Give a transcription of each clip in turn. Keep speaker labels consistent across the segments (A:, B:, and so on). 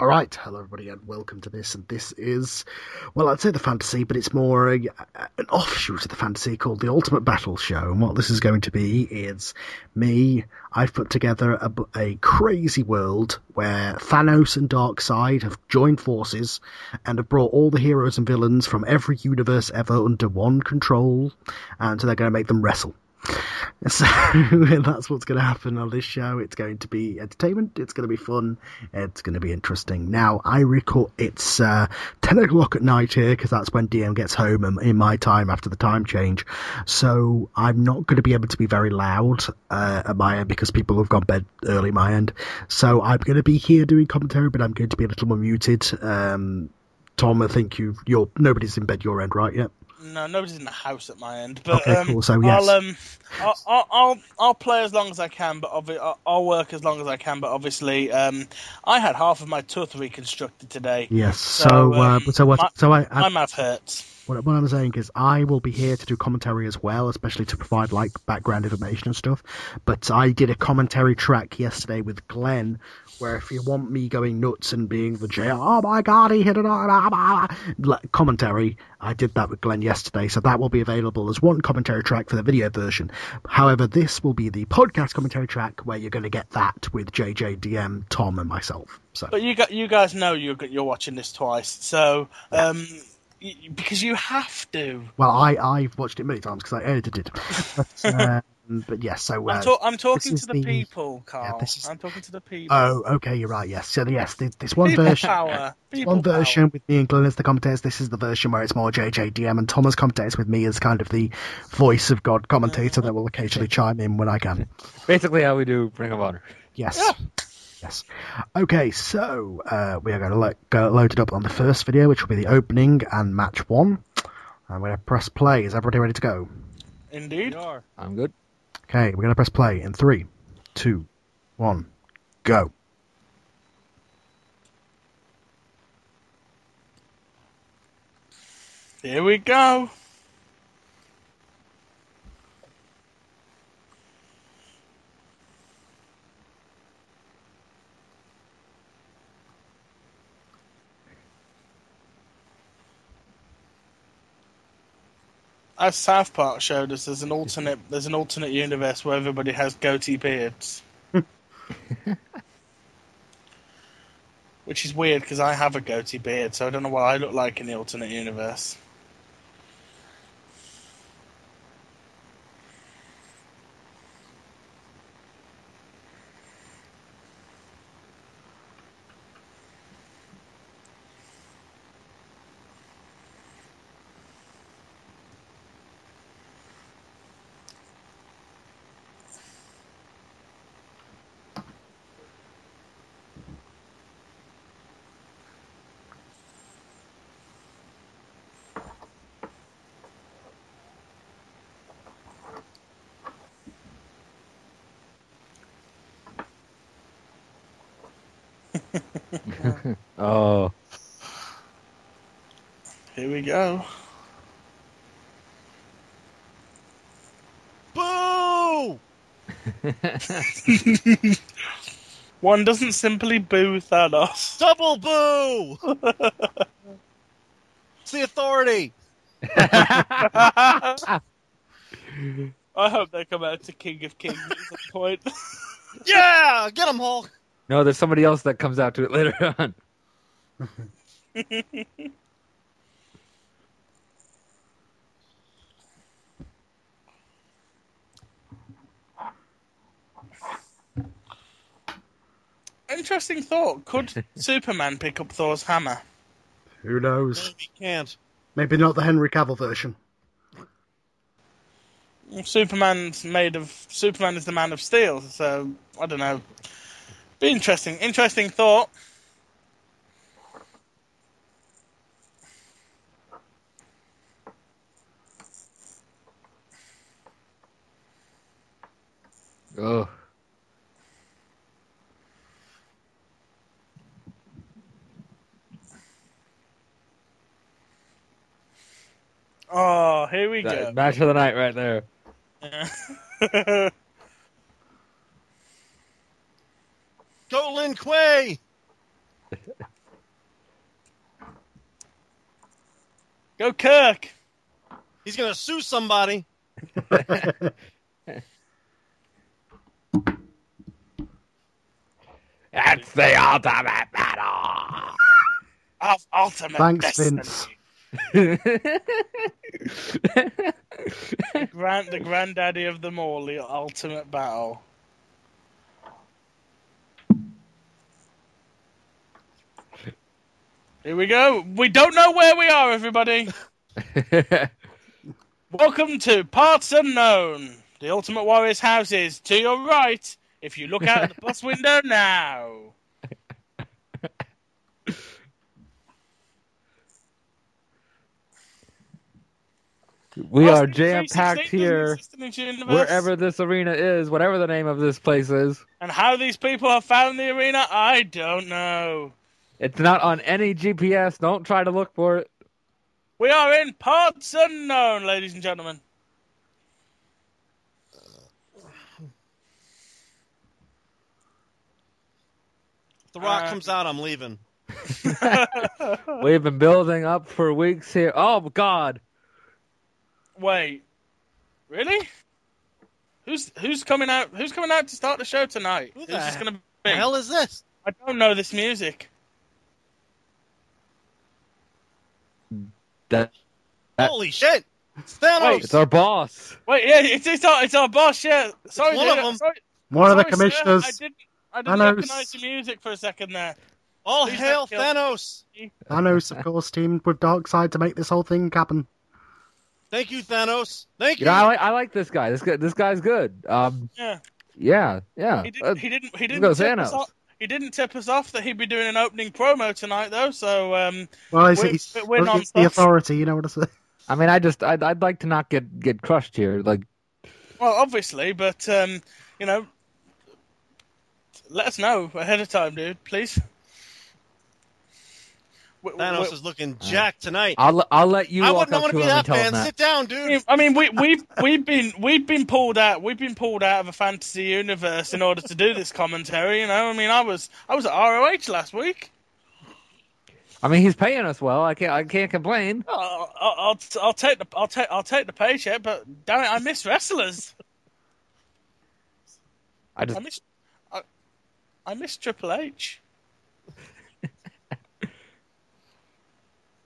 A: All right, hello everybody, and welcome to this. And this is, well, I'd say the fantasy, but it's more a, an offshoot of the fantasy called the Ultimate Battle Show. And what this is going to be is me. I've put together a, b- a crazy world where Thanos and Darkseid have joined forces and have brought all the heroes and villains from every universe ever under one control, and so they're going to make them wrestle. So that's what's going to happen on this show. It's going to be entertainment. It's going to be fun. It's going to be interesting. Now I record. It's uh, ten o'clock at night here because that's when DM gets home and in my time after the time change. So I'm not going to be able to be very loud uh, at my end because people have gone bed early at my end. So I'm going to be here doing commentary, but I'm going to be a little more muted. Um, Tom, I think you you're nobody's in bed your end, right? Yeah.
B: No, nobody's in the house at my end. But
A: Okay,
B: um,
A: cool, so yes.
B: I'll, um, I'll, I'll, I'll, I'll play as long as I can, but obvi- I'll, I'll work as long as I can. But obviously, um, I had half of my tooth reconstructed today.
A: Yes. So uh,
B: um,
A: so what?
B: my-
A: so I, I
B: My mouth hurts.
A: What, what I'm saying is, I will be here to do commentary as well, especially to provide like background information and stuff. But I did a commentary track yesterday with Glenn, where if you want me going nuts and being the jail, oh my god, he hit it, ah, blah, blah, blah," like, commentary, I did that with Glenn yesterday, so that will be available as one commentary track for the video version. However, this will be the podcast commentary track where you're going to get that with JJ, DM, Tom, and myself. So
B: But you got you guys know you're go- you're watching this twice, so um, y- y- because you have to.
A: Well, I I've watched it many times because I edited it. But, um, but yes, so uh,
B: I'm, ta- I'm talking
A: is
B: to the,
A: the-
B: people, Carl.
A: this is-
B: I'm talking to the people.
A: oh, okay, you're right. Yes, so yes, this, this one
B: people
A: version.
B: power. People
A: One
B: power.
A: version with me and Glenn as the commentators. This is the version where it's more JJDM and Thomas commentates with me as kind of the voice of God commentator that will occasionally chime in when I can.
C: Basically, how we do Ring of Honor.
A: Yes. Yes. Okay, so uh, we are going to let go load it up on the first video, which will be the opening and match one. I'm going to press play. Is everybody ready to go?
B: Indeed.
C: I'm good.
A: Okay, we're gonna press play in three, two, one, go.
B: Here we go. As South Park showed us, there's an alternate there's an alternate universe where everybody has goatee beards, which is weird because I have a goatee beard, so I don't know what I look like in the alternate universe.
C: Oh,
B: Here we go. Boo! One doesn't simply boo Thanos.
D: Double boo! it's the authority.
B: I hope they come out to King of Kings at some point.
D: Yeah, get him, Hulk.
C: no, there's somebody else that comes out to it later on.
B: Interesting thought. Could Superman pick up Thor's hammer?
A: Who knows?
D: He can't.
A: Maybe not the Henry Cavill version.
B: Superman's made of Superman is the man of steel, so I don't know. Be interesting. Interesting thought.
C: Oh,
B: Oh, here we
C: that,
B: go.
C: match of the night right there.
B: Yeah.
D: Go Lin Kuei!
B: go Kirk.
D: He's gonna sue somebody.
C: That's the ultimate battle.
B: Of ultimate
A: Thanks,
B: destiny.
A: Vince.
B: The grand, the granddaddy of them all, the ultimate battle. Here we go. We don't know where we are, everybody. Welcome to Parts Unknown. The Ultimate Warrior's house is to your right if you look out the bus window now.
C: we
B: Bus
C: are
B: number 316
C: jam packed
B: doesn't
C: here,
B: exist in this universe.
C: wherever this arena is, whatever the name of this place is.
B: And how these people have found the arena, I don't know.
C: It's not on any GPS. Don't try to look for it.
B: We are in Parts Unknown, ladies and gentlemen.
D: If the Rock
B: Uh,
D: comes out, I'm leaving.
C: We've been building up for weeks here. Oh God,
B: Wait, really? Who's who's coming out? Who's coming out to start the show tonight?
D: Who
B: who's
D: the
B: this gonna be?
D: The hell is this?
B: I don't know this music.
C: that That-
D: Holy shit! It's Thanos!
B: Wait,
C: it's our boss.
B: Wait, yeah, it's, it's our it's our boss. Yeah, sorry,
D: one of
B: dude,
D: them.
B: sorry,
A: One of the
B: sorry,
A: commissioners.
B: Sir, I didn't I
A: Thanos.
B: didn't recognize the music for a second there.
D: All
B: Please
D: hail
B: don't kill-
D: Thanos!
A: Thanos, of course, teamed with Darkseid to make this whole thing happen.
D: Thank you, Thanos! Thank
C: You
D: you!
C: know, I like I like this guy. This guy this guy's good. Um,
B: Yeah,
C: yeah, yeah.
B: he
C: Uh,
B: didn't he didn't he
C: let's
B: didn't
C: go
B: tip us
C: Thanos.
B: off. He didn't tip us off that he'd be doing an opening promo tonight, though. So um,
A: Well, it's,
B: We're-
A: it's,
B: we're
A: it's
B: non-stop.
A: the authority, you know what I say?
C: I mean, I just I'd, I'd like to not get get crushed here. Like,
B: Well, obviously, but um, you know, let us know ahead of time, dude, please. We- we-
D: Thanos is looking jacked tonight.
C: I'll I'll let you
D: I
C: walk
D: wouldn't
C: up
D: want
C: to
D: to be
C: him and
D: that
C: tell him
D: man.
C: that.
D: Sit down, dude.
B: I mean, we we we've been we've been pulled out we've been pulled out of a fantasy universe in order to do this commentary. You know, I mean, I was I was at ROH last week.
C: I mean, he's paying us well. I can't I can't complain.
B: I'll, I'll, I'll, I'll take the I'll take I'll take the paycheck, but damn it, I miss wrestlers. I
C: I just
B: miss I, I miss Triple H.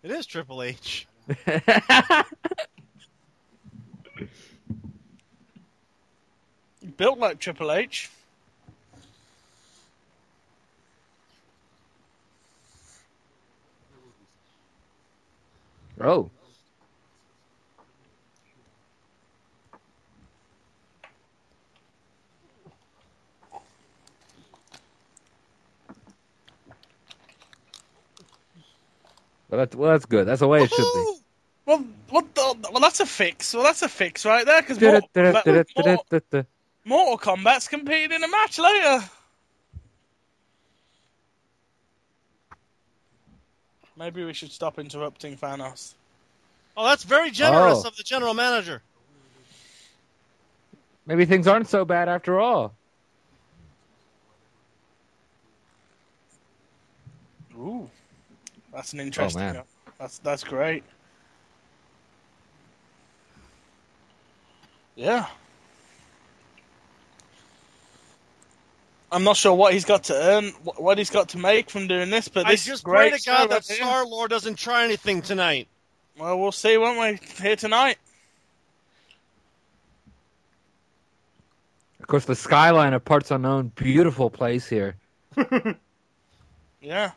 D: It is Triple H.
B: Built like Triple H.
C: oh well that's well that's good. That's the way it should be.
D: Woo!
B: Well, what the, well, that's a fix. Well, that's a fix right there because Mortal, Mortal,
C: Du-du-du-du-du-du-du.
B: Mortal Kombat's competing in a match later. Maybe we should stop interrupting Thanos.
D: Oh, that's very generous
C: Oh.
D: of the general manager.
C: Maybe things aren't so bad after all.
B: Ooh, that's an interesting.
C: man.
B: one. That's that's great. Yeah. I'm not sure what he's got to earn, wh- what he's got to make from doing this, but
D: I
B: this is
D: just pray
B: great.
D: to God
B: show
D: that
B: right here.
D: Star Lord doesn't try anything tonight.
B: Well, we'll see, won't we? Here tonight.
C: Of course, the skyline of Parts Unknown, beautiful place here.
B: Yeah.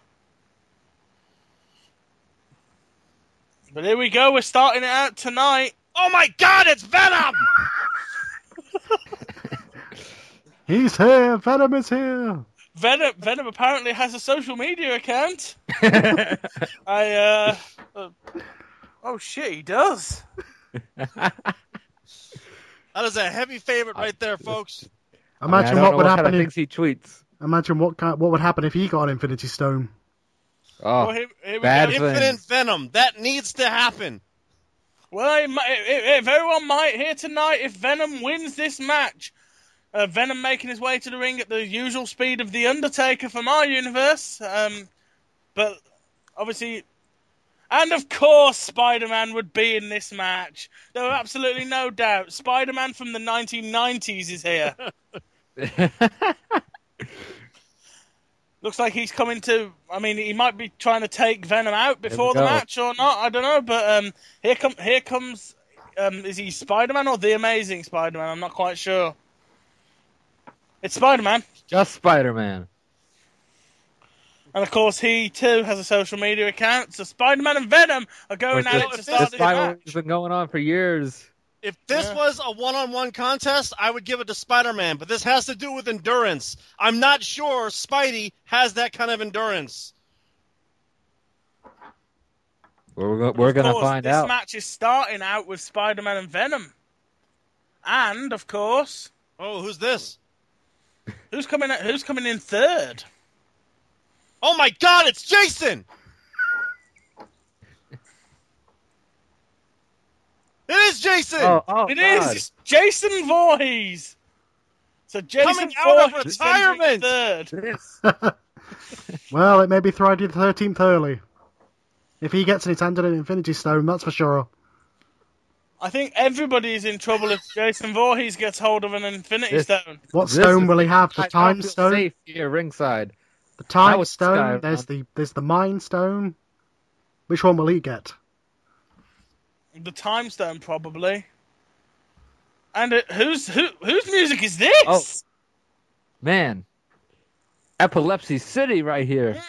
B: But here we go. We're starting it out tonight.
D: Oh my God, it's Venom!
A: He's here! Venom is here!
B: Venom, Venom apparently has a social media account. I uh, uh, oh shit, he does.
D: That is a heavy favorite right there, folks.
C: I mean, I
A: Imagine
C: don't
A: what
C: know
A: would
C: what kind
A: happen.
C: of
A: If,
C: things he tweets.
A: Imagine what kind, what would happen if he got an Infinity Stone.
C: Oh,
B: Well, here, here we
C: Bad
B: go.
C: thing.
D: Infinite venom. That needs to happen.
B: Well, it might, if, if everyone might here tonight, if Venom wins this match, uh, Venom making his way to the ring at the usual speed of the Undertaker from our universe. Um, but obviously, and of course, Spider-Man would be in this match. There were absolutely no doubt. Spider-Man from the 1990s is here. Looks like he's coming to. I mean, he might be trying to take Venom out before the
C: go.
B: match or not. I don't know. But um, here come here comes. Um, is he Spider Man or the Amazing Spider Man? I'm not quite sure. It's Spider Man,
C: just Spider Man.
B: and of course he too has a social media account. So Spider Man and Venom are going at it to
D: this-
B: start
C: This
B: this
C: rivalry's
B: match.
C: been going on for years.
D: If this
B: Yeah.
D: was a one-on-one contest, I would give it to Spider-Man, but this has to do with endurance. I'm not sure Spidey has that kind of endurance.
C: We're, go- we're gonna
B: Of course,
C: find
B: this
C: out.
B: match is starting out with Spider Man and Venom, and of course,
D: Oh, who's this?
B: who's coming? Who's coming in third?
D: Oh my God, it's Jason! it is Jason
C: oh, oh,
B: It is
C: God.
B: It's Jason Voorhees. So Jason
D: Coming out of
B: Voorhees is
D: retirement.
B: third.
C: This-
A: Well, it may be Friday the thirteenth early. If he gets in his hand on an Infinity Stone, that's for sure.
B: I think everybody is in trouble if Jason Voorhees gets hold of an Infinity
C: This-
B: Stone.
A: What
C: This
A: stone
C: is-
A: will he have? The
C: I don't
A: Time
C: feel
A: Stone.
C: safe here ringside.
A: The Time
C: That was
A: Stone.
C: Skyrim.
A: There's the there's the Mind Stone. Which one will he get?
B: The Time Stone, probably. And it, who's who? Whose music is this?
C: Oh. Man, Epilepsy City right here.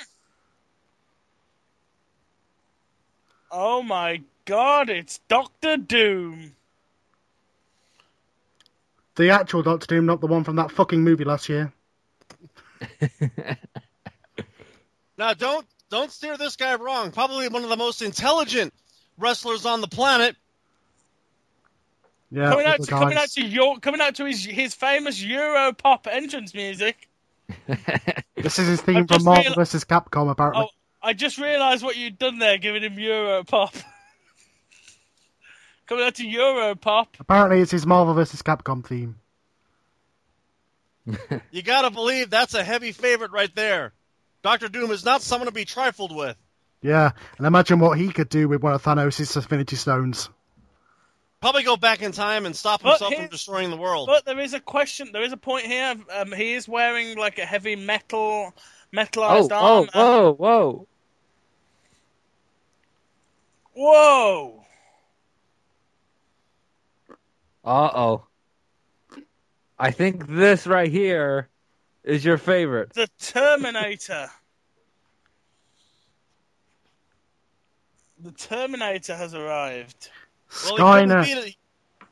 B: Oh my God! It's Doctor Doom.
A: The actual Doctor Doom, not the one from that fucking movie last year.
C: Oh,
D: now. Don't don't steer this guy wrong. Probably one of the most intelligent wrestlers on the planet.
A: Yeah,
B: coming out
A: the
B: to coming
A: guys.
B: out to your coming out to his his famous Euro pop entrance music.
A: This is his
B: I've
A: theme
B: just
A: from Marvel
B: reali-
A: vs. Capcom, apparently.
B: Oh, I just realised what you'd done there, giving him Europop. Coming out to Europop.
A: Apparently, it's his Marvel vs. Capcom theme.
D: You gotta believe that's a heavy favorite right there. Doctor Doom is not someone to be trifled with.
A: Yeah, and imagine what he could do with one of Thanos' Infinity Stones.
D: Probably go back in time and stop
B: But
D: himself from
B: here's-
D: destroying the world.
B: But there is a question. There is a point here. Um, he is wearing like a heavy metal,
C: Oh,
B: metalized
C: oh,
B: armor.
C: whoa, whoa.
B: Whoa!
C: Uh oh. I think this right here is your favorite.
B: The Terminator. the Terminator has arrived.
D: well, he couldn't,
A: Skynet.
D: beat a,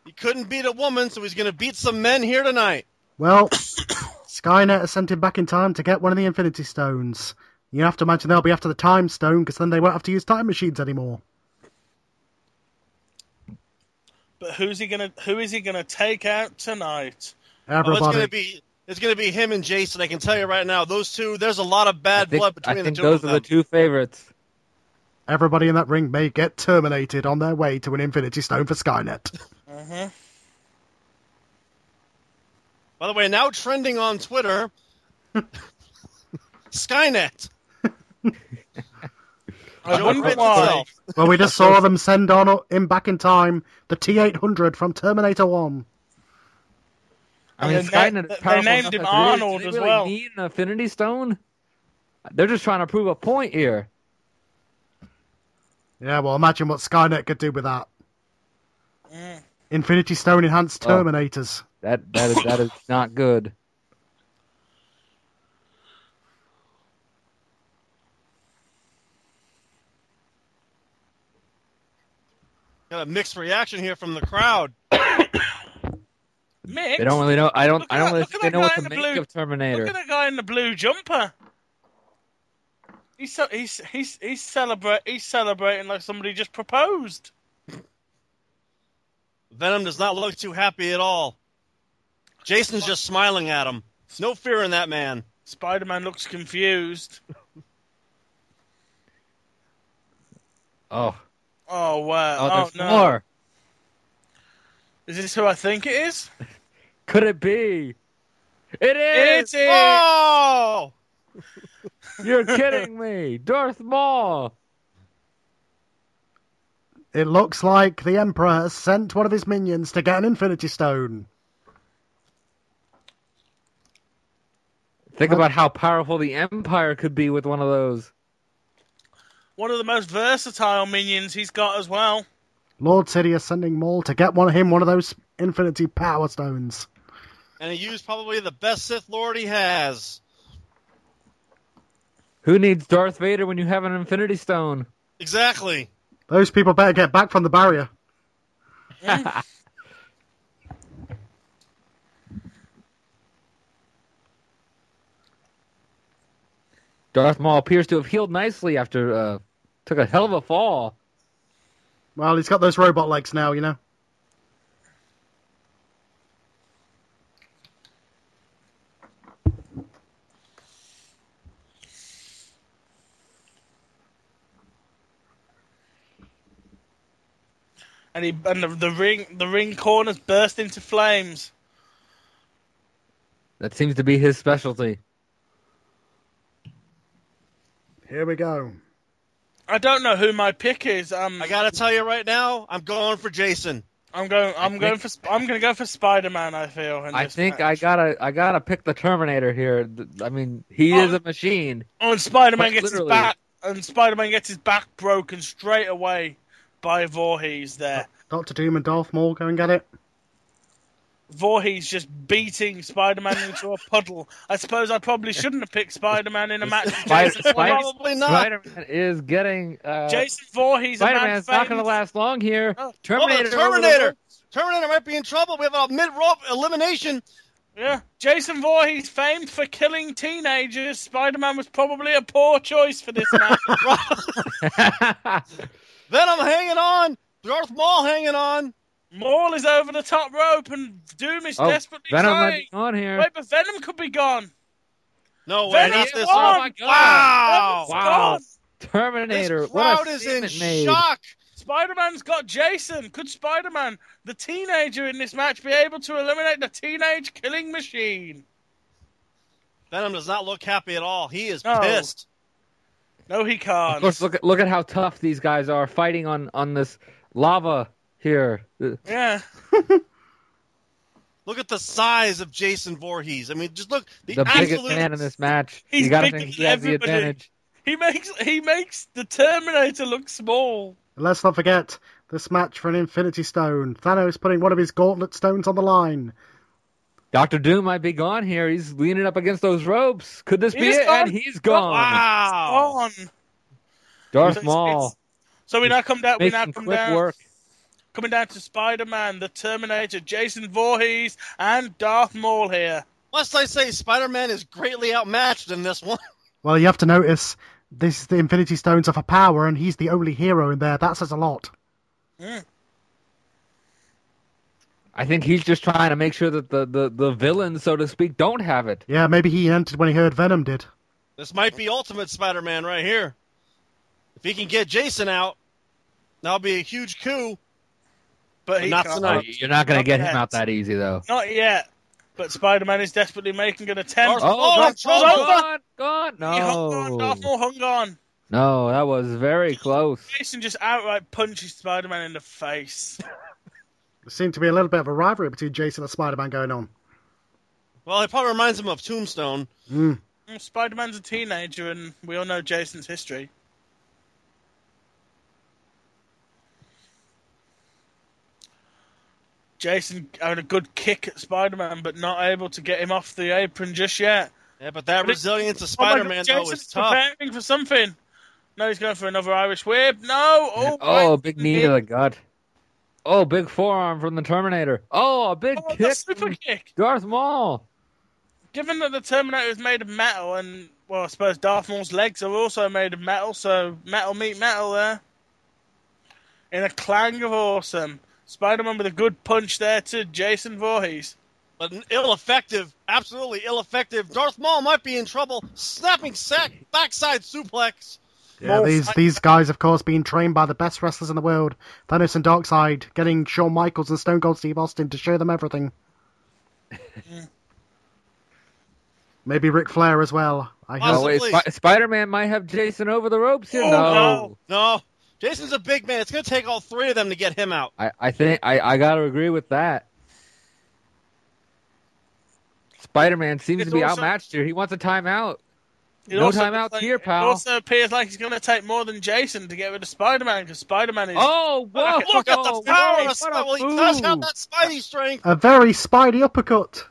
D: he couldn't beat a woman, so he's gonna beat some men here tonight.
A: Well, Skynet has sent him back in time to get one of the Infinity Stones. You have to imagine they'll be after the Time Stone, because then they won't have to use time machines
B: Oh,
A: anymore.
B: But who's he gonna? Who is he gonna take out tonight?
D: Oh, it's
A: Everybody.
D: gonna be it's gonna be him and Jason. I can tell you right now, those two. There's a lot of
C: I
D: bad
C: think,
D: blood
C: I
D: between
C: think
D: the two
C: those
D: of them.
C: are the two favorites.
A: Everybody in that ring may get terminated on their way to an Infinity Stone for Skynet.
B: Uh-huh.
D: By the way, now trending on Twitter, Skynet.
B: I
D: Joe
B: wonder
D: Fitz
B: why.
D: itself.
A: well, we just saw them send on him back in time the T 800 from Terminator 1.
C: I mean,
B: And they-
C: Skynet
B: they
C: is powerful
B: named
C: enough
B: him
C: as it is.
B: Arnold
C: Do they
B: as
C: really
B: well.
C: Need an Affinity Stone? They're just trying to prove a point here.
A: Yeah, well, imagine what Skynet could do with that.
B: Mm.
A: Infinity Stone enhanced
C: Oh.
A: Terminators.
C: That that is that is not good.
D: Got a mixed reaction here from the crowd.
B: Mix.
C: They don't really know. I don't.
B: Look at
C: I don't
B: that- look at
C: really think they
B: that
C: know what
B: guy
C: to
B: in the
C: make
B: blue-
C: of Terminator.
B: Look at the guy in the blue jumper. He's so, he's he's he's celebrate he's celebrating like somebody just proposed.
D: Venom does not look too happy at all. Jason's just smiling at him. No fear in that man.
B: Spider Man looks confused.
C: Oh,
B: Oh wow!
C: oh,
B: Oh,
C: there's
B: no!
C: more.
B: Is this who I think it is?
C: Could it be?
B: It
C: It is.
B: is.
D: Oh!
C: You're kidding me, Darth Maul.
A: It looks like the Emperor has sent one of his minions to get an Infinity Stone.
C: Think about how powerful the Empire could be with one of those.
B: One of the most versatile minions he's got as well.
A: Lord Sidious sending Maul to get one of him one of those Infinity Power Stones.
D: And he used probably the best Sith Lord he has.
C: Who needs Darth Vader when you have an Infinity Stone?
D: Exactly.
A: Those people better get back from the barrier.
C: Darth Maul appears to have healed nicely after uh, took a hell of a fall.
A: Well, he's got those robot legs now, you know.
B: and he and the, the ring the ring corners burst into flames.
C: That seems to be his specialty.
A: Here we go.
B: I don't know who my pick is. Um,
D: I gotta tell you right now, I'm going for Jason.
B: I'm going. I'm
C: think-
B: going for. Sp- I'm going to go for Spider Man. I feel. In
C: I
B: this
C: think I
B: match.
C: gotta I gotta pick the Terminator here. Th- I mean, he
B: Oh.
C: is a machine.
B: Oh, and Spider Man
C: Quite
B: gets
C: literally.
B: his back. And Spider Man gets his back broken straight away by Voorhees. There,
A: Doctor Doom and Darth Maul go and get it.
B: Voorhees just beating Spider Man into a puddle. I suppose I probably shouldn't have picked Spider Man in a match. with
C: Spider-
B: Jason Voorhees.
D: Probably not.
C: Spider-Man is getting uh,
B: Jason Voorhees. a man
C: Spider-Man's not
B: famous-
C: gonna last long here.
B: Oh,
C: Terminator,
D: oh, the
C: over the
D: Terminator.
C: world.
D: Terminator might be in trouble. We have a mid-rope elimination.
B: Yeah, Jason Voorhees, famed for killing teenagers. Spider Man was probably a poor choice for this match.
C: Oh,
D: Venom hanging on. Darth Maul hanging on.
B: Maul is over the top rope, and Doom is
C: oh,
B: desperately
C: Venom might
B: trying.
C: be on here.
B: Wait, but Venom could be gone.
D: No way.
B: Venom
D: Not
B: is
D: this
B: on.
C: oh
D: one.
C: my god!
D: Wow.
B: Venom's
C: Wow.
B: gone.
C: Terminator.
D: This
C: What
D: crowd
C: a
D: is in
C: statement made.
D: shock.
B: Spider Man's got Jason. Could Spider Man, the teenager in this match, be able to eliminate the teenage killing machine?
D: Venom does not look happy at all. He is
B: No.
D: pissed.
B: No, he
C: Of
B: can't.
C: course, look at look at how tough these guys are fighting on on this lava here. Uh,
B: Yeah.
D: Look at the size of Jason Voorhees. I mean, just look. The,
C: The biggest
D: absolute
C: man in this match.
B: He's
C: You gotta
B: bigger
C: think he
B: than
C: has the
B: everybody.
C: advantage.
B: He makes he makes the Terminator look small.
A: And let's not forget this match for an Infinity Stone. Thanos putting one of his gauntlet stones on the line.
C: Doctor Doom might be gone here. He's leaning up against those ropes. Could this be
B: He's
C: it?
B: gone.
C: And he's gone. Oh.
D: Wow.
B: On.
C: Darth
B: It's-
C: Maul
B: it's- So we now come down. We now
C: making
B: come
C: quick
B: down.
C: work.
B: Coming down to Spider Man, the Terminator, Jason Voorhees, and Darth Maul here.
D: Must I say, Spider Man is greatly outmatched in this one.
A: Well, you have to notice this is the Infinity Stones of a power, and he's the only hero in there. That says a lot.
C: I think he's just trying to make sure that the, the, the villains, so to speak, don't have it.
A: Yeah, maybe he entered when he heard Venom did.
D: This might be Ultimate Spider Man right here. If he can get Jason out, that'll be a huge coup.
B: But he
D: Not
B: can't.
D: tonight.
C: Uh, You're not going to
B: Not
C: get him
B: yet.
C: out that easy, though.
B: Not yet. But Spider Man is desperately making an attempt.
D: Oh,
C: Oh,
D: Darth
C: Darth Maul
D: Maul.
C: gone, gone.
B: He hung on. Darth
C: No,
B: Maul hung on.
C: no, that was very close.
B: Jason just outright punches Spider Man in the face.
A: There seemed to be a little bit of a rivalry between Jason and Spider Man going on.
D: Well, it probably reminds him of Tombstone.
A: Hmm.
B: Spider Man's Mm, a teenager, and we all know Jason's history. Jason had a good kick at Spider Man, but not able to get him off the apron just yet.
D: Yeah, but that
B: But it-
D: resilience of
B: Oh my
D: Spider Man,
B: God,
D: though,
B: Jason's
D: is tough.
B: preparing for something. No, he's going for another Irish whip. No. Oh,
C: Oh,
B: right.
C: big knee to the gut. Oh, big forearm from the Terminator. Oh, a big
B: Oh, the
C: kick.
B: super
C: from
B: kick.
C: Darth Maul.
B: Given that the Terminator is made of metal, and, well, I suppose Darth Maul's legs are also made of metal, so metal meet metal there. In a clang of awesome. Spider Man with a good punch there to Jason Voorhees.
D: But an ill-effective, absolutely ill-effective. Darth Maul might be in trouble. Snapping sack, backside suplex.
A: Yeah,
D: Well,
A: these
D: I-
A: these guys, of course, being trained by the best wrestlers in the world, Thanos and Darkseid, getting Shawn Michaels and Stone Cold Steve Austin to show them everything. Maybe Ric Flair as well. I heard
C: Oh, wait,
D: Possibly. Oh,
C: Sp- Spider Man might have Jason over the ropes here. no.
D: no. Jason's a big man. It's going to take all three of them to get him out.
C: I, I think I, I got to agree with that. Spider Man seems
B: It's
C: to be
B: also-
C: outmatched here. He wants a timeout.
B: It
C: No
B: also
C: time
B: looks
C: out
B: like-
C: here, pal.
B: It also appears like he's going to take more than Jason to get rid of Spider Man because Spider Man is.
C: Oh, whoa!
D: Look at
C: whoa,
D: the power
C: what
D: of
C: a
D: Spider. Well, he does have
C: move.
D: that Spidey strength.
A: a very spidey uppercut.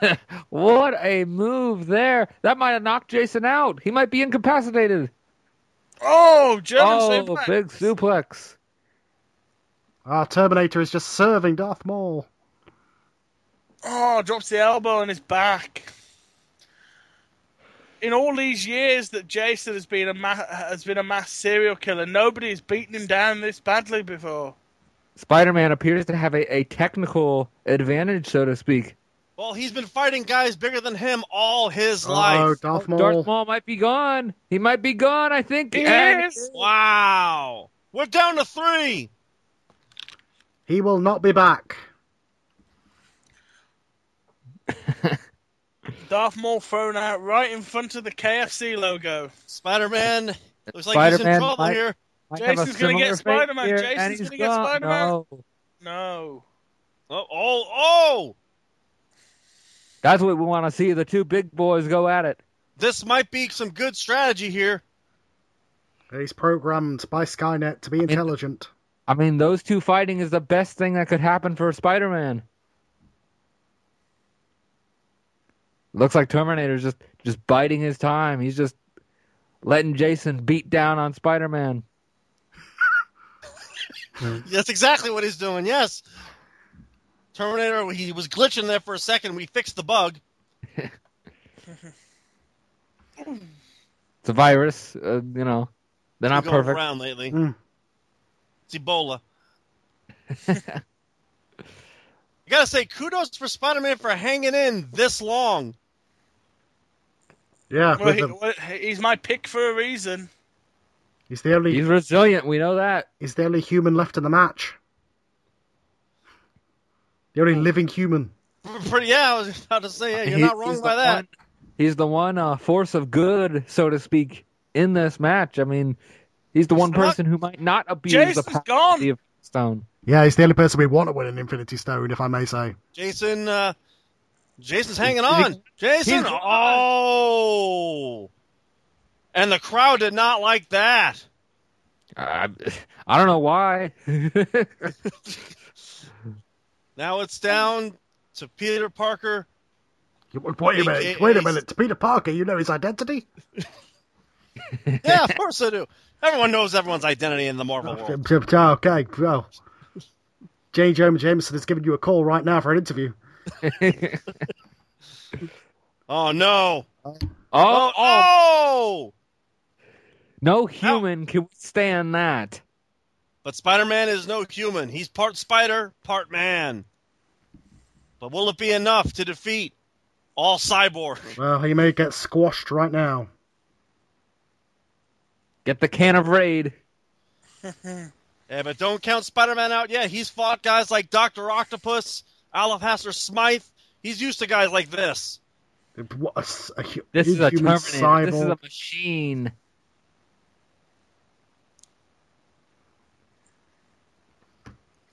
C: What a move there! That might have knocked Jason out. He might be incapacitated.
B: Oh, German
C: oh,
B: suplex.
C: big suplex.
A: Our Terminator is just serving Darth Maul.
B: Oh, drops the elbow on his back. In all these years that Jason has been a ma- has been a mass serial killer, nobody has beaten him down this badly before.
C: Spider Man appears to have a, a technical advantage, so to speak.
D: Well, he's been fighting guys bigger than him all his
A: Oh,
D: life.
A: Darth Maul.
C: Darth Maul might be gone. He might be gone. I think.
B: He
C: And-
B: is.
D: Wow. We're down to three.
A: He will not be back.
B: Darth Maul thrown out right in front of the KFC logo.
D: Spider Man looks like he's in
C: Spider-Man
D: trouble
C: might-
D: here.
C: might have a
B: Jason's gonna
C: similar
B: get
C: fate
B: Spider-Man.
C: here,
B: Jason's
C: and he's
B: gonna get
C: gone.
B: Spider-Man.
C: No.
B: No.
D: Oh, oh, oh!
C: That's what we want to see. The two big boys go at it.
D: This might be some good strategy here.
A: He's programmed by Skynet to be intelligent.
C: I mean, those two fighting is the best thing that could happen for Spider Man. Looks like Terminator's just just biding his time. He's just letting Jason beat down on Spider Man.
D: That's exactly what he's doing. Yes. Terminator, he was glitching there for a second. We fixed the bug.
C: It's a virus, uh, you know. They're not
D: Been going
C: perfect.
D: around lately.
C: Hmm.
A: Mm.
D: It's Ebola. I gotta say, kudos for Spider-Man for hanging in this long.
A: Yeah,
B: Well,
A: with
B: he,
A: them.
B: well, he's my pick for a reason.
A: he's the only
C: He's resilient. We know that.
A: he's the only human left in the match. The only living human.
D: Pretty, yeah, I was about to say, yeah, you're
C: He-
D: not wrong
C: he's
D: by
C: the
D: that.
C: one- he's the one uh, force of good, so to speak, in this match. I mean, he's the one
D: not-
C: person who might not abuse the
B: Jason's
C: power of
B: gone.
C: the stone.
A: Yeah, he's the only person we want to win an Infinity Stone, if I may say.
D: Jason, uh, Jason's
C: He's-
D: hanging on. Jason,
C: he's-
D: oh, and the crowd did not like that.
C: I, Uh, I don't know why. Oh,
D: Now it's down to Peter Parker.
A: Wait a minute. Wait a minute. Peter Parker, you know his identity?
D: Yeah, of course I do. Everyone knows everyone's identity in the Marvel world.
A: Okay, well. J. Jonah Jameson is giving you a call right now for an interview.
D: Oh no!
C: oh,
D: Oh, oh!
C: no human can withstand that.
D: But Spider-Man is no human. He's part spider, part man. But will it be enough to defeat all cyborg?
A: Well, he may get squashed right now.
C: Get the can of raid.
D: Yeah, but don't count Spider-Man out yet. He's fought guys like Doctor Octopus, Alabaster Smythe. He's used to guys like this.
A: What a s- a hu-
C: This is a
A: inhuman
C: Terminator. This is a
A: cyborg.
C: machine.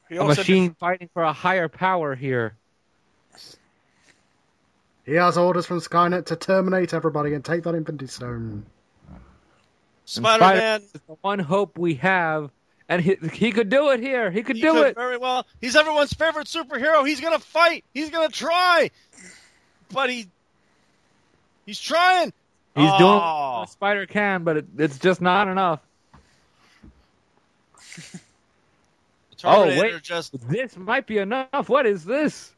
B: He
C: A
B: also
C: machine fighting for a higher power here.
A: He has orders from Skynet to terminate everybody and take that Infinity Stone.
C: And
D: Spider-Man
C: Spider- is the one hope we have, and he, he could do it here. He could
D: he
C: do
D: could
C: it.
D: very well. He's everyone's favorite superhero. He's gonna fight. He's gonna try. But he he's trying.
C: He's doing
D: Aw.
C: what a spider can, but it, it's just not enough. Oh, wait.
D: Terminator just
C: This might be enough. What is this?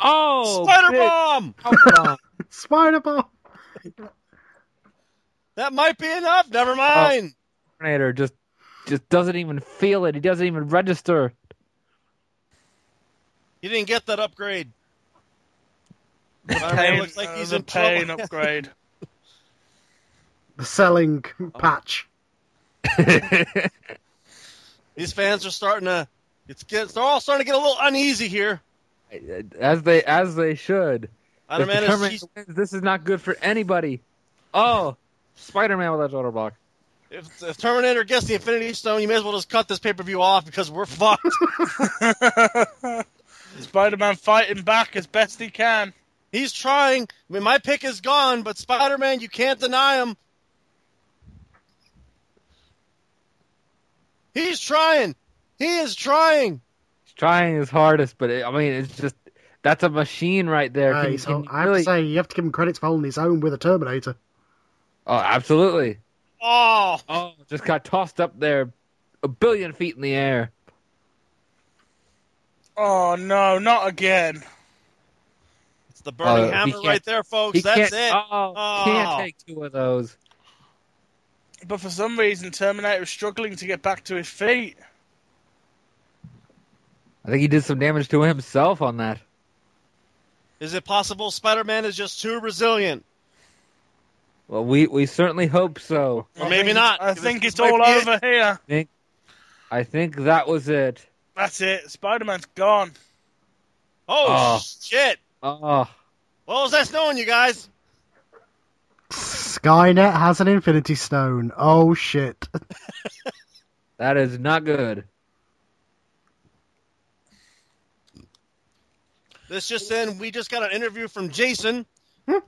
C: Oh,
D: Spider
C: big
D: Bomb.
C: power bomb.
A: Spider Ball!
D: That might be enough. Never
C: Oh.
D: mind.
C: Tornado just just doesn't even feel it. He doesn't even register.
D: He didn't get that upgrade. Spider-Man looks like
B: Uh,
D: he's
B: the
D: in
B: pain
D: trouble.
B: upgrade.
A: The selling
C: Oh.
A: patch.
D: These fans are starting to. It's get, they're all starting to get a little uneasy here.
C: as they as they should. If
D: Spider-Man
C: the
D: is,
C: Terminator
D: he's-
C: wins, this is not good for anybody. Oh, Spider-Man without shoulder block.
D: if, if Terminator gets the Infinity Stone, you may as well just cut this pay per view off because we're fucked.
B: Spider Man fighting back as best he can.
D: he's trying. I mean, my pick is gone, but Spider-Man, you can't deny him. He's trying. He is trying.
C: He's trying his hardest, but it, I mean, it's just that's a machine right there.
A: Uh,
C: Can you-
A: he's
C: can
A: hol-
C: you
A: I have
C: really-
A: to say, you have to give him credits for holding his own with a Terminator.
C: oh, absolutely.
D: Oh,
C: Oh, just got tossed up there, a billion feet in the air.
B: Oh no, not again.
D: it's the burning
C: Oh, he
D: hammer
C: can't-
D: right there, folks.
C: He
D: That's
C: can't,
D: it.
C: Oh,
D: Oh.
C: can't take two of those.
B: But for some reason, Terminator is struggling to get back to his feet.
C: I think he did some damage to himself on that.
D: Is it possible Spider-Man is just too resilient?
C: Well, we we certainly hope so.
D: Or
B: I
D: maybe
B: think-
D: not.
B: I
D: This-
B: think
D: this
B: it's
D: might
B: all
D: be it.
B: over here.
C: I think that was it.
B: That's it. Spider Man's gone.
D: Oh,
C: Oh.
D: shit!
C: Oh,
D: What was that snowing, you guys?
A: Skynet has an Infinity Stone. Oh shit!
C: that is not good.
D: This just in, we just got an interview from Jason.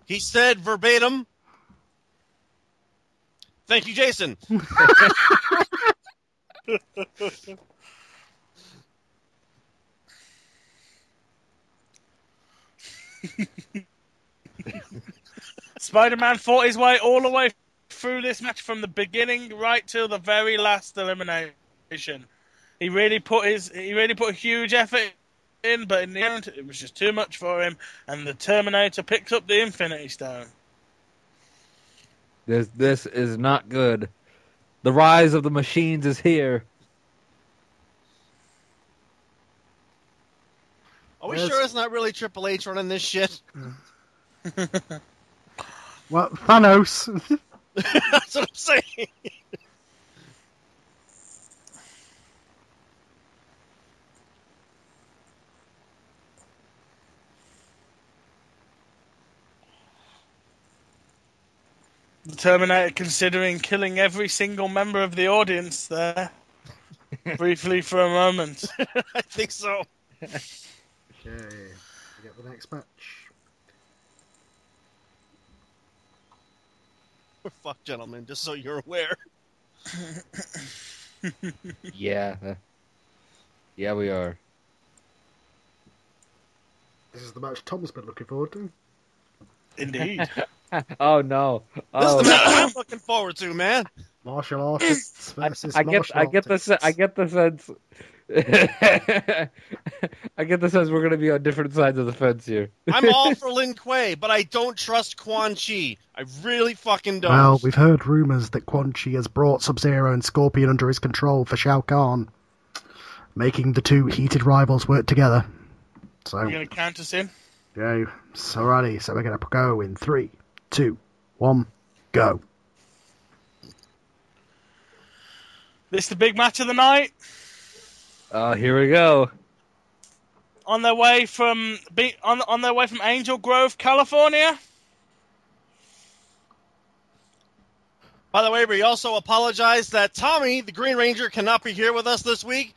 D: He said verbatim. Thank you, Jason.
B: Spider Man fought his way all the way through this match from the beginning right till the very last elimination. He really put his he really put a huge effort in, but in the end it was just too much for him and the Terminator picked up the Infinity Stone.
C: This this is not good. The rise of the machines is here.
D: Are we
A: Yes.
D: sure it's not really Triple H running this shit?
A: Well, Thanos.
D: That's what I'm saying.
B: The Terminator considering killing every single member of the audience there. Briefly for a moment.
D: I think so.
A: okay, we get the next match.
D: We're fucked, gentlemen, just so you're aware.
C: Yeah. uh, Yeah, we are.
A: This is the match Tom's been looking forward to.
B: Indeed.
C: Oh no.
D: This
C: Oh,
D: is the match I'm looking forward to, man.
A: Martial artists versus
C: I get
A: martial
C: I get the
A: artists.
C: se- I get the sense I get the sense we're going to be on different sides of the fence here.
D: I'm all for Lin Kuei, but I don't trust Quan Chi. I really fucking don't.
A: Well, we've heard rumours that Quan Chi has brought Sub Zero and Scorpion under his control for Shao Kahn, making the two heated rivals work together. So,
B: You're gonna count us in?
A: go. So, alrighty, so we're going to go in three, two, one, go.
B: This the big match of the night.
C: Oh, here we go.
B: on their way from be, on on their way from Angel Grove, California.
D: By the way, we also apologize that Tommy, the Green Ranger, cannot be here with us this week.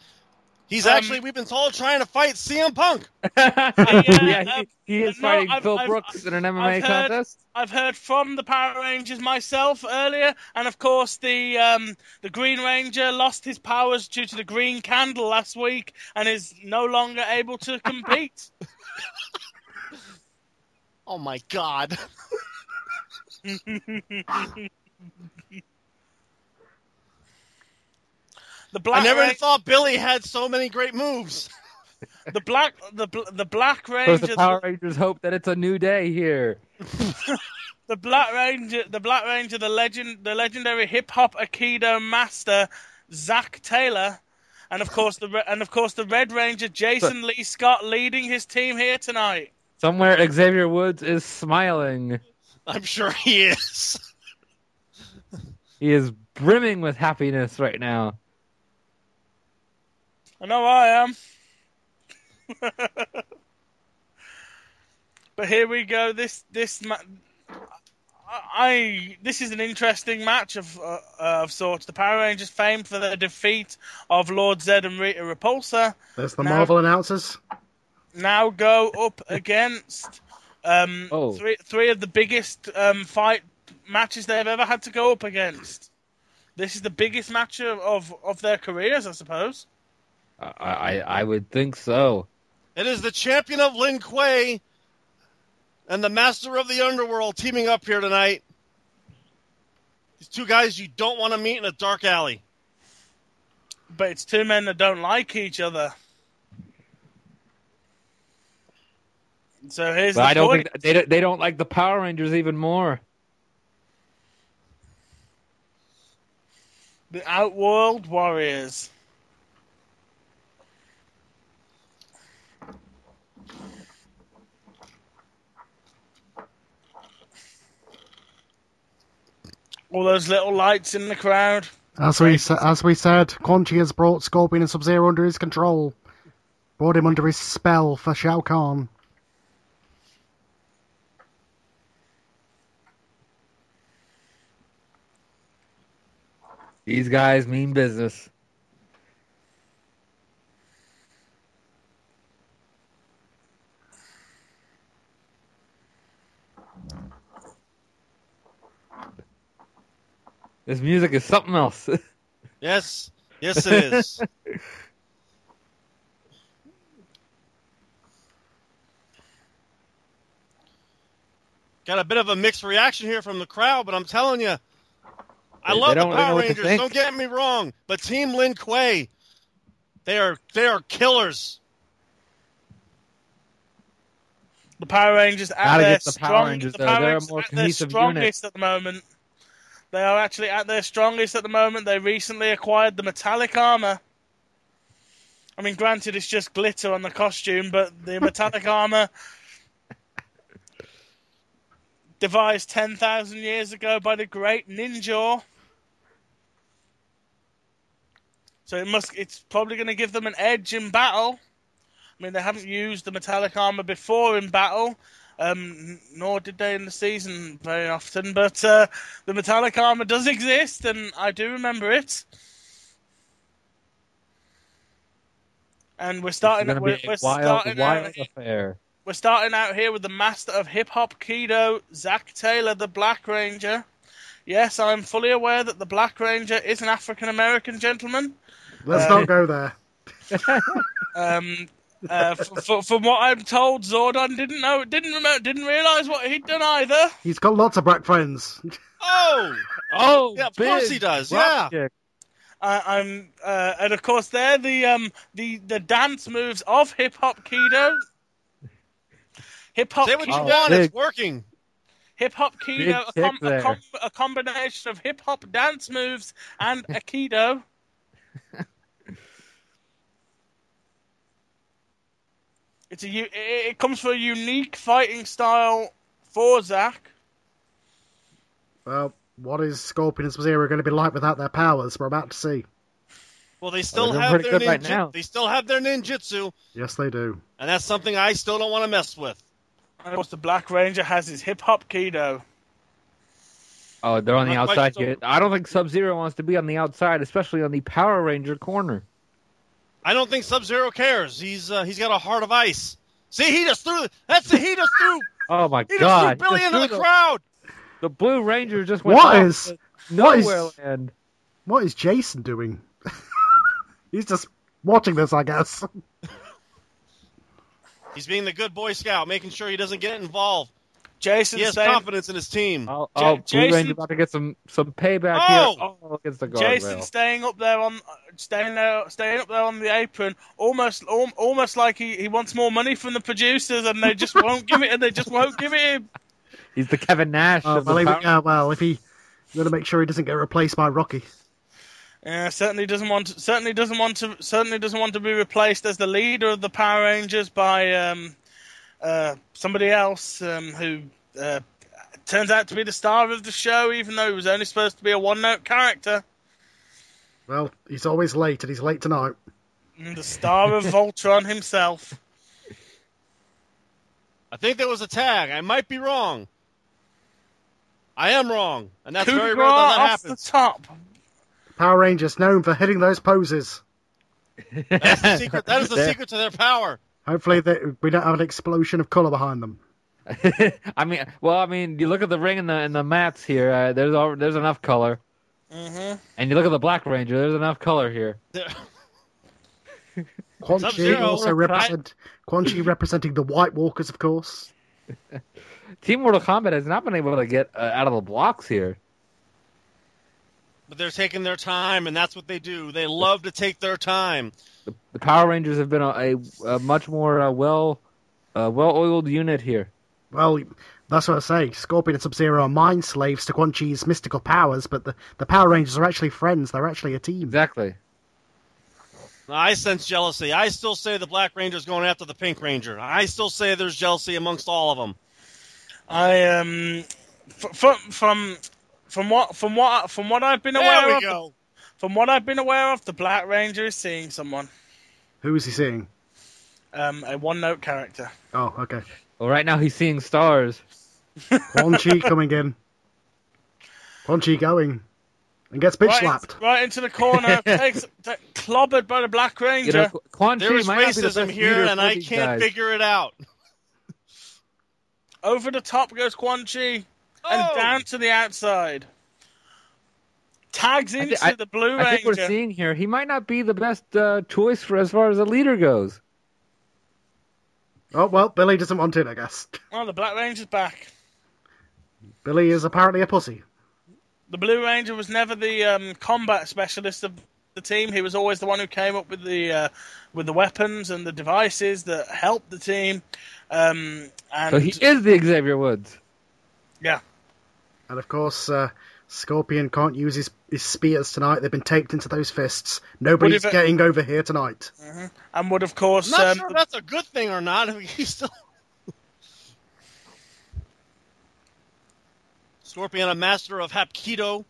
D: He's
B: Um,
D: actually, we've been told, trying to fight CM Punk.
C: yeah,
B: um,
C: he, he is
B: no,
C: fighting
B: I've-
C: Phil
B: I've-
C: Brooks in an MMA
B: I've heard-
C: contest.
B: I've heard from the Power Rangers myself earlier, and of course the um, the Green Ranger lost his powers due to the green candle last week, and is no longer able to compete.
D: Oh my god.
B: The
D: I
B: black
D: never
B: Ra-
D: thought Billy had so many great moves.
B: the black the bl- the black
C: So
B: Rangers
C: the Power Rangers hope that it's a new day here.
B: The Black Ranger, the Black Ranger, the legend, the legendary hip hop aikido master Zach Taylor, and of course the re- and of course the Red Ranger Jason Lee Scott leading his team here tonight.
C: Somewhere Xavier Woods is smiling.
D: I'm sure he is.
C: He is brimming with happiness right now.
B: I know I am. but here we go. This this ma- I, I this is an interesting match of uh, of sorts. The Power Rangers famed for their defeat of Lord Zed and Rita Repulsa
A: There's the
B: Now-
A: Marvel announcers.
B: now go up against um,
C: Oh.
B: three three of the biggest um, fight matches they've ever had to go up against. This is the biggest match of, of, of their careers, I suppose.
C: I, I, I would think so.
D: It is the champion of Lin Kuei and the master of the underworld teaming up here tonight. These two guys you don't want to meet in a dark alley.
B: But it's two men that don't like each other. So here's
C: But
B: the
C: I don't
B: point.
C: think they don't, they don't like the Power Rangers even more.
B: The Outworld Warriors. All those little lights in the crowd.
A: As we sa- as we said, Quan Chi has brought Scorpion and Sub Zero under his control, brought him under his spell for Shao Kahn.
C: These guys mean business. This music is something else.
D: Yes, yes, it is. Got a bit of a mixed reaction here from the crowd, but I'm telling you, I
C: They-
D: love
C: they
D: the
C: don't really know
D: Power
C: what to
D: Rangers.
C: think.
D: Don't get me wrong, but Team Lin Kuei, they are they are killers.
B: The Power Rangers at
C: Gotta
B: their
C: get the Power
B: strong-
C: Rangers,
B: the
C: though.
B: Power
C: They're a
B: Rangers
C: more
B: at their
C: cohesive
B: strongest at the moment. They are actually at their strongest at the moment. They recently acquired the metallic armor. I mean, granted, it's just glitter on the costume, but the metallic armor, devised ten thousand years ago by the great Ninja. So it must. It's probably going to give them an edge in battle. I mean, they haven't used the metallic armor before in battle, um, nor did they in the season very often. But uh, the metallic armor does exist, and I do remember it. And we're starting.
C: it's
B: We're,
C: going to be
B: we're
C: a wild,
B: starting
C: wild
B: out,
C: affair.
B: we're starting out here with the master of hip hop keto, Zach Taylor, the Black Ranger. Yes, I'm fully aware that the Black Ranger is an African American gentleman.
A: Let's
B: Uh,
A: not go there.
B: Um, uh, f- f- from what I'm told, Zordon didn't know, didn't remember, didn't realize what he'd done either.
A: He's got lots of black friends.
D: Oh,
C: Oh,
D: yeah, of course
C: big
D: he does. Yeah,
C: rock kick.
B: I I'm, uh, and of course, they're the um, the the dance moves of hip hop keto. Hip hop
D: say what you
C: Oh,
D: want.
C: big.
D: It's working.
B: Hip hop keto, a,
C: Big
B: com-
C: kick
B: a,
C: there.
B: com- a combination of hip hop dance moves and aikido. it's a u- it, it comes for a unique fighting style for Zach.
A: Well, what is Scorpion and Sub Zero going to be like without their powers? We're about to see.
D: Well, they still
C: they're doing
D: have
C: pretty
D: their
C: good right
D: ninja-
C: now.
D: they still have their ninjutsu,
A: Yes, they do.
D: and that's something I still don't want to mess with.
B: And of course, the Black Ranger has his hip hop keto.
C: Oh, they're on the
D: Not quite
C: outside.
D: so-
C: yet. I don't think Sub Zero wants to be on the outside, especially on the Power Ranger corner.
D: I don't think Sub Zero cares. He's uh, he's got a heart of ice. See, he just threw. That's it. He just threw.
C: Oh my
D: He
C: God!
D: just threw Billy
C: Just
D: into
C: threw
D: the,
C: the-
D: crowd.
C: The Blue Ranger just went
A: What
C: off
A: is-
C: to
A: what is-
C: nowhere land.
A: What is Jason doing? He's just watching this, I
C: Oh,
A: guess.
D: He's being the good boy scout, making sure he doesn't get involved.
B: Jason
D: He has
B: saying,
D: confidence in his team.
C: Oh,
B: Ja-
C: oh, Blue
B: Jason-
C: Ranger about to get some some payback
D: Oh!
C: here. Oh, against the
B: Jason
C: guardrail.
B: staying up there on staying there staying up there on the apron, almost al- almost like he, he wants more money from the producers, and they just won't give it, and they just won't give it him.
C: He's the Kevin Nash
A: Uh,
C: of
A: well,
C: the
A: if,
C: Power.
A: yeah, well, if he, going to make sure he doesn't get replaced by Rocky.
B: Yeah, certainly doesn't want to, certainly doesn't want to certainly doesn't want to be replaced as the leader of the Power Rangers by um, uh, somebody else um, who uh, turns out to be the star of the show, even though he was only supposed to be a one-note character.
A: Well, he's always late, and he's late tonight.
B: and Mm, The star of Voltron himself.
D: I think there was a tag. I might be wrong. I am wrong, and that's
B: Coup de
D: very
B: grace
D: rare that, that
B: off the
D: happens.
B: top.
A: Power Rangers known for hitting those poses.
D: That's the secret. That is the secret to their power.
A: Hopefully, they, we don't have an explosion of color behind them.
C: I mean, well, I mean, you look at the ring and the and the mats here. Uh, there's all, there's enough color,
D: Mm-hmm.
B: hmm
C: and you look at the Black Ranger. There's enough color here.
D: They're-
A: Quan Chi
D: Sub-Zero,
A: also
D: right?
A: represent Quan Chi representing the White Walkers, of course.
C: Team Mortal Kombat has not been able to get uh, out of the blocks here.
D: But they're taking their time, and that's what they do. They love to take their time.
C: The Power Rangers have been a, a, a much more uh, well uh, well oiled unit here.
A: Well, that's what I say. Scorpion and Sub Zero are mind slaves to Quan Chi's mystical powers, but the, the Power Rangers are actually friends. They're actually a team.
C: Exactly.
D: Now, I sense jealousy. I still say the Black Ranger's going after the Pink Ranger. I still say there's jealousy amongst all of them.
B: I um, f- from from from what from what from what I've been aware
D: There we
B: of,
D: go.
B: from what I've been aware of, the Black Ranger is seeing someone,
A: Who is he seeing?
B: um, a one-note character.
A: Oh, okay.
C: Well, right now he's seeing stars.
A: Quan Chi coming in. Quan Chi going. And gets bitch
B: right, in-
A: slapped.
B: right into the corner, takes ta- clobbered by the Black Ranger.
C: You know, Qu- Quan Chi
D: There is
C: might not be the
D: racism
C: best
D: here,
C: leader
D: and
C: for
D: I
C: these
D: can't
C: guys.
D: figure it out.
B: Over the top goes Quan Chi,
D: Oh!
B: and down to the outside. Tags
C: thi-
B: into
C: I-
B: the Blue
C: I think
B: Ranger.
C: we're seeing here he might not be the best uh, choice for as far as a leader goes.
A: Oh, well, Billy doesn't want it, I guess.
B: Well, Oh, the Black Ranger's back.
A: Billy is apparently a pussy.
B: The Blue Ranger was never the um, combat specialist of the team. He was always the one who came up with the uh, with the weapons and the devices that helped the team. Um, and
C: So he is the Xavier Woods.
B: yeah,
A: And of course, uh, Scorpion can't use his, his spears tonight. They've been taped into those fists. Nobody's
B: What if it-
A: getting over here tonight.
B: and would of
D: I'm
B: course
D: not
B: um,
D: sure if that's a good thing or not. He's still. Scorpion, a master of Hapkido.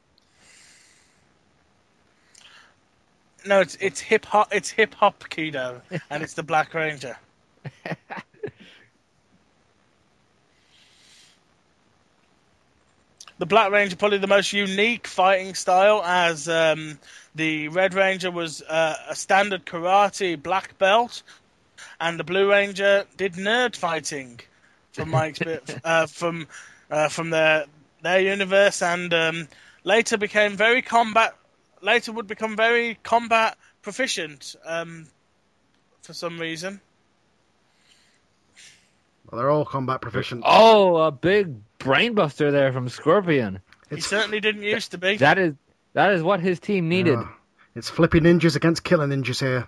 B: no, it's it's hip hop, it's hip hop keto, and it's the Black Ranger. the Black Ranger probably the most unique fighting style, as um, the Red Ranger was uh, a standard karate black belt, and the Blue Ranger did nerd fighting, from my experience, uh, from uh, from their their universe, and um, later became very combat. Later would become very combat proficient um, for some reason.
A: Well, they're all combat proficient.
C: Oh, a big brainbuster there from Scorpion.
B: He
A: It's-
B: certainly didn't used to be.
C: That is that is what his team needed.
A: Yeah. It's flippy ninjas against killer ninjas here.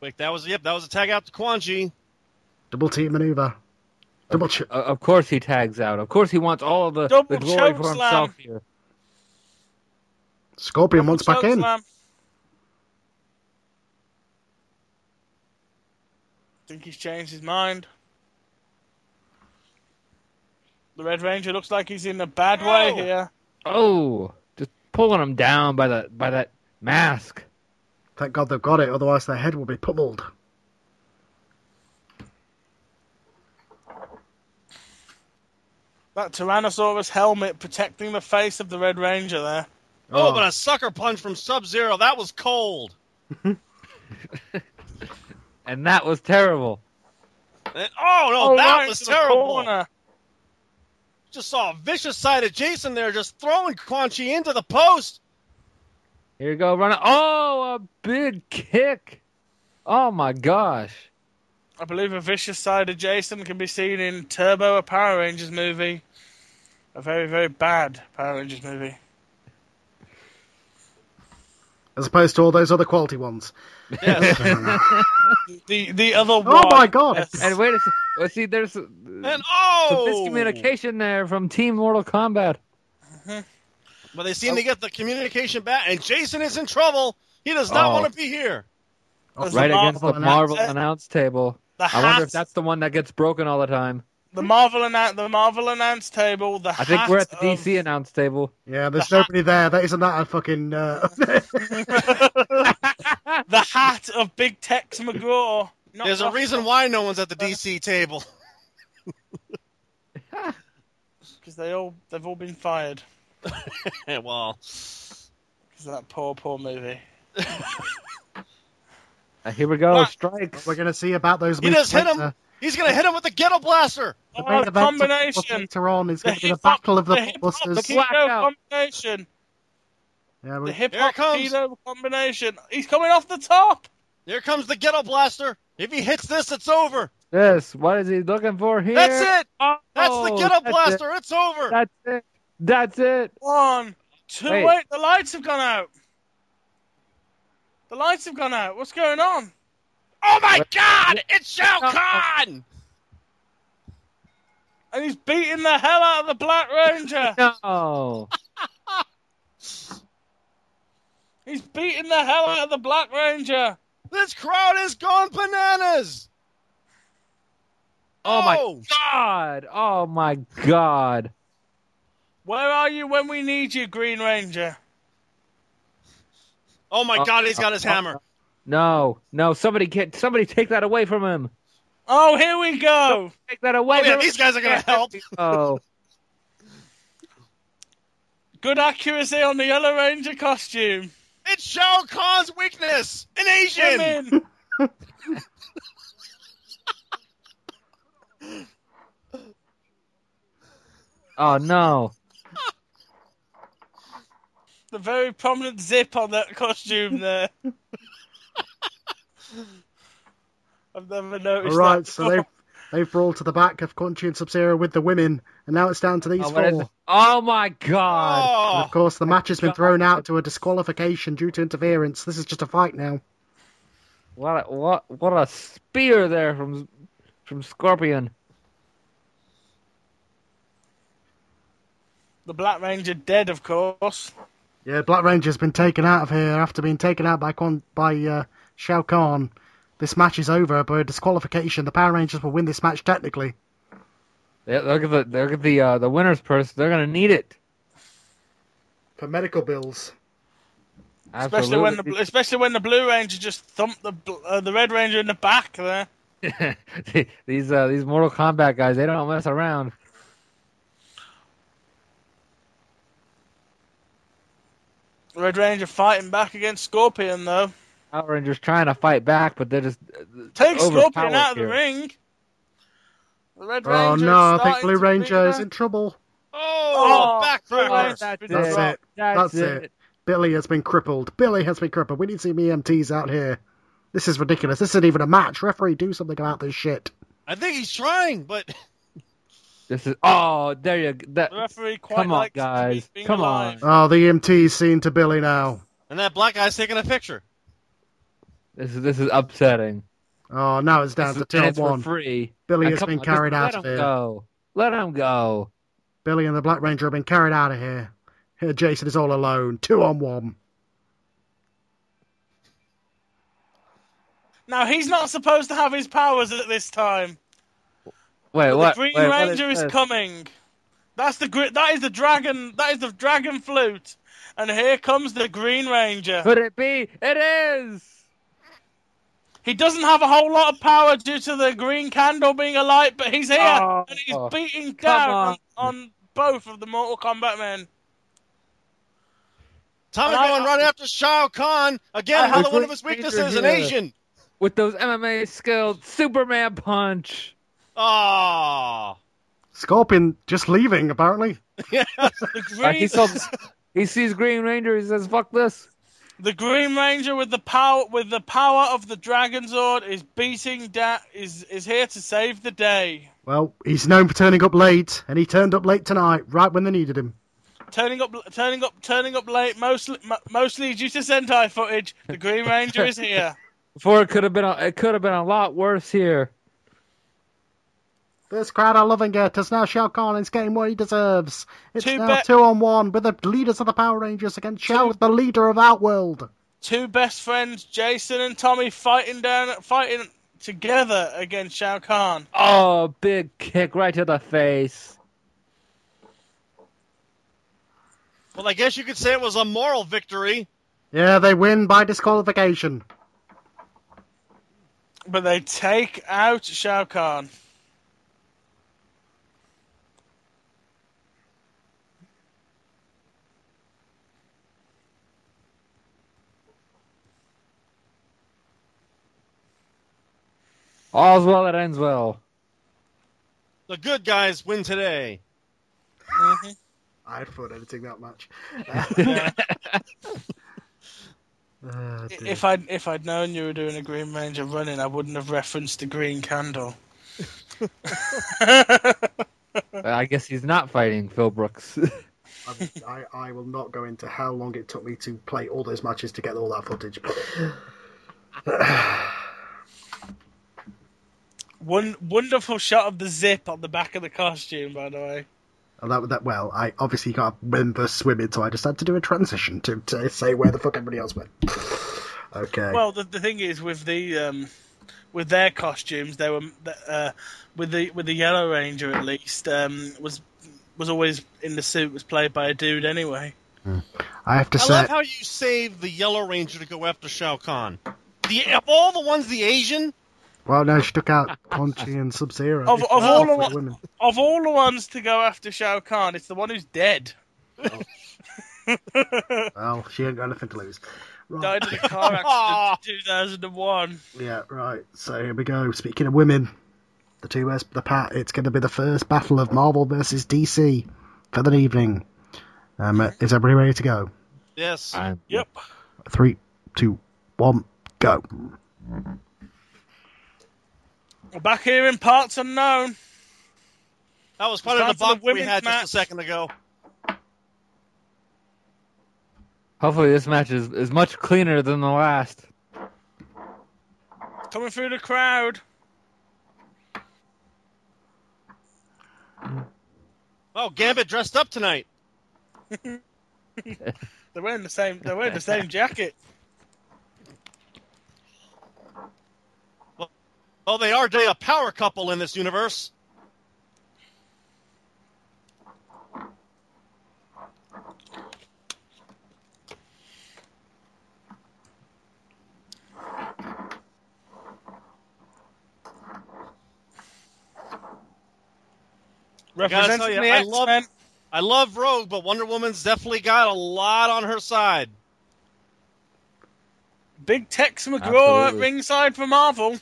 D: Wait, that was yep, that was a tag out to Quan Chi.
A: Double team maneuver. Double ch-
C: Uh, of course he tags out. Of course he wants all of the,
B: Double
C: the glory
B: choke
C: for
B: slam.
C: himself here.
A: Scorpion wants back in.
B: Chokeslam. Think he's changed his mind. The Red Ranger looks like he's in a bad way
D: Ow!
B: here.
C: Oh, just pulling him down by that by that mask.
A: Thank God they've got it, otherwise their head will be pummeled.
B: That Tyrannosaurus helmet protecting the face of the Red Ranger there.
D: Oh,
A: Oh.
D: but a sucker punch from Sub Zero. That was cold.
C: And that was terrible.
D: And- oh no, that
B: right
D: was
B: into the
D: terrible.
B: corner.
D: Just saw a vicious side of Jason there, just throwing Quan Chi into the post.
C: Here you go, running. Oh, a big kick. Oh my gosh.
B: I believe a vicious side of Jason can be seen in Turbo, a Power Rangers movie. A very, very bad Power Rangers movie.
A: As opposed to all those other quality ones.
D: Yes.
B: The the other one.
A: Oh my god!
C: And wait a second. Well, see, there's uh,
D: and
C: some
D: oh
C: miscommunication there from Team Mortal Kombat.
D: But they seem to get the communication back, and Jason is in trouble. He does not
C: Oh.
D: want to be here.
B: There's
C: right
B: the
C: against the
B: Marvel
C: Marvel
B: announce-
C: announce table.
B: The
C: I wonder
B: hat,
C: if that's the one that gets broken all the time.
B: the Marvel announce the Marvel announce table. The
C: I think we're at the
B: hat of-
C: DC announce table.
A: Yeah, there's nobody there. That isn't that a fucking. Uh...
B: the hat of Big Tex McGraw. Not
D: There's a
B: Ross-
D: reason why no one's at the DC table.
B: because they all they've all been fired
D: Yeah, well,
B: because of that poor poor movie.
C: Uh, Here we go,
B: Right.
C: strikes.
A: We're going to see about those.
D: He
A: moves
D: just hit him.
A: later.
D: he's gonna hit him with the ghetto blaster.
A: The
B: Oh,
A: main event
B: the
A: of
B: combination.
A: Later on is going to be the
B: hip hop-
A: battle of the,
B: hip hop
A: blockbusters.
C: the-
B: keto combination.
A: Yeah,
B: The
A: we...
B: hip
D: Here
B: hop
D: it comes.
B: keto combination. He's coming off the top.
D: Here comes the ghetto blaster. If he hits this, it's over.
C: Yes, what is he looking for here?
D: That's it.
C: Oh,
D: That's the ghetto
C: that's it.
D: blaster. It's over.
C: That's it. That's it.
B: One, two.
C: Wait.
B: Wait. the lights have gone out. The lights have gone out. What's going on?
D: oh my God! It's Shao Kahn.
B: And he's beating the hell out of the Black Ranger.
C: No.
B: he's beating the hell out of the Black Ranger.
D: This crowd is gone bananas.
C: Oh my
D: Oh.
C: god. Oh my god.
B: Where are you when we need you, Green Ranger?
D: Oh my
C: Uh,
D: God! He's got his
C: uh,
D: hammer.
C: No. No. Somebody get somebody take that away from him.
B: Oh, here we go.
C: Take that away
D: Oh, yeah,
C: from
D: these
C: him.
D: guys are gonna help.
C: Oh.
B: Good accuracy on the Yellow Ranger costume.
D: It's Shao Kahn's weakness. An Asian.
B: Women.
C: Oh no.
B: the very prominent zip on that costume there. I've never noticed
A: Right,
B: that.
A: so they've, they've brawled to the back of Country and Sub Zero with the women, and now it's down to these
C: Oh,
A: four.
C: what is it? Oh my god.
A: And
D: Oh,
A: of course, the match has been thrown out to a disqualification due to interference. This is just a fight now.
C: What a, what what a spear there from from Scorpion.
B: The Black Ranger dead, of course.
A: Yeah, Black Ranger's been taken out of here after being taken out by Quan- by uh, Shao Kahn. This match is over by disqualification. The Power Rangers will win this match technically.
C: Yeah, look at the look at the uh, the winner's purse. They're gonna need it.
A: For medical bills.
B: Especially when the
C: Absolutely.
B: bl- especially when the Blue Ranger just thumped the bl- uh, the Red Ranger in the back there.
C: these uh, these Mortal Kombat guys, they don't mess around.
B: The Red Ranger fighting back against Scorpion though.
C: Power Rangers trying to fight back, but they're just uh,
B: Take Scorpion
C: overpowered
B: out of the
C: here.
B: ring. The Red
A: Oh
B: Ranger.
A: no,
B: is
A: I think
B: starting
A: Blue
B: to be
A: Ranger is
B: there.
A: in trouble.
D: oh,
B: Oh,
D: backfire.
B: Christ.
C: That's,
B: That's
A: it.
C: it.
A: That's it. Billy has been crippled. Billy has been crippled. We need some EMTs out here. This is ridiculous. This isn't even a match. Referee, do something about this shit.
D: I think he's trying, but
C: This is oh, there you go. That,
B: The referee quite
C: come on,
B: likes to
C: guys.
B: keep being
C: Come
B: alive.
C: on.
A: Oh, the EMT's seen to Billy now.
D: and that black guy's taking a picture.
C: This is this is upsetting.
A: Oh, now it's down
C: This is-
A: to
C: and
A: turn
C: it's for
A: one.
C: free.
A: Billy
C: Now,
A: has
C: come
A: been
C: on, just
A: carried out
C: Let
A: of
C: him
A: here.
C: go. Let him go.
A: Billy and the Black Ranger have been carried out of here. Here, Jason is all alone. Two on one.
B: Now he's not supposed to have his powers at this time.
C: Wait, what?
B: the Green
C: wait, what
B: Ranger is
C: this?
B: coming. That's the gri- that is the dragon that is the dragon flute. And here comes the Green Ranger.
C: Could it be? It is.
B: He doesn't have a whole lot of power due to the green candle being alight, but he's here
C: Oh,
B: and he's beating
C: come
B: down
C: on.
B: on. on both of the Mortal Kombat men.
D: Tommy
B: And I-
D: going right after Shao Kahn again.
B: I-
D: Another
C: I
D: one
C: think
D: of his
C: Ranger
D: weaknesses, an
C: here.
D: Asian.
C: With those MMA skills, Superman punch.
D: Ah,
A: Scorpion just leaving, apparently.
B: The
C: Like
B: green,
C: he, saw, he sees Green Ranger. He says, "Fuck this."
B: the Green Ranger with the power with the power of the Dragon Zord is beating down. is is here to save the day.
A: Well, he's known for turning up late, and he turned up late tonight, right when they needed him.
B: Turning up, turning up, turning up late, mostly, mo- mostly due to Sentai footage. The Green Ranger is here.
C: Before it could have been. A, it could have been a lot worse here.
A: This crowd are loving it. It's now Shao Kahn. It's getting what he deserves. It's
B: Too
A: now
B: bad-
A: two on one with the leaders of the Power Rangers against Shao, the leader of Outworld.
B: two best friends, Jason and Tommy, fighting down, fighting together against Shao Kahn.
C: Oh, big kick right to the face.
D: Well, I guess you could say it was a moral victory.
A: Yeah, they win by disqualification.
B: But they take out Shao Kahn.
C: All's well that ends well.
D: The good guys win today.
A: I had fun editing that Uh, match. Ah, dear.
B: If I if I'd known you were doing a Green Ranger running, I wouldn't have referenced the green candle.
C: I guess he's not fighting Phil Brooks.
A: I'm- I, I will not go into how long it took me to play all those matches to get all that footage. But
B: One wonderful shot of the zip on the back of the costume, by the way.
A: and that, that well, I obviously can't remember swimming, so I just had to do a transition to, to say where the fuck everybody else went. Okay.
B: Well, the, the thing is with the um, with their costumes, they were uh, with the with the Yellow Ranger at least um, was was always in the suit was played by a dude anyway.
A: I have to
D: I
A: say,
D: love how you save the Yellow Ranger to go after Shao Kahn. The of all the ones, the Asian.
A: well, no, she took out Conchi and Sub Zero.
B: Of- of all the wa-
A: women.
B: Of all the ones to go after Shao Kahn, it's the one who's dead.
A: Well, she ain't got nothing to lose. Right.
B: Died in a car accident in 2001.
A: Yeah, right. So here we go. Speaking of women, the two west, the pat. It's going to be the first battle of Marvel versus DC for the evening. Um, uh, is everybody ready to go?
D: Yes.
C: I'm-
B: Yep.
A: Three, two, one, go.
B: We're back here in parts unknown.
D: That was part of
B: Starts
D: the
B: with
D: bop
B: the
D: we
B: women's
D: had
B: match.
D: just a second ago.
C: Hopefully, this match is, is much cleaner than the last.
B: Coming through the crowd.
D: Oh, Gambit dressed up tonight.
B: They're wearing the same. They're wearing the same jacket.
D: Well, Oh, they are day a power couple in this universe. gotta tell
B: Representing
D: you,
B: the
D: I
B: X
D: love-
B: Men.
D: I love Rogue, but Wonder Woman's definitely got a lot on her side.
B: Big Tex McGraw at
C: Absolutely.
B: ringside for Marvel.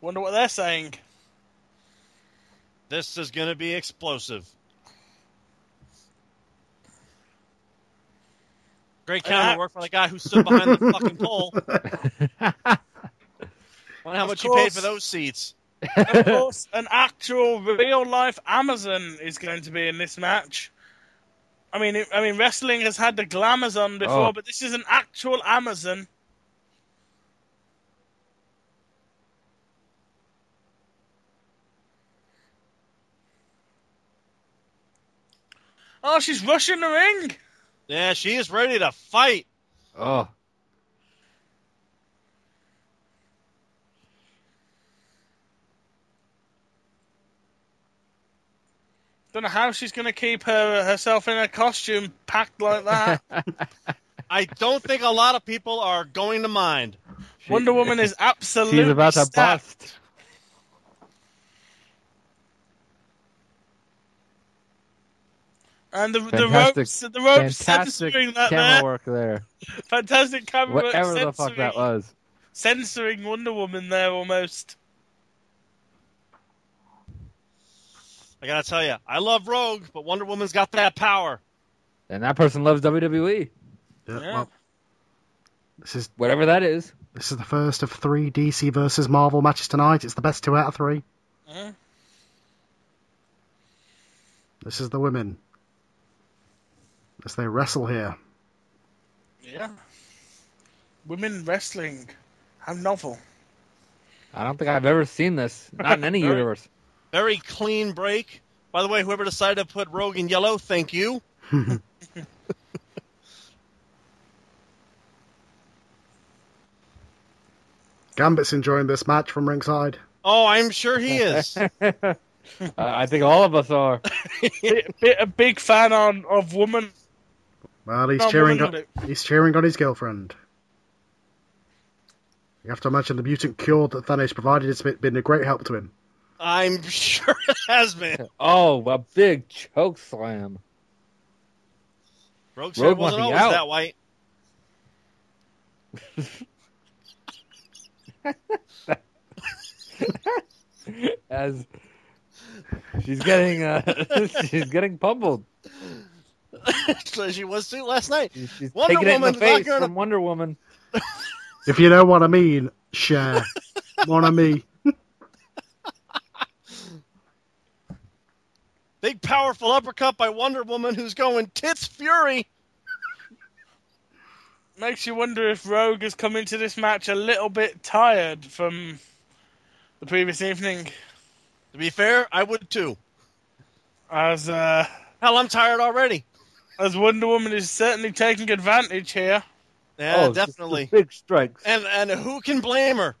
B: Wonder what they're saying.
D: This is going to be explosive. Great counter work for the guy who stood behind the fucking pole. Wonder how
B: Of
D: much you paid
B: course.
D: for those seats.
B: Of course, an actual real life Amazon is going to be in this match. I mean, it, I mean, wrestling has had the glamazon before,
C: Oh.
B: but this is an actual Amazon. Oh, she's rushing the ring.
D: Yeah, she is ready to fight.
C: Oh,
B: Don't know how she's going to keep her herself in a costume packed like that.
D: I don't think a lot of people are going to mind.
C: she-
B: Wonder Woman is absolutely
C: She's about to
B: stacked.
C: bust.
B: And the, the
C: Fantastic-
B: ropes, the ropes
C: Fantastic
B: censoring that
C: camera
B: there.
C: work there.
B: Fantastic camera work
C: Whatever
B: censoring,
C: the fuck that was.
B: censoring Wonder Woman there almost.
D: I got to tell you, I love Rogue, but Wonder Woman's got that power.
C: And that person loves WWE,
A: Yeah,
B: Yeah.
A: Well, this is
C: whatever that is.
A: this is the first of three DC versus Marvel matches tonight. It's the best two out of three.
B: Yeah.
A: This is the women as they wrestle here.
B: Yeah. Women wrestling. How novel.
C: I don't think I've ever seen this. Not in any
B: Right.
C: universe.
D: Very clean break. By the way, whoever decided to put Rogue in yellow, thank you.
A: Gambit's enjoying this match from ringside.
D: Oh, I'm sure he is.
C: Uh, I I think all of us are.
B: Bi- bi- a big fan on of woman.
A: Well, he's
B: No,
A: cheering.
B: we're not
A: On, he's cheering on his girlfriend. You have to imagine the mutant cure that Thanos provided has been- been a great help to him.
D: I'm sure it has been.
C: Oh, a big choke slam.
D: Rogue
C: Rogue
D: Rogue wasn't
C: wanted
D: always
C: out.
D: that white.
C: As she's getting uh, she's getting pummeled.
D: So she was too last night.
C: She's, she's
D: Wonder
C: taking it in
D: Woman
C: the
D: is not
C: face
D: gonna-
C: from Wonder Woman.
A: If you know what I mean, share. Mon ami.
D: Big powerful uppercut by Wonder Woman, who's going tits fury.
B: Makes you wonder if Rogue has come into this match a little bit tired from the previous evening.
D: To be fair, I would too.
B: As uh,
D: Hell, I'm tired already.
B: as Wonder Woman is certainly taking advantage here.
D: Yeah,
C: oh, just the
D: definitely.
C: big strikes.
D: And and who can blame her?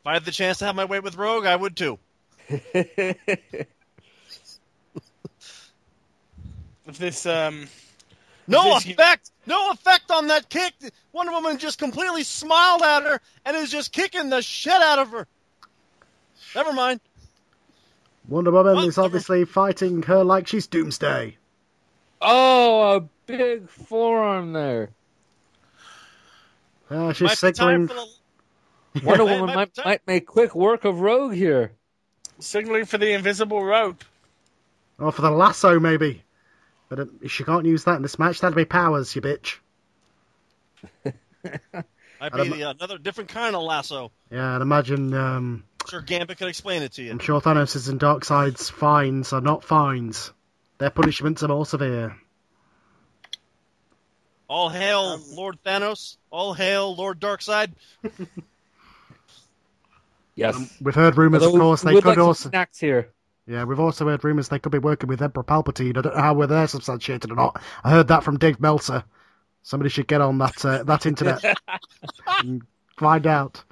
D: If I had the chance to have my way with Rogue, I would too.
B: If this um,
D: No
B: This-
D: effect. No effect on that kick. Wonder Woman just completely smiled at her and is just kicking the shit out of her. Never mind.
A: Wonder Woman is
D: Wonder-
A: obviously fighting her like she's Doomsday.
C: oh, a big forearm there.
A: Uh,
D: Might
A: she's
D: be
A: signaling.
D: time for the-
C: Wonder
D: Might-
C: Woman
D: might-
C: might, might make quick work of Rogue here.
B: signaling for the invisible rope.
A: Or for the lasso, maybe. But um, if she can't use that in this match, that'd be powers, you bitch.
D: Might
A: Adam-
D: be the, another different kind of lasso.
A: Yeah, I'd imagine. Um,
D: Sure, Gambit could explain it to
A: I'm
D: you.
A: sure Thanos' and Darkseid's fines are not fines. Their punishments are more severe.
D: All hail Lord Thanos. All hail Lord Darkseid.
C: Yes.
A: We've heard rumours, of
C: Although we-
A: course,
C: we
A: they
C: would
A: could
C: like some
A: also.
C: snacks here.
A: Yeah, we've also heard rumours they could be working with Emperor Palpatine. I don't know how whether they're substantiated or not. I heard that from Dave Meltzer. Somebody should get on that uh, that internet and find out.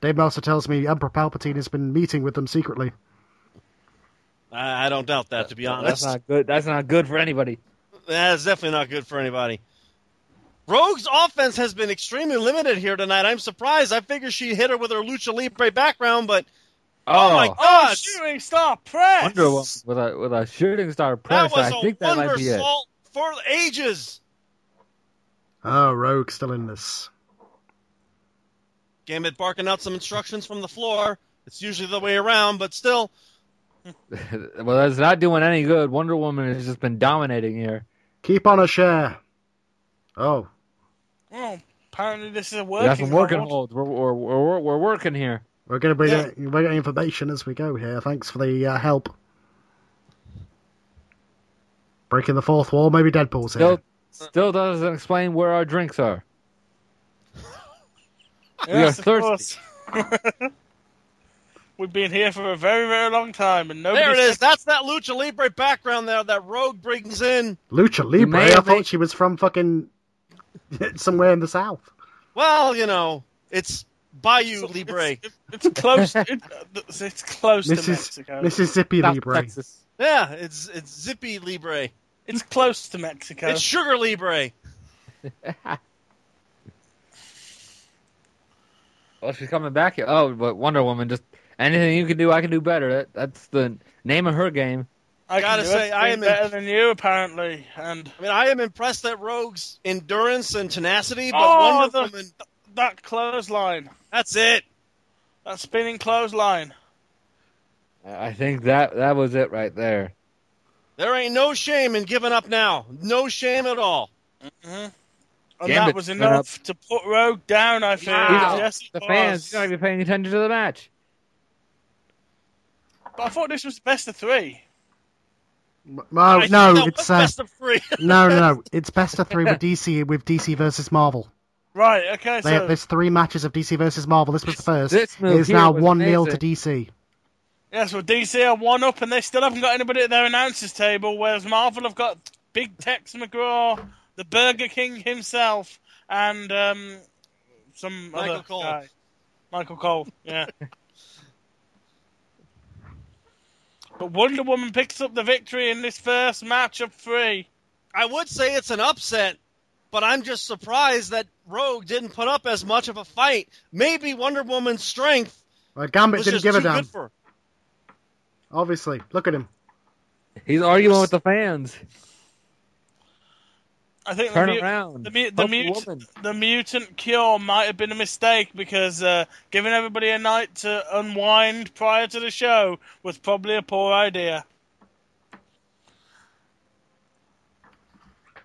A: Dave Meltzer tells me Emperor Palpatine has been meeting with them secretly.
D: I, I don't doubt that, to be honest.
C: That's not good. That's not good for anybody.
D: That's definitely not good for anybody. Rogue's offense has been extremely limited here tonight. I'm surprised. I figured she hit her with her lucha libre background, but
C: Oh,
D: my
B: Oh,
D: God,
B: shooting star press.
C: Wonder Woman with a with a shooting star
D: that
C: press.
D: was
C: I
D: a
C: think that might be it.
D: somersault for ages.
A: Oh, Rogue still in this.
D: Gambit barking out some instructions from the floor. It's usually the way around, but still,
C: well, that's not doing any good. Wonder Woman has just been dominating here.
A: Keep on a share. Oh,
B: Well, apparently this is a
C: We got
B: working.
C: some working
B: hold.
C: holds. We're, we're, we're, we're working here.
A: we're going to bring
D: Yeah.
A: in- we're getting information as we go here. Thanks for the uh, help. Breaking the fourth wall, maybe Deadpool's here.
C: Still, still doesn't explain where our drinks are.
B: Yes,
C: We are
B: of course. We've been here for a very, very long time, and nobody.
D: there it is. That's that lucha libre background there that Rogue brings in.
A: Lucha
C: You
A: Libre.
C: may
A: I
C: have
A: thought
C: made-
A: she was from fucking somewhere in the south.
D: Well, you know, it's Bayou Libre.
B: It's, it's close. It, it's close to
A: Mrs.
B: Mexico.
A: Mrs. Zippy
C: South
A: Libre.
C: Texas.
D: Yeah, it's it's Zippy Libre.
B: It's close to Mexico.
D: It's Sugar Libre.
C: Well, she's coming back here. Oh, but Wonder Woman, just anything you can do, I can do better. That, that's the name of her game.
B: I can
D: gotta
B: do
D: say, I
B: everything
D: am in-
B: better than you, apparently. And
D: I mean, I am impressed at Rogue's endurance and tenacity, but
B: Oh,
D: Wonder
B: the-
D: Woman,
B: that clothesline,
D: that's it.
B: that spinning clothesline.
C: I I think that that was it right there.
D: There ain't no shame in giving up now. No shame at all.
B: And that
C: Gambit's
B: was
C: been
B: enough to put Rogue down. I feel.
D: Wow.
B: Yes, it
C: the
B: was.
C: fans, you might be paying attention to the match.
B: But I thought this was best of three.
A: No,
D: I
A: no,
D: think that
A: it's
D: was
A: uh,
D: best of three.
A: no, no, no. It's best of three with DC with DC versus Marvel.
B: Right. Okay.
A: They
B: So
A: there's three matches of DC versus Marvel. This was the first.
C: This move
A: it is
C: here
A: now
C: was
A: one 0 to
C: amazing.
A: DC.
B: Yes, well, DC are one up, and they still haven't got anybody at their announcers table. Whereas Marvel have got Big Tex McGraw, the Burger King himself, and um, some
D: Michael
B: other
D: Cole.
B: guy. Michael Cole. Yeah. but Wonder Woman picks up the victory in this first match of three.
D: I would say it's an upset, but I'm just surprised that Rogue didn't put up as much of a fight. Maybe Wonder Woman's strength
A: Well, Gambit
D: was
A: didn't
D: just
A: give
D: too
A: a
D: good
A: damn.
D: for her.
A: Obviously, look at him.
C: He's arguing with the fans.
B: I think
C: Turn
B: the, mu-
C: around.
B: the, mu- the,
C: Help the
B: mut-
C: woman.
B: the mutant cure might have been a mistake because uh, giving everybody a night to unwind prior to the show was probably a poor idea.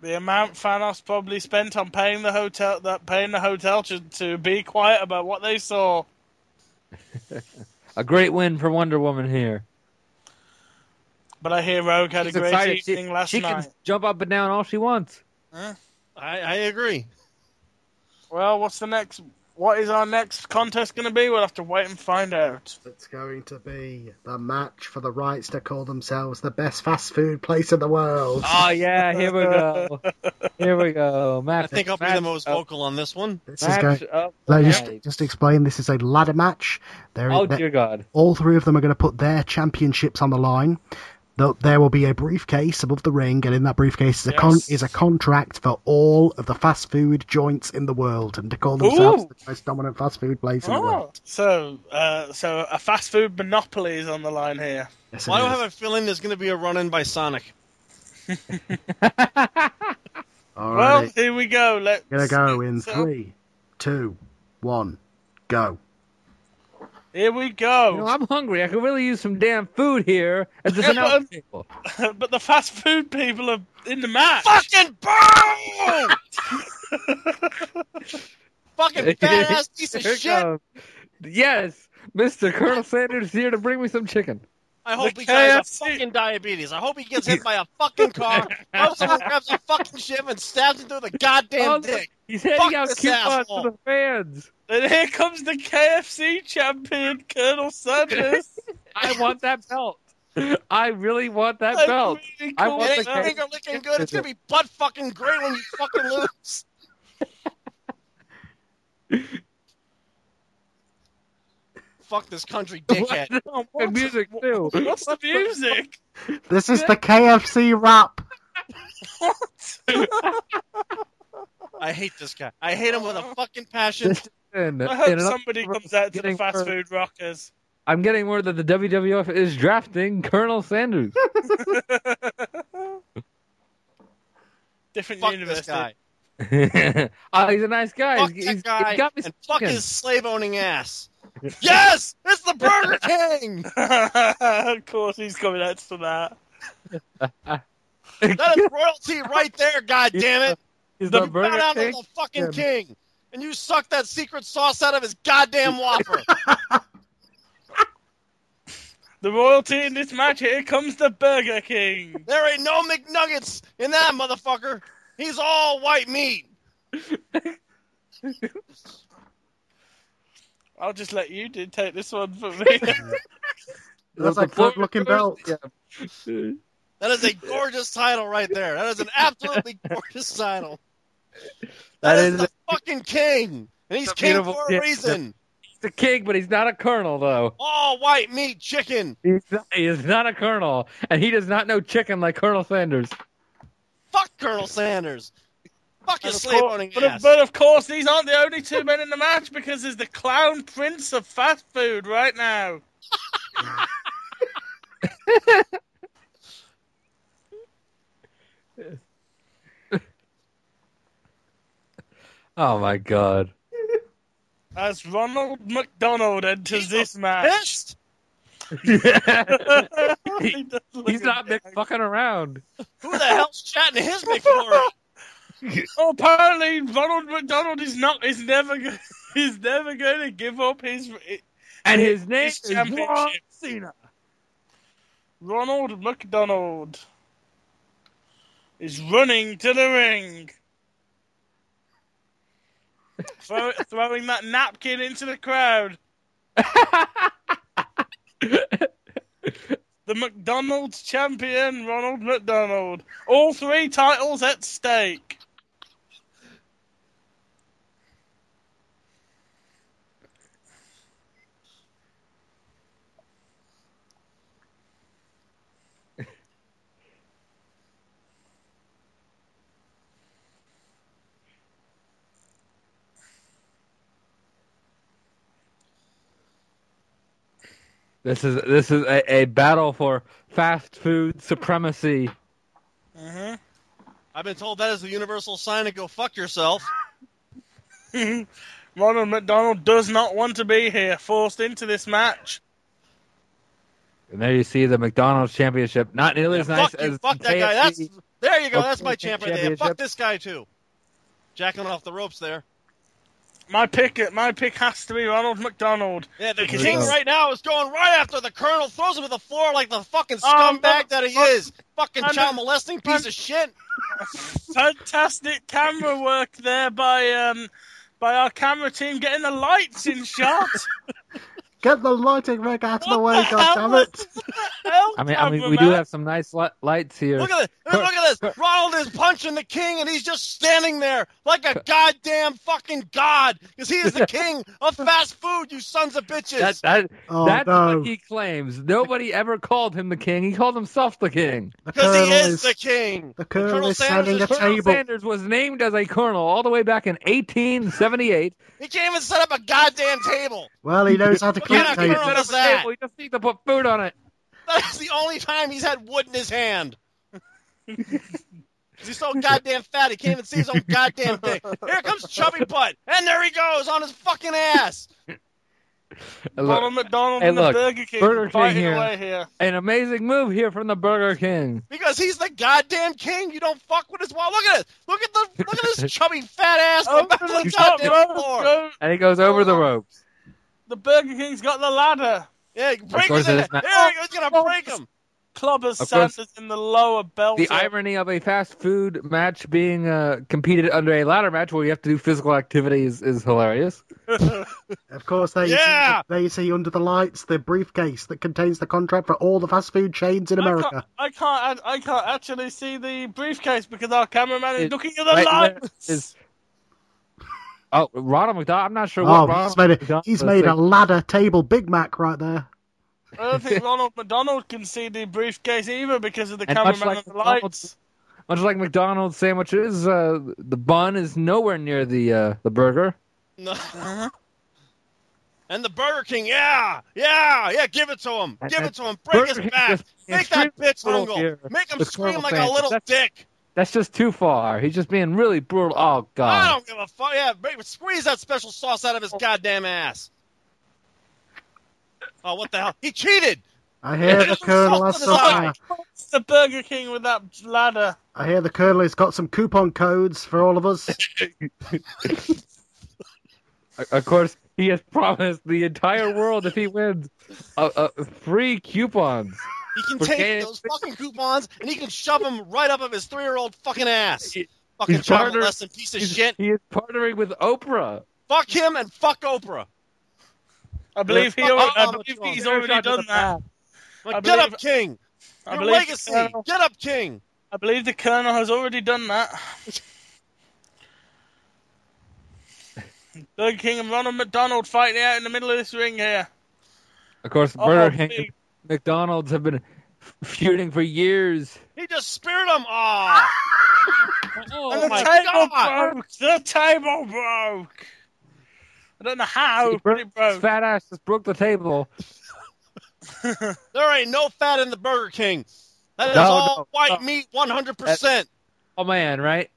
B: The amount Thanos probably spent on paying the hotel that paying the hotel to, to be quiet about what they saw.
C: A great win for Wonder Woman here.
B: But I hear Rogue had
C: She's
B: a great
C: excited.
B: evening
C: She,
B: last
C: she
B: night.
C: can jump up and down all she wants.
D: I, I agree.
B: Well, what's the next? What is our next contest going to be? We'll have to wait and find out.
A: It's going to be the match for the rights to call themselves the best fast food place in the world.
C: Oh yeah, here we go. Here we go. Match,
D: I think I'll be the most vocal on this one.
A: This is
C: Match
A: going.
C: up.
A: No, just,
C: Right.
A: just to explain, this is a ladder match. There,
C: Oh
A: there-
C: dear God.
A: all three of them are going to put their championships on the line. Th- There will be a briefcase above the ring, and in that briefcase is a, con-
B: Yes.
A: is a contract for all of the fast food joints in the world, and to call themselves
B: Ooh.
A: the most dominant fast food place in the
B: Oh,
A: world.
B: so uh, so a fast food monopoly is on the line here.
A: Yes, it
D: Why do I
A: is.
D: have a feeling there's going to be a run in by Sonic?
B: Well, uh,
A: Alrighty.
B: here we go. Let's
A: Gonna go in
B: so-
A: three, two, one, go.
B: Here we
C: You
B: go.
C: know, I'm hungry. I could really use some damn food here at this
B: Yeah, but-
C: announce table.
B: but the fast food people are in the match.
D: Fucking boom! Fucking badass piece of
C: Here it
D: shit!
C: comes. Yes, Mr. Colonel Sanders is here to bring me some chicken.
D: I hope
B: The
D: he dies of
B: KFC.
D: fucking diabetes. I hope he gets hit by a fucking car. I hope someone grabs a fucking shiv and stabs him through the goddamn
C: Oh,
D: dick.
C: He's handing
D: Fuck
C: out
D: this
C: coupons
D: asshole.
C: to the fans.
B: And here comes the KFC champion, Colonel Sanders.
C: I want that belt. I really want that
B: That's
C: belt.
B: really
C: I
B: cool.
C: want
D: It
C: the
D: ain't finger licking good. It's gonna be butt fucking great when you fucking lose. Fuck this country, dickhead.
C: What? And music too.
B: What's the music?
A: This is the KFC wrap.
B: What?
D: I hate this guy. I hate him with a fucking passion.
C: This and,
B: I hope
C: and another-
B: somebody comes out to the
C: getting
B: fast
C: word-
B: food rockers.
C: I'm getting word that the WWF is drafting Colonel Sanders.
B: Different
D: Fuck
B: universe.
D: this guy.
C: oh, Uh, he's a nice guy.
D: Fuck
C: he's,
D: that
C: he's-
D: guy.
C: he's got me
D: and
C: some
D: fuck
C: chicken.
D: his slave owning ass. yes, it's the Burger King.
B: of course, he's coming out to that.
D: That is royalty right there. God damn it.
C: He's
B: the
C: the
D: Bow
C: Burger
D: down to
C: King.
D: the fucking
C: Yeah.
D: king. And you suck that secret sauce out of his goddamn whopper.
B: The royalty in this match, here comes the Burger King.
D: there ain't no McNuggets in that motherfucker. He's all white meat.
B: I'll just let you do take this one for me.
A: That's a good looking belt.
C: Yeah.
D: That is a gorgeous title right there. That is an absolutely gorgeous title.
C: That
D: that is,
C: is-
D: the fucking king. And
C: It's
D: he's
C: a
D: king
C: beautiful-
D: for
C: yeah,
D: a reason.
C: He's the king, but he's not a colonel though.
D: All white meat chicken.
C: He's not, he is not a colonel, and he does not know chicken like Colonel Sanders.
D: Fuck Colonel Sanders. Fuck
B: And
D: his
B: of
D: slave
B: course-
D: owning
B: but,
D: ass.
B: of, but of course, these aren't the only two men in the match because there's the clown prince of fast food right now.
C: Oh my god!
B: As Ronald McDonald enters this match.
D: Pissed?
B: He does look
C: He's
B: a
C: not
B: bit
C: Mick fucking around.
D: Who the hell's chatting to his McFlurry?
B: Oh, apparently Ronald McDonald is not. Is never. go- He's never going to give up his
C: And his name
B: his
C: is John
B: championship.
C: Cena.
B: Ronald McDonald is running to the ring. Throw, throwing that napkin into the crowd. the McDonald's champion, Ronald McDonald. All three titles at stake.
C: This is this is a, a battle for fast food supremacy.
B: Mm-hmm.
D: I've been told that is the universal sign to go fuck yourself.
B: Ronald McDonald does not want to be here, forced into this match.
C: And there you see the McDonald's championship, not nearly as nice
D: fuck you,
C: as
D: fuck that guy. That's
C: KFC.
D: there you go.
C: Oh,
D: That's my champ right there.
C: championship.
D: Fuck this guy too. Jacking off the ropes there.
B: My pick, my pick has to be Ronald McDonald.
D: Yeah, the
B: Because
D: king
C: he's-
D: right now is going right after the colonel, throws him to the floor like the fucking
B: Oh,
D: scumbag
B: no.
D: that he
B: Oh,
D: is. Fucking
B: I'm
D: child
B: not-
D: molesting piece of shit.
B: Fantastic camera work there by um by our camera team getting the lights in shot.
A: Get the lighting rig out of the way,
B: What the hell
A: goddammit!
B: was- Hell,
C: I mean, I mean,
B: cameraman.
C: we do have some nice li- lights here.
D: Look at this! Look at this! Ronald is punching the king, and he's just standing there like a goddamn fucking god, because he is the king of fast food. You sons of bitches!
C: that, that,
A: Oh,
C: that's
A: no.
C: what he claims. Nobody ever called him the king. He called himself the king.
A: The
D: Because he
A: Colonel
D: is,
A: is
D: the king.
A: the Colonel is
D: Sanders
A: having
D: is
A: a
D: Colonel
A: table.
D: Sanders.
C: Sanders was named as a colonel all the way back in 1878.
D: He can't even set up a goddamn table.
A: well, he knows how to
D: What
A: keep
D: kind of
A: things.
D: colonel-
C: Set up
D: is
C: a
D: that?
C: table. You just need to put food on it.
D: That is the only time he's had wood in his hand. 'Cause He's so goddamn fat, he can't even see his own goddamn thing. Here comes Chubby Butt, and there he goes on his fucking ass.
B: Ronald
C: Look,
B: McDonald
C: Hey,
B: and the
C: look,
B: Burger King
C: Burger King
B: fighting
C: here.
B: away here.
C: an amazing move here from the Burger King.
D: Because he's the goddamn king. You don't fuck with his wall. Look at it. Look at the look at this chubby fat ass
B: Over
D: going back to
B: the
D: the
B: top
D: goddamn
B: rope,
D: floor.
B: go-
C: And he goes over the ropes.
B: the Burger King's got the ladder.
D: Yeah, he breaks
C: course
D: his
C: it
D: ass.
C: is not-
D: There he goes. He's gonna break him.
B: Clubbers
C: Of course.
B: Sanders in the lower belt.
C: The irony of a fast food match being uh, competed under a ladder match where you have to do physical activity is, is hilarious.
A: Of course, there you,
D: Yeah.
A: see, there you see under the lights the briefcase that contains the contract for all the fast food chains in
B: I can't,
A: America.
B: I can't. I can't actually see the briefcase because our cameraman is
C: It-
B: looking at the
C: Right there
B: lights.
C: is- oh, Ronald McDonald. I'm not sure what
A: Oh,
C: Ronald
A: he's made a,
C: McDonald
A: he's
C: was
A: made a
C: thinking.
A: ladder table Big Mac right there.
B: I don't think Ronald McDonald can see the briefcase either because of the
C: And much
B: cameraman
C: like
B: and the
C: McDonald's-
B: lights.
C: Much like McDonald's sandwiches, uh, the bun is nowhere near the uh, the burger.
D: No. And the Burger King, yeah, yeah, yeah, give it to him. Give it to him. Break
C: Burger
D: his
C: King
D: back.
C: just-
D: Make
C: it's
D: that
C: really
D: bitch
C: brutal
D: angle.
C: here
D: Make him
C: with
D: scream
C: Colonel
D: like a
C: Sanders.
D: little
C: That's-
D: dick.
C: That's just too far. He's just being really brutal. Oh
D: I
C: God!
D: don't give a fuck. Yeah, make, squeeze that special sauce out of his goddamn ass. Oh, what the hell? He cheated.
A: I hear the Colonel has some. uh,
B: It's the Burger King with that ladder.
A: I hear the Colonel has got some coupon codes for all of us.
C: Of course, he has promised the entire world if he wins, uh, uh, free coupons.
D: He can
C: Okay.
D: take those fucking coupons and he can shove them right up of his three-year-old fucking ass.
C: He-
D: Fucking
C: he's
D: child
C: partnered-
D: molesting piece of
C: He's-
D: shit.
C: He is partnering with Oprah.
D: Fuck him and fuck Oprah.
B: I believe he.
D: Oh,
B: al- I
D: oh,
B: believe
D: oh,
B: he's
C: Fair
B: already
C: shot to the
B: done that.
D: Like,
B: I
D: get
B: believe-
D: up, King.
B: I
D: Your
B: believe the
D: legacy.
B: Colonel-
D: Get up, King.
B: I believe the Colonel has already done that. Burger King and Ronald McDonald fighting out in the middle of this ring here.
C: Of course,
B: Oh,
C: Burger King,
B: big-
C: McDonald's have been feuding for years.
D: He just speared him. Aw.
C: Ah!
D: Oh
B: And the
D: my
B: table
D: God.
B: broke. oh The table broke. I don't know how, but it broke.
C: Fat ass just broke the table.
D: There ain't no fat in the Burger King. That is
C: No,
D: all
C: no,
D: white
C: no.
D: meat, 100%. Yeah,
C: Oh man, right?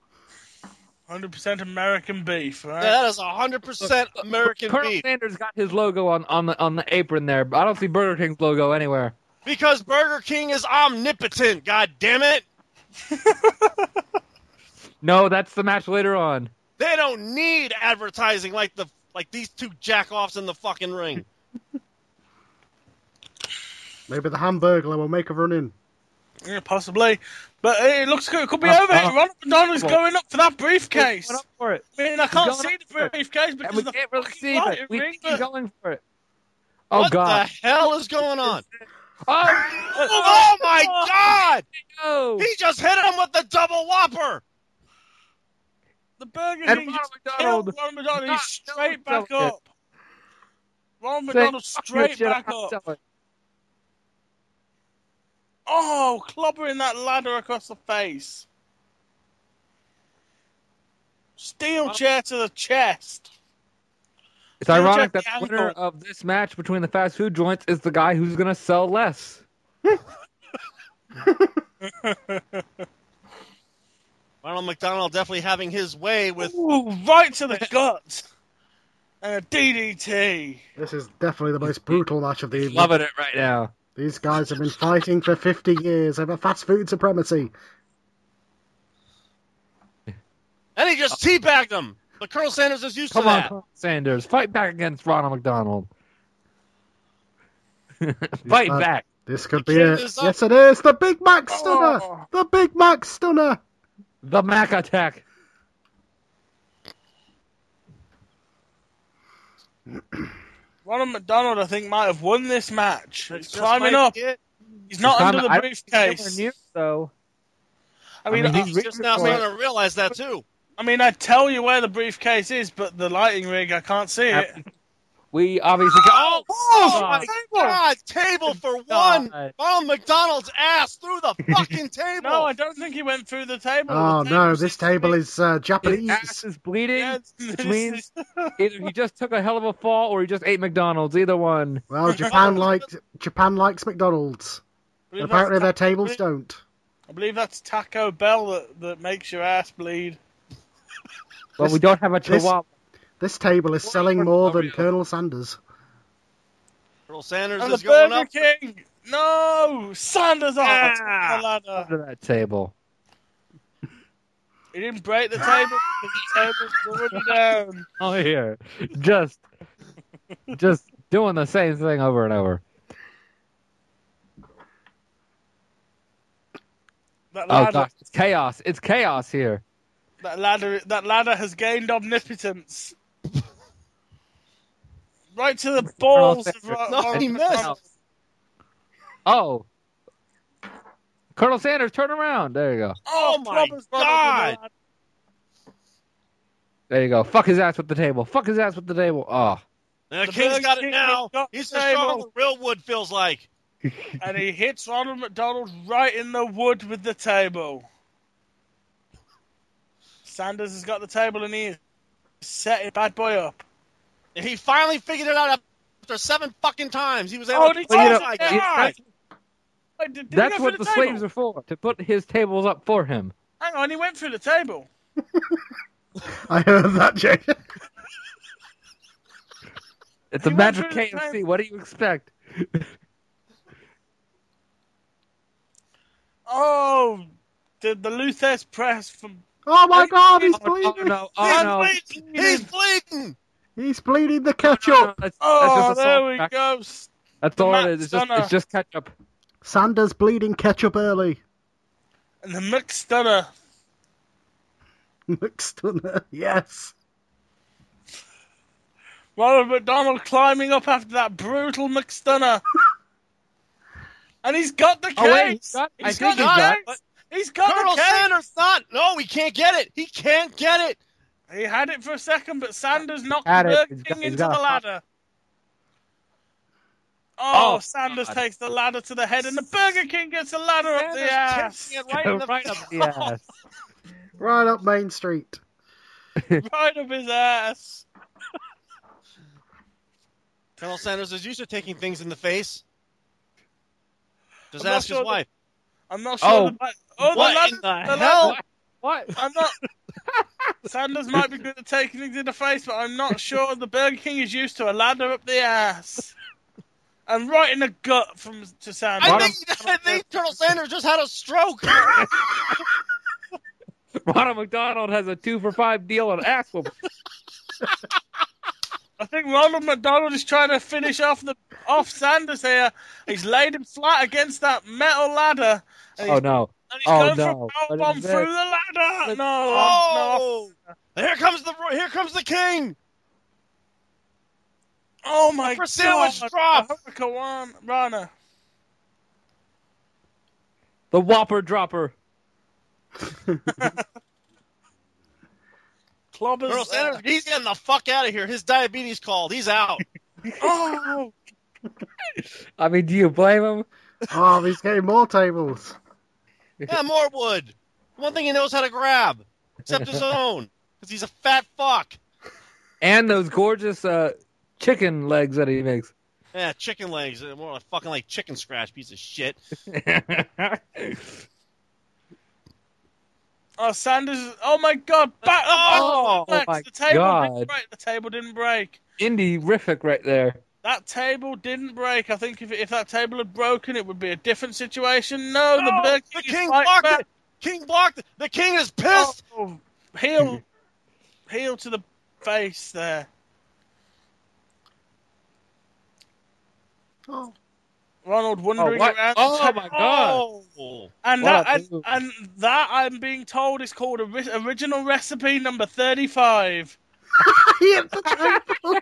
B: 100% American beef, right?
D: that is 100% American
C: Colonel
D: beef.
C: Sanders got his logo on, on the on the apron there, but I don't see Burger King's logo anywhere.
D: Because Burger King is omnipotent, god damn it.
C: No, that's the match later on.
D: They don't need advertising like the like these two jackoffs in the fucking ring.
A: Maybe the Hamburglar will make a run in.
B: Yeah, possibly. But it looks good. It could be
C: Uh,
B: over here.
C: uh,
B: Ronald McDonald's
C: well-
B: going up for that briefcase.
C: He's going up for it,
B: I mean, I can't
C: going
B: see
C: up for
B: the
C: it.
B: briefcase
C: and
B: because
C: we
B: the
C: can't really
B: fucking
C: see
B: light
C: it. We
B: ring,
C: think
B: but-
C: he's going for it. Oh
D: what
C: God!
D: the hell is going on?
C: Oh,
D: Oh my god!
C: no!
D: He just hit him with the double whopper.
B: The Burger
C: And
B: King
C: Ronald
B: just
C: McDonald.
B: killed Ronald McDonald.
C: Not
B: He's straight
C: selling
B: back
C: it.
B: up. Ronald
C: Say,
B: McDonald
C: "Fuck your
B: straight
C: shit,
B: back
C: I'm
B: up.
C: selling."
B: Oh, clobbering that ladder across the face. Steel chair to the chest.
C: It's
B: New Jack
C: ironic that the winner
B: Gallagher.
C: of this match between the fast food joints is the guy who's going to sell less.
D: Ronald McDonald definitely having his way with
B: Ooh, right to the gut. And a DDT.
A: This is definitely the most brutal match of the evening.
C: Loving it right now.
A: These guys have been fighting for 50 years over fast food supremacy.
D: and he just teabagged him. But Colonel Sanders is used
C: Come
D: to
C: on,
D: that.
C: Colonel Sanders, fight back against Ronald McDonald. fight
A: not-
C: back.
A: This could
D: The
A: be
D: kid
A: it.
D: is up.
A: Yes, it is. The Big Mac Stunner.
B: Oh.
A: The Big Mac Stunner.
C: The Mac attack.
B: Ronald McDonald, I think, might have won this match. It's
D: Just
B: climbing
D: might
B: up.
D: be it.
B: He's not
C: Time-
B: under
C: I
B: the
C: don't think he
B: briefcase.
C: ever knew, though.
B: I mean,
C: I
B: I,
C: mean, he's
D: He's uh, just now
C: for it.
D: starting to realize that too.
B: I mean, I tell you where the briefcase is, but the lighting rig, I can't see it.
C: We obviously.
D: Oh,
C: oh,
D: my
B: table.
D: God! Table for
C: God.
D: one. Ronald McDonald's ass through the fucking table.
B: No, I don't think he went through the table.
A: Oh,
B: The
A: no.
B: table's
A: This
B: just big.
A: table is uh,
C: His ass
A: Japanese.
C: is bleeding.
B: Yeah, this
C: Which
B: is-
C: means either he just took a hell of a fall or he just ate McDonald's. Either one.
A: Well, Japan likes Japan likes McDonald's.
B: I believe
A: And apparently their
B: that's Ta-
A: tables don't.
B: I believe that's Taco Bell that, that makes your ass bleed.
C: But we don't have a
A: this-
C: chihuahua.
A: This table is selling more than Colonel Sanders.
D: Colonel Sanders
B: And the
D: is going
B: Burger
D: up.
B: King! No! Sanders off
D: Yeah.
B: the ladder.
C: under that table.
B: He didn't break the table because the table's already down.
C: Oh, here, just, just doing the same thing over and over.
B: That
C: Oh
B: ladder,
C: gosh, it's chaos! It's chaos here.
B: that ladder, that ladder has gained omnipotence. right to the balls of
C: Sanders.
B: Ron-
D: No,
B: Ronald
D: he missed.
B: McDonald.
C: Oh, Colonel Sanders, turn around. There you go.
B: Oh,
D: Oh, my
B: Thomas Ronald
D: God.
B: McDonald.
C: There you go. Fuck his ass with the table. Fuck his ass with the table. Oh,
D: And the,
B: The
D: King's
B: Burger
D: got it
B: King
D: now.
B: has got
D: He's
B: the
D: just showing
B: table.
D: what real wood feels like.
B: and he hits Ronald McDonald right in the wood with the table. Sanders has got the table and he is setting bad boy up.
D: And he finally figured it out after seven fucking times. He was able
B: Oh,
D: to.
B: did he
C: Well, you
B: touch
C: know,
B: it?
C: it's-
B: Yeah.
C: that's,
B: Wait, did, did he
C: that's
B: go
C: what
B: through
C: the,
B: the, table?
C: slaves are for to put his tables up for him.
B: Hang on, he went through the table.
A: I heard that, Jay.
C: It's a
B: He
C: match
B: went
C: of
B: through the
C: KFC.
B: table.
C: What do you expect?
B: Oh, did the Luthes press from?
A: Oh my god, he's
C: Oh
A: bleeding!
C: no! Oh no!
D: he's bleeding. He's bleeding.
A: He's bleeding the
C: No, no,
A: ketchup!
C: that's- that's
B: Oh,
C: just a
B: there
C: salt
B: we
C: pack.
B: go.
C: That's
B: The
C: all
B: Mac
C: it is. It's just,
B: Stunner.
C: it's just ketchup.
A: Sanders bleeding ketchup early.
B: And the McStunner.
A: McStunner, yes.
B: Ronald McDonald climbing up after that brutal McStunner. and he's got the case.
C: Oh, wait, he's got- I
B: he's got
C: think he's got
B: the
C: it,
B: case.
C: but-
B: He's got
D: Colonel
B: the case.
D: Sanders not. No, he can't get it. He can't get it.
B: He had it for a second, but Sanders knocked
C: Had it.
B: Burger
C: He's
B: King
C: got- he's
B: into the
C: got a-
B: ladder. Oh,
C: Oh,
B: Sanders
C: God.
B: takes the ladder to the head, and the Burger King gets the ladder up
D: Sanders
B: the ass.
D: kicking it right in the
C: Right up the ass.
A: Right up Main Street.
B: Right up his ass.
D: Colonel Sanders is used to taking things in the face. Just
B: I'm not
D: ask
B: sure
D: his
B: that-
D: wife.
B: I'm not sure.
C: Oh.
B: the ba- oh,
D: what
B: the
D: in
B: ladder.
D: the
B: the
D: hell?
B: ladder-
C: What?
B: I'm not. Sanders might be good at taking things in the face, but I'm not sure the Burger King is used to a ladder up the ass. And right in the gut from to Sanders.
D: I think, I think Colonel Sanders just had a stroke.
C: Ronald McDonald has a two for five deal on ass whoop.
B: I think Ronald McDonald is trying to finish off the off Sanders here. He's laid him flat against that metal ladder, and he's,
C: Oh no!
B: and he's going
C: oh,
B: for
C: no.
B: a
C: What
B: bomb
C: is
B: through
C: this?
B: the ladder. No, no.
D: oh, here comes the here comes the king.
B: Oh my
D: For
B: god!
D: sandwich drop.
B: The Hurricane Rana.
C: The Whopper dropper.
B: Clobbers.
D: Colonel Sanders, he's getting the fuck out of here. His diabetes called. He's out.
B: Oh,
C: I mean, do you blame him?
A: Oh, he's getting more tables.
D: Yeah, Morwood. One thing he knows how to grab, except his own, because he's a fat fuck.
C: And those gorgeous uh, chicken legs that he makes.
D: Yeah, chicken legs. uh, More like fucking like chicken scratch piece of shit.
B: Oh, Sanders! Oh my God! Back
D: Oh,
B: up! back
C: my
B: the table
C: God.
B: didn't break. The table didn't break.
C: Indie riffic right there.
B: That table didn't break. I think if if that table had broken, it would be a different situation. No, the,
D: No,
B: Burger
D: the
B: King is
D: king
B: fighting
D: blocked
B: back.
D: it. King blocked it. The king is pissed.
B: Oh, heel, heel to the face there.
A: Oh,
B: Ronald wandering
C: Oh, what?
B: around.
C: Oh,
B: the
C: my
B: table.
C: God.
D: Oh.
B: And
C: What
B: that,
C: a
B: and,
C: move.
B: and that I'm being told is called ori- original recipe number thirty-five.
A: he hit the table.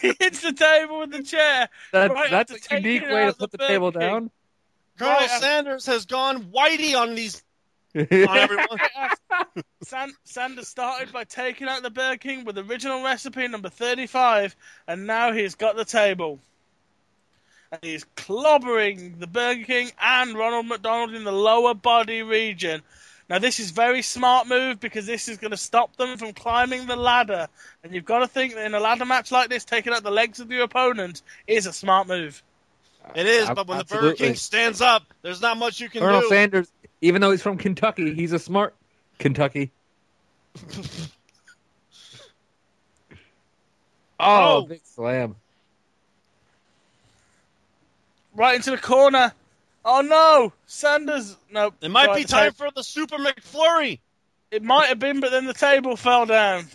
B: He hits the table with the chair.
C: That,
B: Right
C: that's
B: after
C: a
B: taking
C: unique
B: it
C: way
B: out
C: to
B: of
C: put
B: the
C: the table
B: Burger King.
C: down.
D: Colonel
B: Right.
D: Sanders has gone whitey on these on everyone.
B: San- Sanders started by taking out the Burger King with original recipe number 35, and now he's got the table. And he's clobbering the Burger King and Ronald McDonald in the lower body region. Now, this is very smart move because this is going to stop them from climbing the ladder. And you've got to think that in a ladder match like this, taking out the legs of your opponent is a smart move.
D: It is,
C: Ab-
D: but when the Burger
C: absolutely.
D: King stands up, there's not much you can
C: Colonel
D: do.
C: Sanders, even though he's from Kentucky, he's a smart Kentucky. oh,
D: Oh.
C: big slam.
B: Right into the corner. Oh no! Sanders. Nope.
D: it might
B: Right,
D: be
B: the
D: time
B: table-
D: for the Super McFlurry.
B: It might have been, but then the table fell down.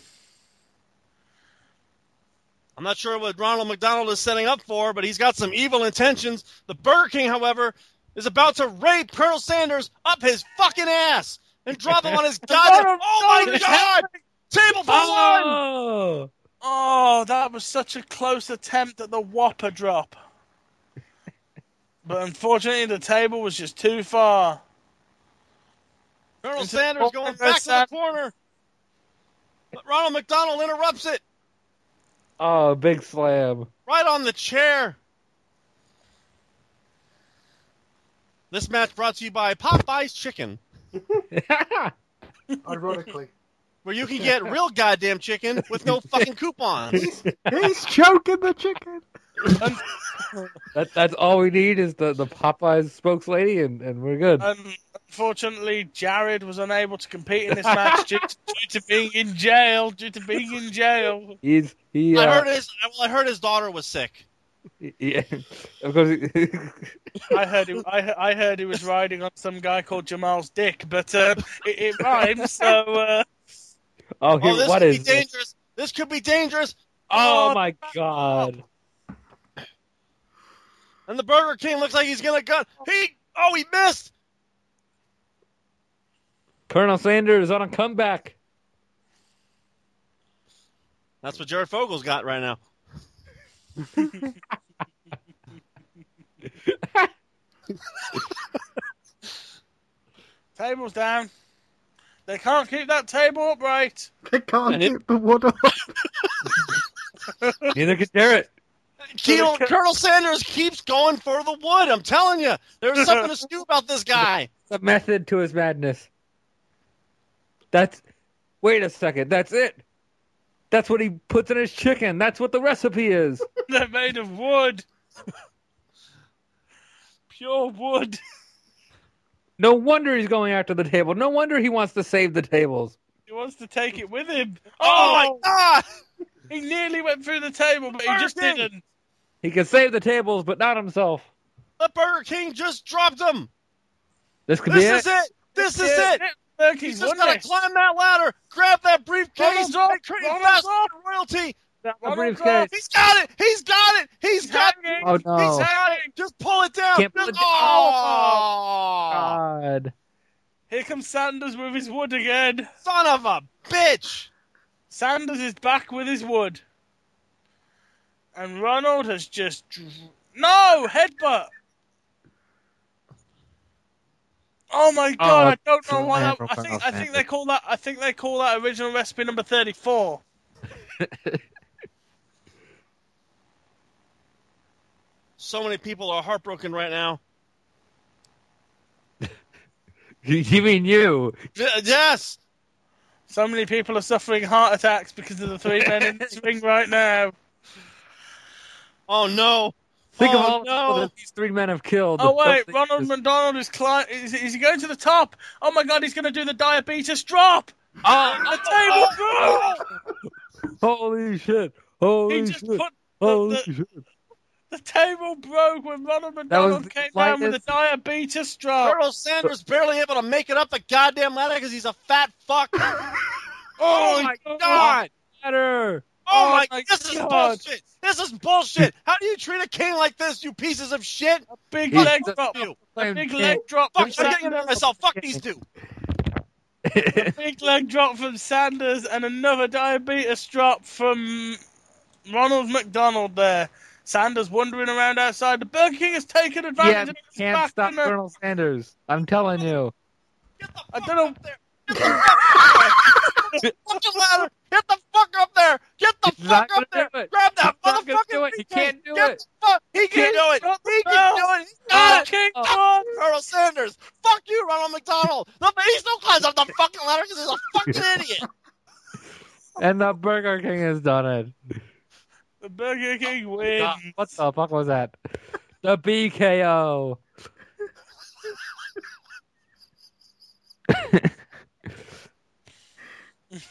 D: I'm not sure what Ronald McDonald is setting up for, but he's got some evil intentions. The Burger King, however, is about to rape Colonel Sanders up his fucking ass and drop him on his goddamn.
B: Ronald
D: Oh my
B: McDonald is
D: god! Table for one!
C: Oh,
B: Oh, that was such a close attempt at the whopper drop. But unfortunately, the table was just too far.
D: Colonel
B: Into-
D: Sanders going back to the corner. But Ronald McDonald interrupts it
C: oh, big slam.
D: right on the chair. This match brought to you by Popeye's Chicken.
A: Ironically,
D: where you can get real goddamn chicken with no fucking coupons.
A: he's choking the chicken.
C: That, that's all we need is the, the Popeyes spokeslady, and, and we're good.
B: Um, unfortunately, Jared was unable to compete in this match due, to, due to being in jail. Due to being in jail.
C: He's he. Uh,
D: I heard his well, I heard his daughter was sick.
C: yeah, of course. he-
B: I heard he, I, he- I heard he was riding on some guy called Jamal's dick, but uh, it, it rhymes. So uh,
C: oh,
D: Oh,
C: here,
D: this
C: what
D: could
C: is?
D: be
C: this?
D: dangerous. This? could be dangerous.
C: Oh my god!
D: And the Burger King looks like he's gonna gun. He oh he missed.
C: Colonel Sanders on a comeback.
D: That's what Jared Fogel's got right now.
B: table's down. They can't keep that table upright.
A: They can't
C: And it-
A: get the wood up.
C: Neither can Jarrett.
D: Keel, Colonel Sanders keeps going for the wood. I'm telling you, there's something askew about this guy.
C: The method to his madness. That's. Wait a second. That's it. That's what he puts in his chicken. That's what the recipe is.
B: They're made of wood. Pure wood.
C: No wonder he's going after the table. No wonder he wants to save the tables.
B: He wants to take it with him. Oh,
D: Oh, my god!
B: he nearly went through the table, but he just
D: Burger King.
B: didn't.
C: He can save the tables, but not himself.
D: The Burger King just dropped him.
C: This could
D: This
C: be
D: is it. This is it.
B: Look, he's
D: He's just
B: won
D: gotta
B: this.
D: climb that ladder, grab that briefcase,
B: Ronald's up,
D: and create
B: Ronald's
D: fast
B: up.
D: food royalty.
C: A
B: Ronald
C: briefcase.
D: He's got it. He's got it. He's
B: He's
D: got
B: hanging.
C: Oh
D: He's
C: no!
D: got it. Just pull it down.
C: Can't pull
D: Just-
C: it down.
D: Oh,
C: God.
B: Here comes Sanders with his wood again.
D: son of a bitch!
B: Sanders is back with his wood. And Ronald has just. Dr- no! Headbutt! Oh my god, I don't know why that, I think I think they call that I think they call that original recipe number thirty four.
D: So many people are heartbroken right now.
C: You mean you?
D: Y- yes,
B: So many people are suffering heart attacks because of the three men in this ring right now.
D: Oh no!
C: Think
D: Oh,
C: of all
D: no.
C: that these three men have killed.
B: Oh wait,
C: Something
B: Ronald
C: is-
B: McDonald is, cli- is is he going to the top? Oh my God, he's going to do the diabetes drop.
D: Oh,
B: The table drop.
C: Holy shit! Holy
B: He just
C: shit!
B: put
C: Holy
B: the-
C: shit!
B: the table broke when Ronald
C: was
B: McDonald
C: the
B: came down with the
C: lightest-
B: diabetes drop.
D: Colonel Sanders barely able to make it up the goddamn ladder because he's a fat fuck. oh my god!
C: Matter.
D: Oh,
C: Oh
D: my,
C: my
D: this is
C: God.
D: bullshit. This is bullshit. How do you treat a king like this, you pieces of shit?
B: Big
C: He's
B: leg
C: just-
B: drop.
D: You.
B: A big leg drop.
D: Fuck,
B: from
D: I'm
B: Sanders.
D: getting mad at myself. Fuck these two.
B: Big leg drop from Sanders and another diabetes drop from Ronald McDonald there. Sanders wandering around outside. The Burger King has taken
C: yeah,
B: advantage of his
C: can't
B: back,
C: stop
B: isn't it?
C: Colonel Sanders. I'm telling you.
D: Get the fuck
B: I don't know.
D: up there. Get the fuck up there. Fucking ladder. Get the fuck up there. Get the
C: He's
D: fuck
C: not
D: up there.
C: gonna do it.
D: Grab that
C: He's not gonna
D: motherfucking
C: do it. He
D: briefcase.
C: can't do
D: Get
C: it.
D: the fuck- He can
B: Can't
D: do it.
B: stop
D: He
B: the
D: can
B: bell.
D: do it. He's got
B: Oh,
D: it.
B: King
C: Oh.
B: Kong!
D: Colonel Sanders. Fuck you, Ronald McDonald. The he's no climbs up the fucking ladder because he's a fucking idiot.
C: And the Burger King has done it.
B: The Burger King
C: God,
B: wins.
C: what the fuck was that? The BKO.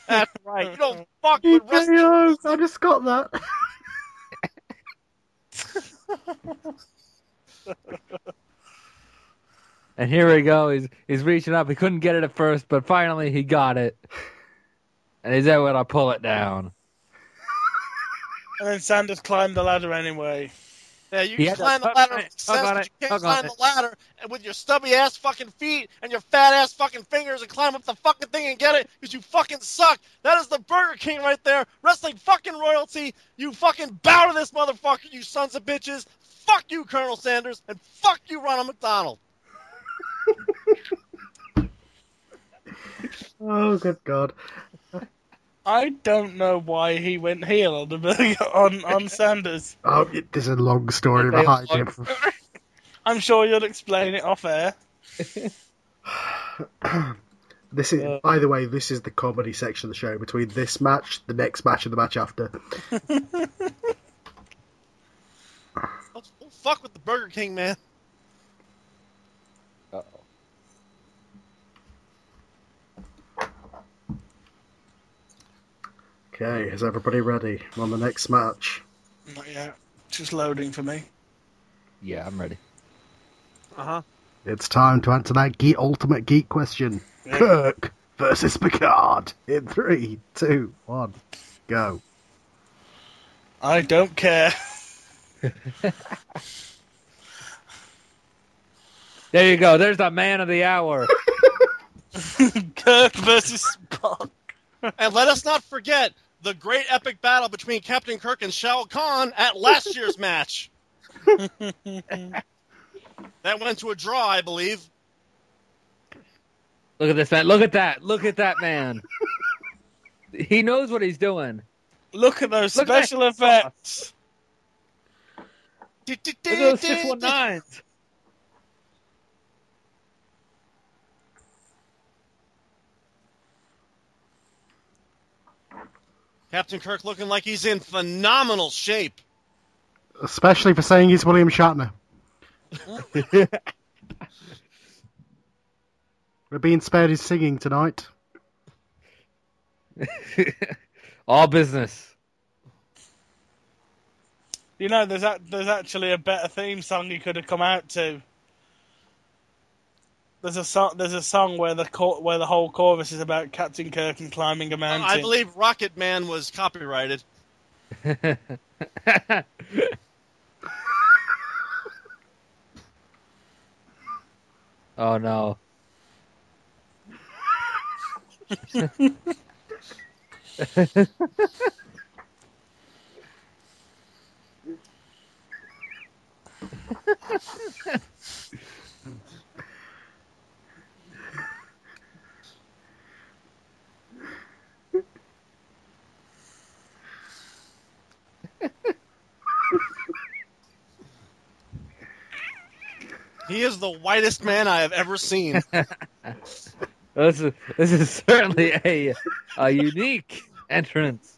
D: That's right. You don't fuck with wrestling.
A: I just got that.
C: And here we go. He's he's reaching up. He couldn't get it at first, but finally he got it. And he's able to pull it down.
B: And then Sanders climbed the ladder anyway.
D: Yeah, you
C: He had
D: can
C: to
D: climb the
C: tug
D: ladder
C: on
D: with
C: it, tug
D: success,
C: on
D: but
C: it,
D: you can't
C: tug on
D: climb
C: it.
D: the ladder and with your stubby ass fucking feet and your fat ass fucking fingers and climb up the fucking thing and get it because you fucking suck. That is the Burger King right there. Wrestling fucking royalty. You fucking bow to this motherfucker, you sons of bitches. Fuck you, Colonel Sanders, and fuck you, Ronald McDonald.
A: Oh, good God.
B: I don't know why he went heel on the burger on, on Sanders.
A: Oh, it- there's a long story
C: They
A: behind
C: long
A: it.
B: I'm sure you'll explain it off air.
A: This is, by the way, this is the comedy section of the show between this match, the next match, and the match after.
D: Don't, don't fuck with the Burger King, man.
A: Okay, is everybody ready? We're on the next match.
B: Not yet. Just loading for me.
C: Yeah, I'm ready.
D: Uh huh.
A: It's time to answer that geek, ultimate geek question. Kirk versus Picard in three, two, one, go.
B: I don't care.
C: There you go. There's the man of the hour.
B: Kirk versus Spock.
D: And let us not forget the great epic battle between Captain Kirk and Shao Kahn at last year's match. that went to a draw, I believe.
C: Look at this man. Look at that. Look at that man. he knows what he's doing.
B: Look at those
C: Look at
B: special effects.
D: Look at
C: Look at those six one nines.
D: Captain Kirk looking like he's in phenomenal shape.
A: Especially for saying he's William Shatner. We're being spared his singing tonight.
C: All business.
B: You know, there's a, there's actually a better theme song he could have come out to. There's a song. There's a song where the cho- where the whole chorus is about Captain Kirk and climbing a mountain.
D: I believe Rocket Man was copyrighted.
C: oh no.
D: He is the whitest man I have ever seen.
C: This is this is certainly a a unique entrance.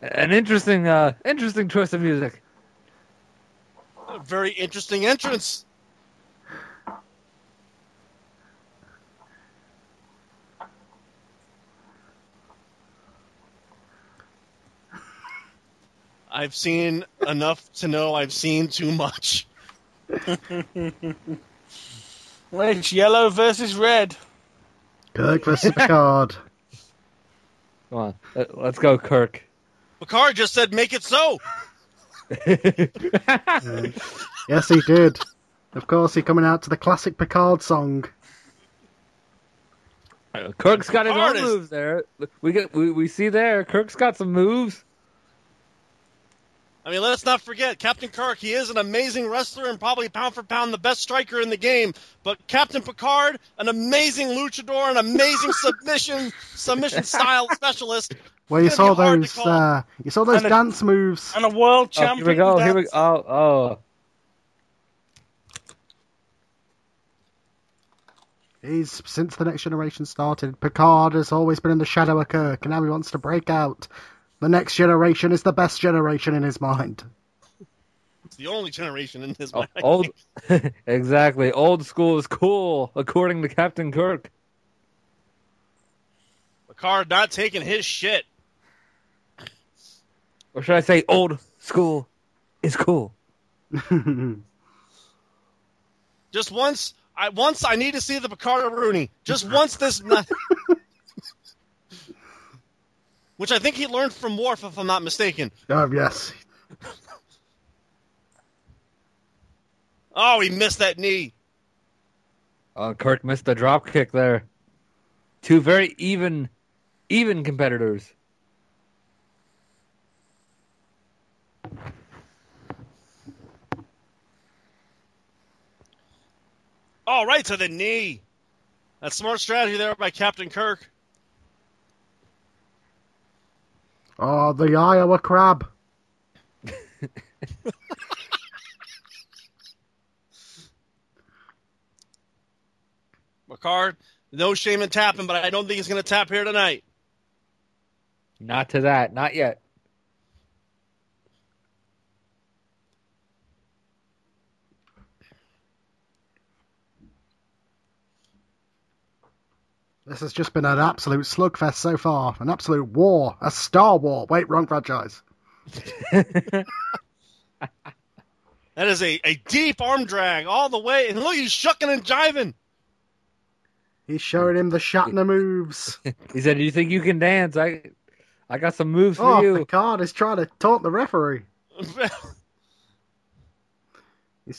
C: An interesting, uh, interesting twist of music.
D: A very interesting entrance. I've seen enough to know I've seen too much.
B: Which yellow versus red?
A: Kirk versus Picard.
C: Come on, let- let's go, Kirk.
D: Picard just said, "Make it so."
A: Yes, he did. Of course, he coming out to the classic Picard song.
C: Uh, Kirk's got his own
D: Artist.
C: moves there. We get, we, we see there. Kirk's got some moves.
D: I mean, let's not forget Captain Kirk. He is an amazing wrestler and probably pound for pound the best striker in the game. But Captain Picard, an amazing luchador, an amazing submission submission style specialist.
A: Where you
D: It's gonna
A: saw
D: be hard to
A: those,
D: call.
A: uh, you saw those
B: And a-
A: dance moves.
B: And a world
C: Oh, here
B: champion.
C: we go. Here we go.
B: dance.
C: Oh,
A: He's since the next generation started. Picard has always been in the shadow of Kirk, and now he wants to break out. The next generation is the best generation in his mind.
D: It's the only generation in his
C: oh,
D: mind.
C: old. exactly. Old school is cool, according to Captain Kirk.
D: Picard not taking his shit.
C: Or should I say, old school is cool.
D: Just once, I once I need to see the Picard Rooney. Just once this. ni- Which I think he learned from Worf, if I'm not mistaken.
A: Oh yes,
D: Oh, he missed that knee.
C: Oh, Kirk missed the drop kick there. Two very even, even competitors.
D: Oh, right to the knee. That's smart strategy there by Captain Kirk.
A: oh the Iowa crab.
D: Picard, no shame in tapping, but I don't think he's going to tap here tonight.
C: Not to that. Not yet.
A: This has just been an absolute slugfest so far, an absolute war, a Star War. Wait, wrong franchise.
D: That is a, a deep arm drag all the way. And look, he's shucking and jiving.
A: He's showing him the Shatner moves.
C: He said, "Do you think you can dance? I, I got some moves for
A: Oh,
C: you."
A: Picard is trying to taunt the referee. He's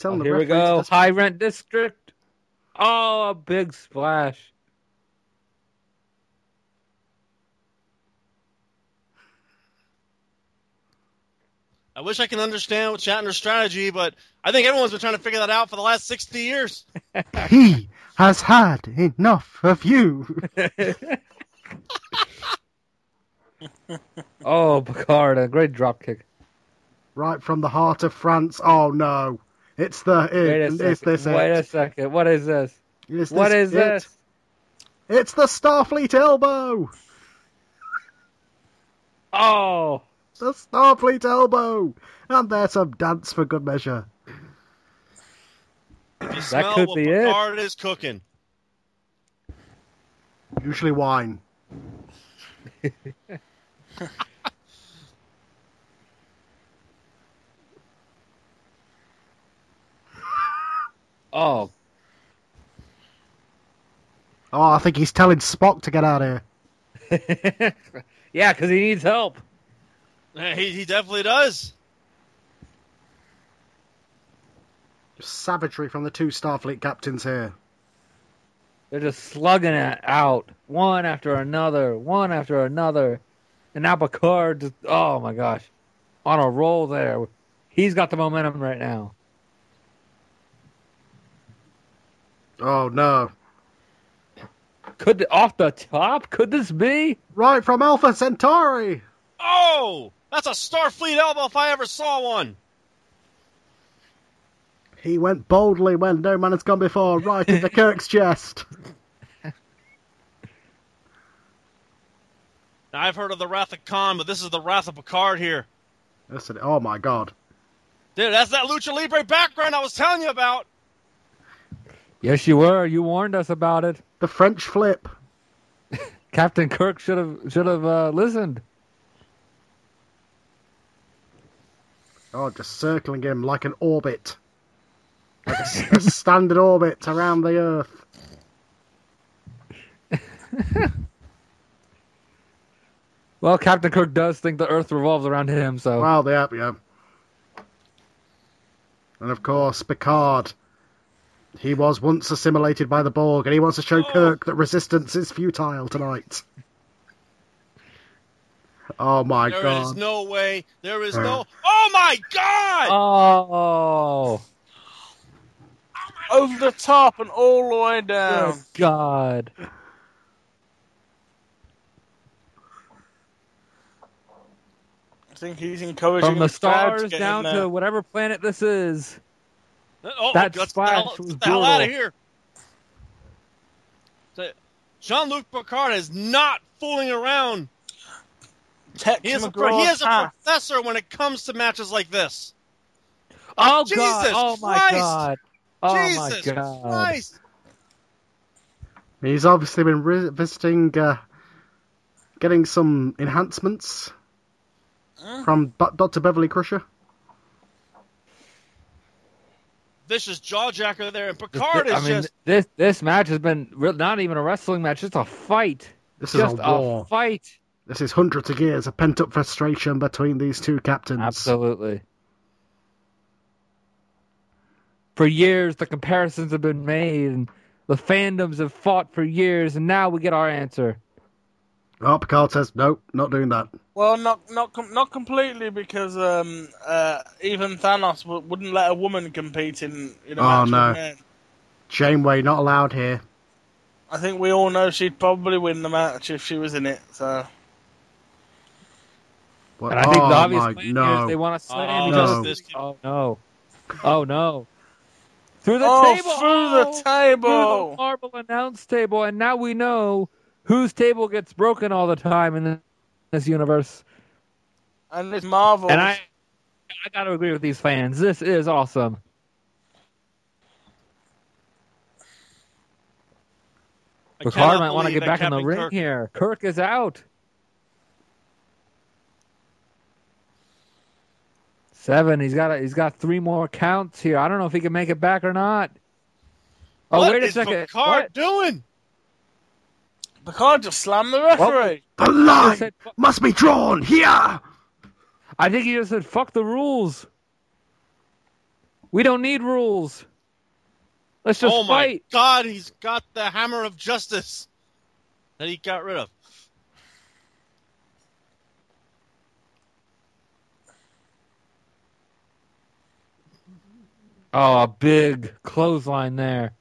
C: Oh,
A: telling the
C: here we
A: referee to
C: go.
A: just-
C: High rent district. Oh, a big splash.
D: I wish I can understand what Shatner's strategy, but I think everyone's been trying to figure that out for the last 60 years.
A: He has had enough of you.
C: Oh, Picard, a great drop kick.
A: right from the heart of France. Oh no. It's the
C: Wait a
A: it.
C: second.
A: It's this
C: Wait a
A: it.
C: second. What is this?
A: It's
C: What is
A: it.
C: this?
A: It's the Starfleet elbow.
C: Oh,
A: The Starfleet elbow. And there's some dance for good measure.
D: You smell
C: could
D: what
C: be it.
D: Picard is cooking.
A: Usually wine.
C: oh,
A: Oh, I think he's telling Spock to get out of here.
C: yeah, because he needs help.
D: Eh, He, he definitely does.
A: Just savagery from the two Starfleet captains here.
C: They're just slugging it out one after another, one after another, and now Picard. Just, oh my gosh, on a roll there. He's got the momentum right now.
A: Oh no.
C: Could off the top? Could this be?
A: Right from Alpha Centauri.
D: Oh, that's a Starfleet elbow if I ever saw one.
A: He went boldly when no man has gone before, right into Kirk's chest.
D: Now, I've heard of the Wrath of Khan, but this is the Wrath of Picard here.
A: That's it. Oh my god.
D: Dude, that's that Lucha Libre background I was telling you about.
C: Yes, you were. You warned us about it.
A: The French flip.
C: Captain Kirk should have should have uh, listened.
A: Oh, just circling him like an orbit. Like a, s- a standard orbit around the Earth.
C: Well, Captain Kirk does think the Earth revolves around him, so
A: Wow, they are, yeah. And of course, Picard. He was once assimilated by the Borg, and he wants to show Kirk that resistance is futile tonight. Oh my
D: There is
A: god.
D: no way. There is
A: Uh.
D: no. Oh my God!
C: oh,
B: Over the top and all the way down.
C: oh God!
B: I think he's encouraging
C: From the
B: crowd
C: stars
B: get in
C: down
B: there.
C: to whatever planet this is.
D: Oh,
C: Uh, That
D: that's
C: splash
D: the hell,
C: was
D: get the hell out of
C: brutal.
D: here. Jean Luc Picard is not fooling around.
B: Tex
D: He is, a, pro-
B: McGraw's
D: he is a
B: hat.
D: professor when it comes to matches like this.
C: Oh
D: Jesus
C: God! Oh my
D: Christ!
C: God! Oh
D: Jesus
C: my God!
D: Christ!
A: He's obviously been re- visiting, uh, getting some enhancements from Bu- Dr. Beverly Crusher.
D: Vicious jawjacker there, and Picard is
C: I mean,
D: just.
C: this this match has been re- not even a wrestling match; it's a fight.
A: This is
C: Just
A: a
C: a,
A: war.
C: fight.
A: This is hundreds of years of pent up frustration between these two captains.
C: Absolutely. For years, the comparisons have been made, and the fandoms have fought for years, and now we get our answer.
A: Oh, Picard says, nope, not doing that.
B: Well, not not com- not completely because um, uh, even Thanos w- wouldn't let a woman compete in in a
A: Oh,
B: match. with
A: no.
B: men.
A: Janeway, not allowed here.
B: I think we all know she'd probably win the match if she was in it. So
A: What-
C: And I think
A: oh,
C: the obvious
A: my,
C: plan here
A: no.
C: is they want to slam
D: Oh,
C: each
A: no.
C: other's- Oh no! Oh no! Through the
B: oh, through
C: table!
B: the
C: Oh! Through the
B: table!
C: marble announce table, and now we know whose table gets broken all the time in this universe.
B: And it's Marvel.
C: And I, I got to agree with these fans. This is awesome.
D: I
C: Picard
D: cannot
C: might want to
D: believe
C: get
D: that
C: back in the
D: Captain
C: ring
D: Kirk-
C: here. Kirk is out. Seven. He's got. A, he's got three more counts here. I don't know if he can make it back or not. Oh
D: What
C: wait a
D: is
C: second.
D: Picard
C: What?
D: doing?
B: Picard just slammed the referee.
A: The
C: I
A: line
C: just said-
A: must be drawn here!
C: I think he just said, "Fuck the rules. We don't need rules. Let's just
D: oh my
C: fight."
D: God! He's got the hammer of justice that he got rid of.
C: Oh, a big clothesline there.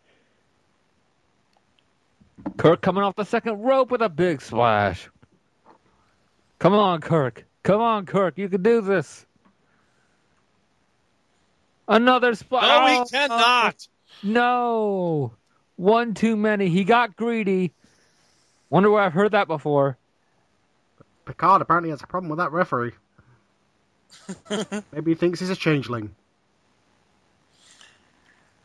C: Kirk coming off the second rope with a big splash. Come on, Kirk. Come on, Kirk. You can do this. Another splash. Oh,
D: No, he cannot.
C: No. One too many. He got greedy. Wonder where I've heard that before.
A: Picard apparently has a problem with that referee. Maybe he thinks he's a changeling.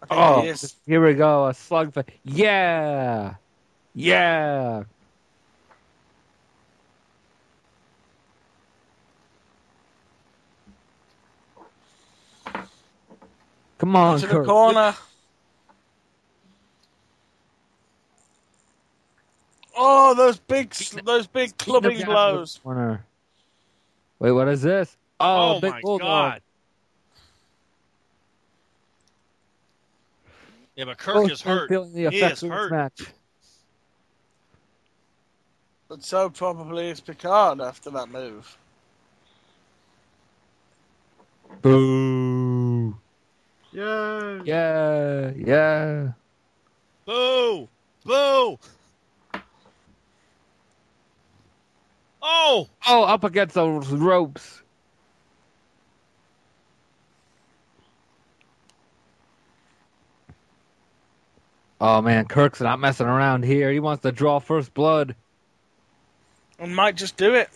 B: I think
C: Oh,
B: he is.
C: here we go. A slug. fi- Yeah. Yeah. Come on,
B: to the
C: Kirk.
B: corner. Oh, those big, sl- those big clubbing
C: Snip it out of the
B: blows.
C: corner. Wait, what is this? Oh,
D: Oh,
C: big
D: my
C: bulldog.
D: God! Yeah, but Kirk
C: Both
D: is
C: men
D: hurt.
C: Feeling the
D: He
C: effects
D: is
C: of this
D: hurt.
C: match.
B: But so probably is Picard after that move.
C: Boo.
A: Yay!
C: Yeah. Yeah.
D: Boo! Boo! Oh!
C: Oh, up against those ropes. Oh man, Kirk's not messing around here. He wants to draw first blood.
B: and might just do it.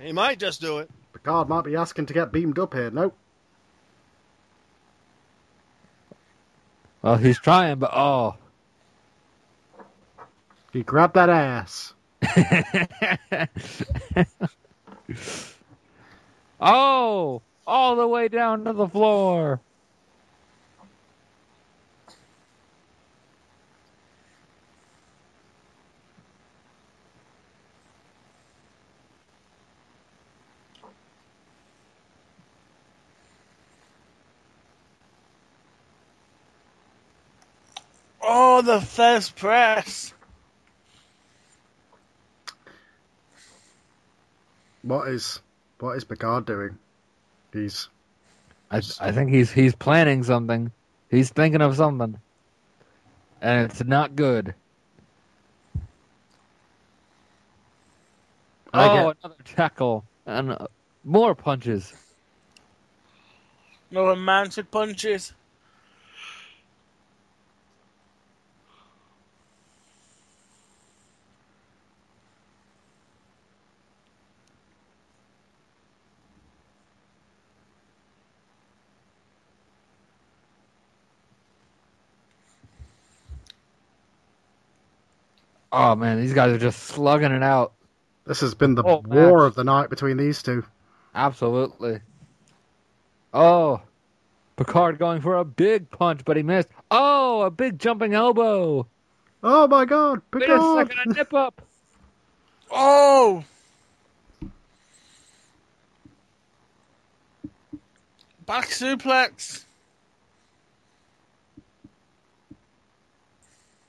D: He might just do it.
A: Picard might be asking to get beamed up here. Nope.
C: Well, he's trying, but oh,
A: You grab that ass.
C: oh, all the way down to the floor.
B: Oh, the first press.
A: What is what is Picard doing? He's
C: I, I think he's he's planning something. He's thinking of something, and it's not good.
A: I
C: oh,
A: get-
C: another tackle and uh, more punches.
B: No mounted punches.
C: Oh man, these guys are just slugging it out.
A: this has been the
C: Oh,
A: war
C: match.
A: of the night between these two.
C: Absolutely. Oh, Picard going for a big punch, but he missed. Oh, a big jumping elbow.
A: Oh my god,
C: Wait a
A: Picard!
C: second, a nip up.
B: Oh, back suplex.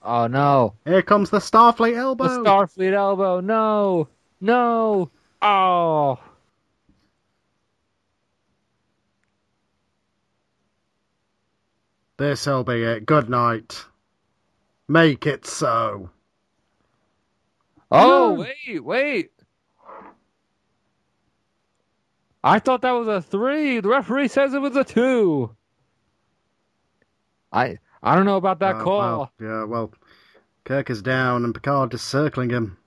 C: Oh no,
A: Here comes the Starfleet elbow.
C: the Starfleet elbow. No, no. Oh,
A: This'll be it. Good night. Make it so.
C: oh,
A: No.
C: wait, wait. I thought that was a three. The referee says it was a two. I I don't know about that
A: Uh,
C: call.
A: well, yeah, well, Kirk is down and Picard is circling him.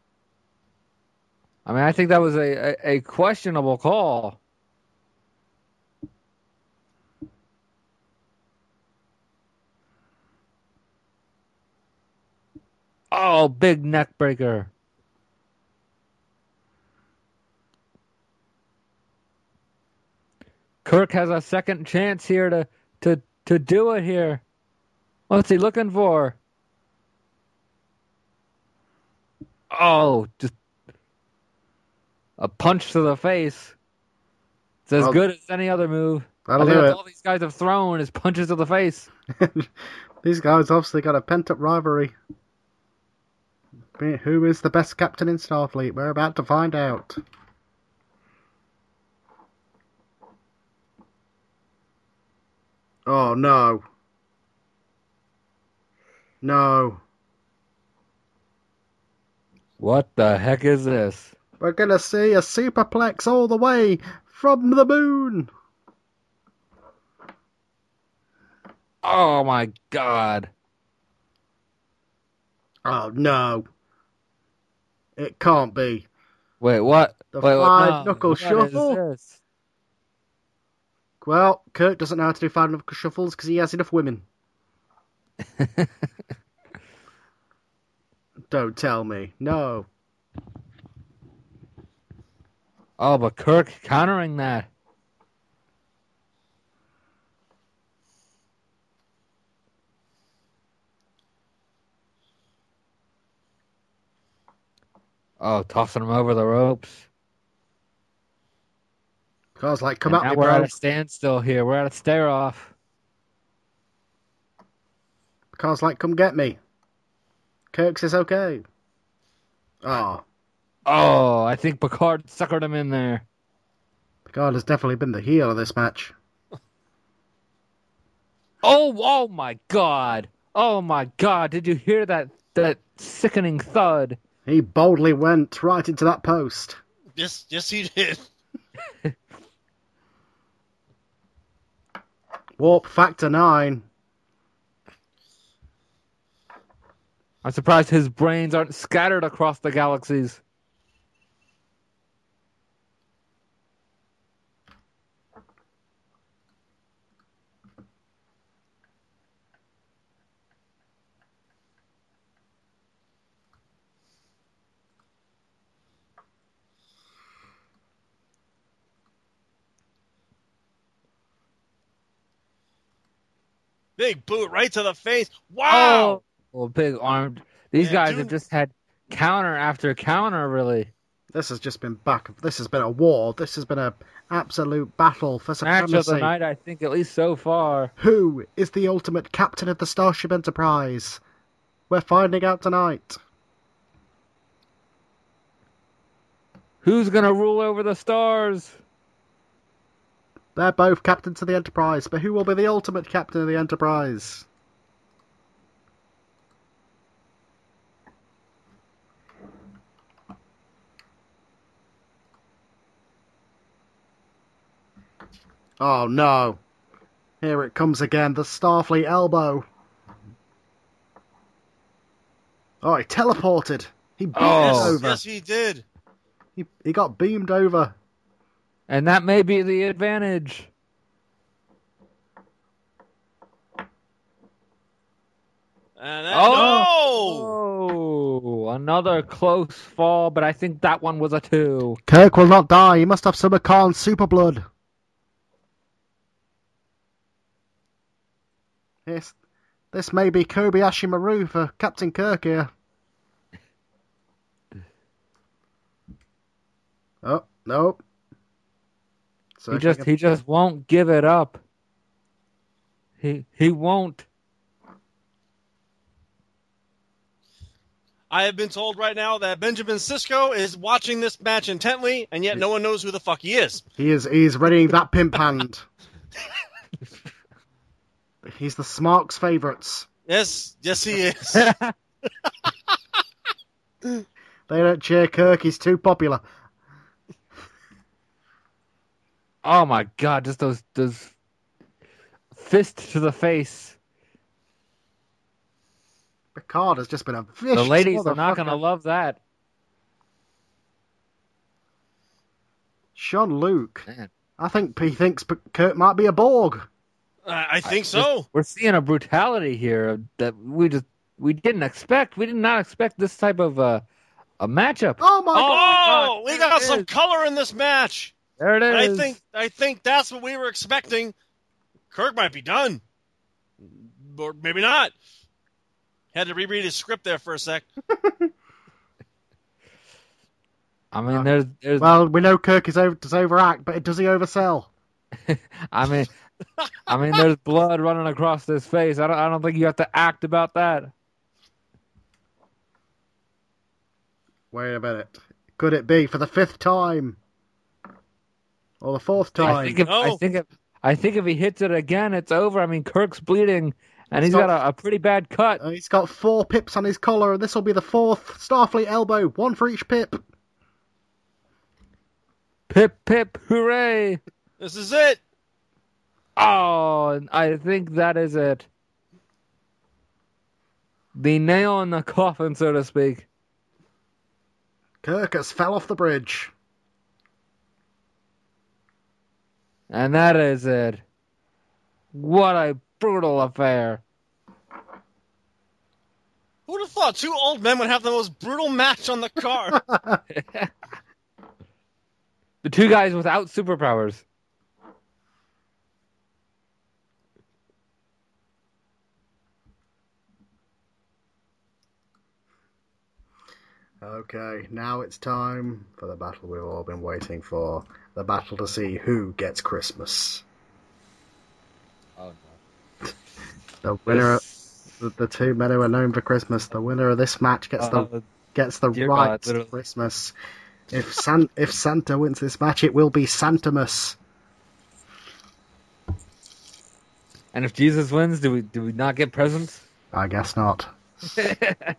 C: I mean, I think that was a, a, a questionable call. Oh, big neck breaker. Kirk has a second chance here to, to, to do it here. What's he looking for? Oh, just a punch to the face. It's as
A: Well,
C: good as any other move. I
A: That'll
C: think
A: do
C: that's
A: it.
C: all these guys have thrown is punches to the face.
A: These guys obviously got a pent up rivalry. Be- Who is the best captain in Starfleet? We're about to find out. Oh no. No.
C: What the heck is this?
A: We're gonna see a superplex all the way from the moon.
C: Oh my god.
A: Oh no. It can't be.
C: Wait, what?
A: The
C: Wait, what?
A: five knuckle
C: what is
A: shuffle?
C: this?
A: Well, Kirk doesn't know how to do five knuckle shuffles because he has enough women. Don't tell me. No.
C: Oh, but Kirk countering that. Oh, tossing him over the ropes.
A: Car's like, come
C: And
A: at
C: now
A: me,
C: we're
A: bro.
C: at a standstill here. We're at a stare off.
A: Car's like, come get me. Kirk says, okay. Oh,
C: Oh, I think Picard suckered him in there.
A: Picard has definitely been the heel of this match.
C: Oh, oh my God! Oh my God! Did you hear that? That sickening thud.
A: He boldly went right into that post.
D: Yes, yes, he did.
A: Warp factor nine.
C: I'm surprised his brains aren't scattered across the galaxies.
D: Big boot right to the face. Wow.
C: Oh, well, big armed. These
D: Yeah,
C: guys
D: dude.
C: have just had counter after counter, really.
A: This has just been back. This has been a war. This has been a absolute battle for
C: Match of the
A: supremacy.
C: night, I think, at least so far.
A: Who is the ultimate captain of the Starship Enterprise? We're finding out tonight.
C: Who's gonna rule over the stars?
A: They're both captains of the Enterprise, but who will be the ultimate captain of the Enterprise? Oh no. Here it comes again, the Starfleet elbow. Oh, he teleported. He beamed
C: Oh.
A: over.
D: Yes, he did.
A: He, he got beamed over.
C: And that may be the advantage.
D: And that, no!
C: Oh, another close fall, but I think that one was a two.
A: Kirk will not die. He must have some of Khan's super blood. Yes, this may be Kobayashi Maru for Captain Kirk here. Oh no! So
C: He just he just won't give it up. He he won't.
D: I have been told right now that Benjamin Cisco is watching this match intently, and yet no one knows who the fuck he is.
A: he is he is readying that pimp hand. He's the Smarks' favourites.
D: Yes, yes, he is.
C: Oh
A: They don't cheer Kirk. He's too popular.
C: Oh my god, just those those fist to the face.
A: Picard has just been a vicious.
C: The ladies are not
A: motherfucker.
C: gonna love that.
A: Sean Luke.
C: Man.
A: I think he thinks P- Kirk might be a Borg.
D: I I think so.
C: We're seeing a brutality here that we just we didn't expect. We did not expect this type of uh, a matchup.
A: Oh my god!
D: Oh,
C: God,
D: we
C: there
D: got
C: it
D: some
C: is.
D: color in this match.
C: There it
D: I
C: is.
D: think I think that's what we were expecting. Kirk might be done, or maybe not. Had to reread his script there for a sec.
C: I mean, there's there's
A: Well, we know Kirk is over, does overact, but does he oversell?
C: I mean, I mean, there's blood running across his face. I don't, I don't think you have to act about that.
A: Wait a minute. Could it be for the fifth time? Or the fourth
C: I
A: time?
C: think if, I
D: No.
C: think if, I think if he hits it again, it's over. I mean, Kirk's bleeding, and he's
A: Stop.
C: got a, a pretty bad cut.
A: Uh, he's got four pips on his collar, and this will be the fourth Starfleet elbow, one for each pip.
C: Pip, pip, hooray!
D: This is it.
C: Oh, and I think that is it. The nail in the coffin, so to speak.
A: Kirk has fell off the bridge.
C: And that is it. What a brutal affair.
D: Who'd have thought two old men would have the most brutal match on the card?
C: The two guys without superpowers.
A: Okay, now it's time for the battle we've all been waiting for. The battle to see who gets Christmas.
C: Oh,
A: The winner, the, the two men who are known for Christmas, the winner of this match gets the gets the
C: Uh, Dear
A: right
C: God, literally.
A: to Christmas. If San- if Santa wins this match, it will be Santamus.
C: And if Jesus wins, do we do we not get presents?
A: I guess not.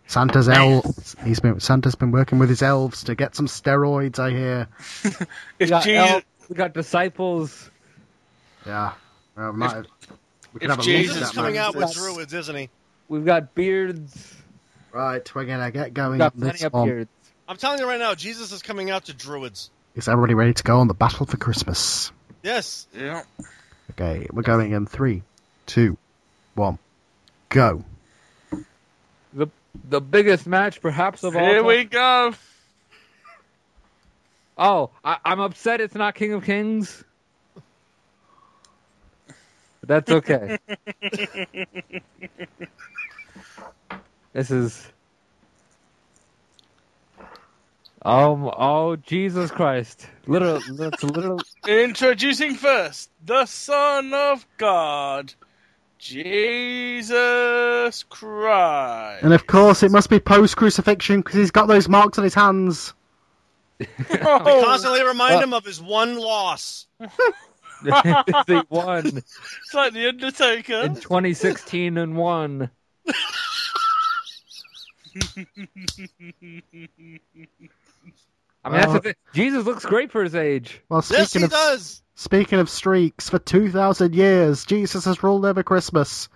A: Santa's elves. He's been Santa's been working with his elves to get some steroids. I hear.
C: We
B: If
C: got,
B: Jesus,
C: elf- we got disciples.
A: Yeah. Well, we might have- we could
B: if
A: have a look at
B: Jesus
D: Jesus
B: is
D: is
A: that
D: coming
A: man.
D: out with
A: It's-
D: druids, isn't he?
C: We've got beards.
A: Right, we're gonna get going.
C: Got
A: on
C: plenty
A: this
C: up
A: one.
C: here.
D: I'm telling you right now, Jesus is coming out to druids.
A: Is everybody ready to go on the battle for Christmas?
D: Yes.
B: Yeah.
A: Okay, we're going in three, two, one, go.
C: The the biggest match perhaps of all.
B: Here
C: time.
B: we go.
C: Oh, I, I'm upset it's not King of Kings. But that's okay. this is. Oh, oh, Jesus Christ! Literal, that's literal.
B: Introducing first the Son of God, Jesus Christ.
A: And of course, it must be post crucifixion because he's got those marks on his hands.
D: We
B: Oh,
D: constantly remind
C: Uh.
D: him of his one loss.
C: they won
B: it's like the Undertaker.
C: in 2016 and won. I mean, that's the thing. Jesus looks great for his age.
A: Well,
D: Yes,
A: speaking
D: he
A: of
D: does.
A: speaking of streaks, for two thousand years, Jesus has ruled over Christmas,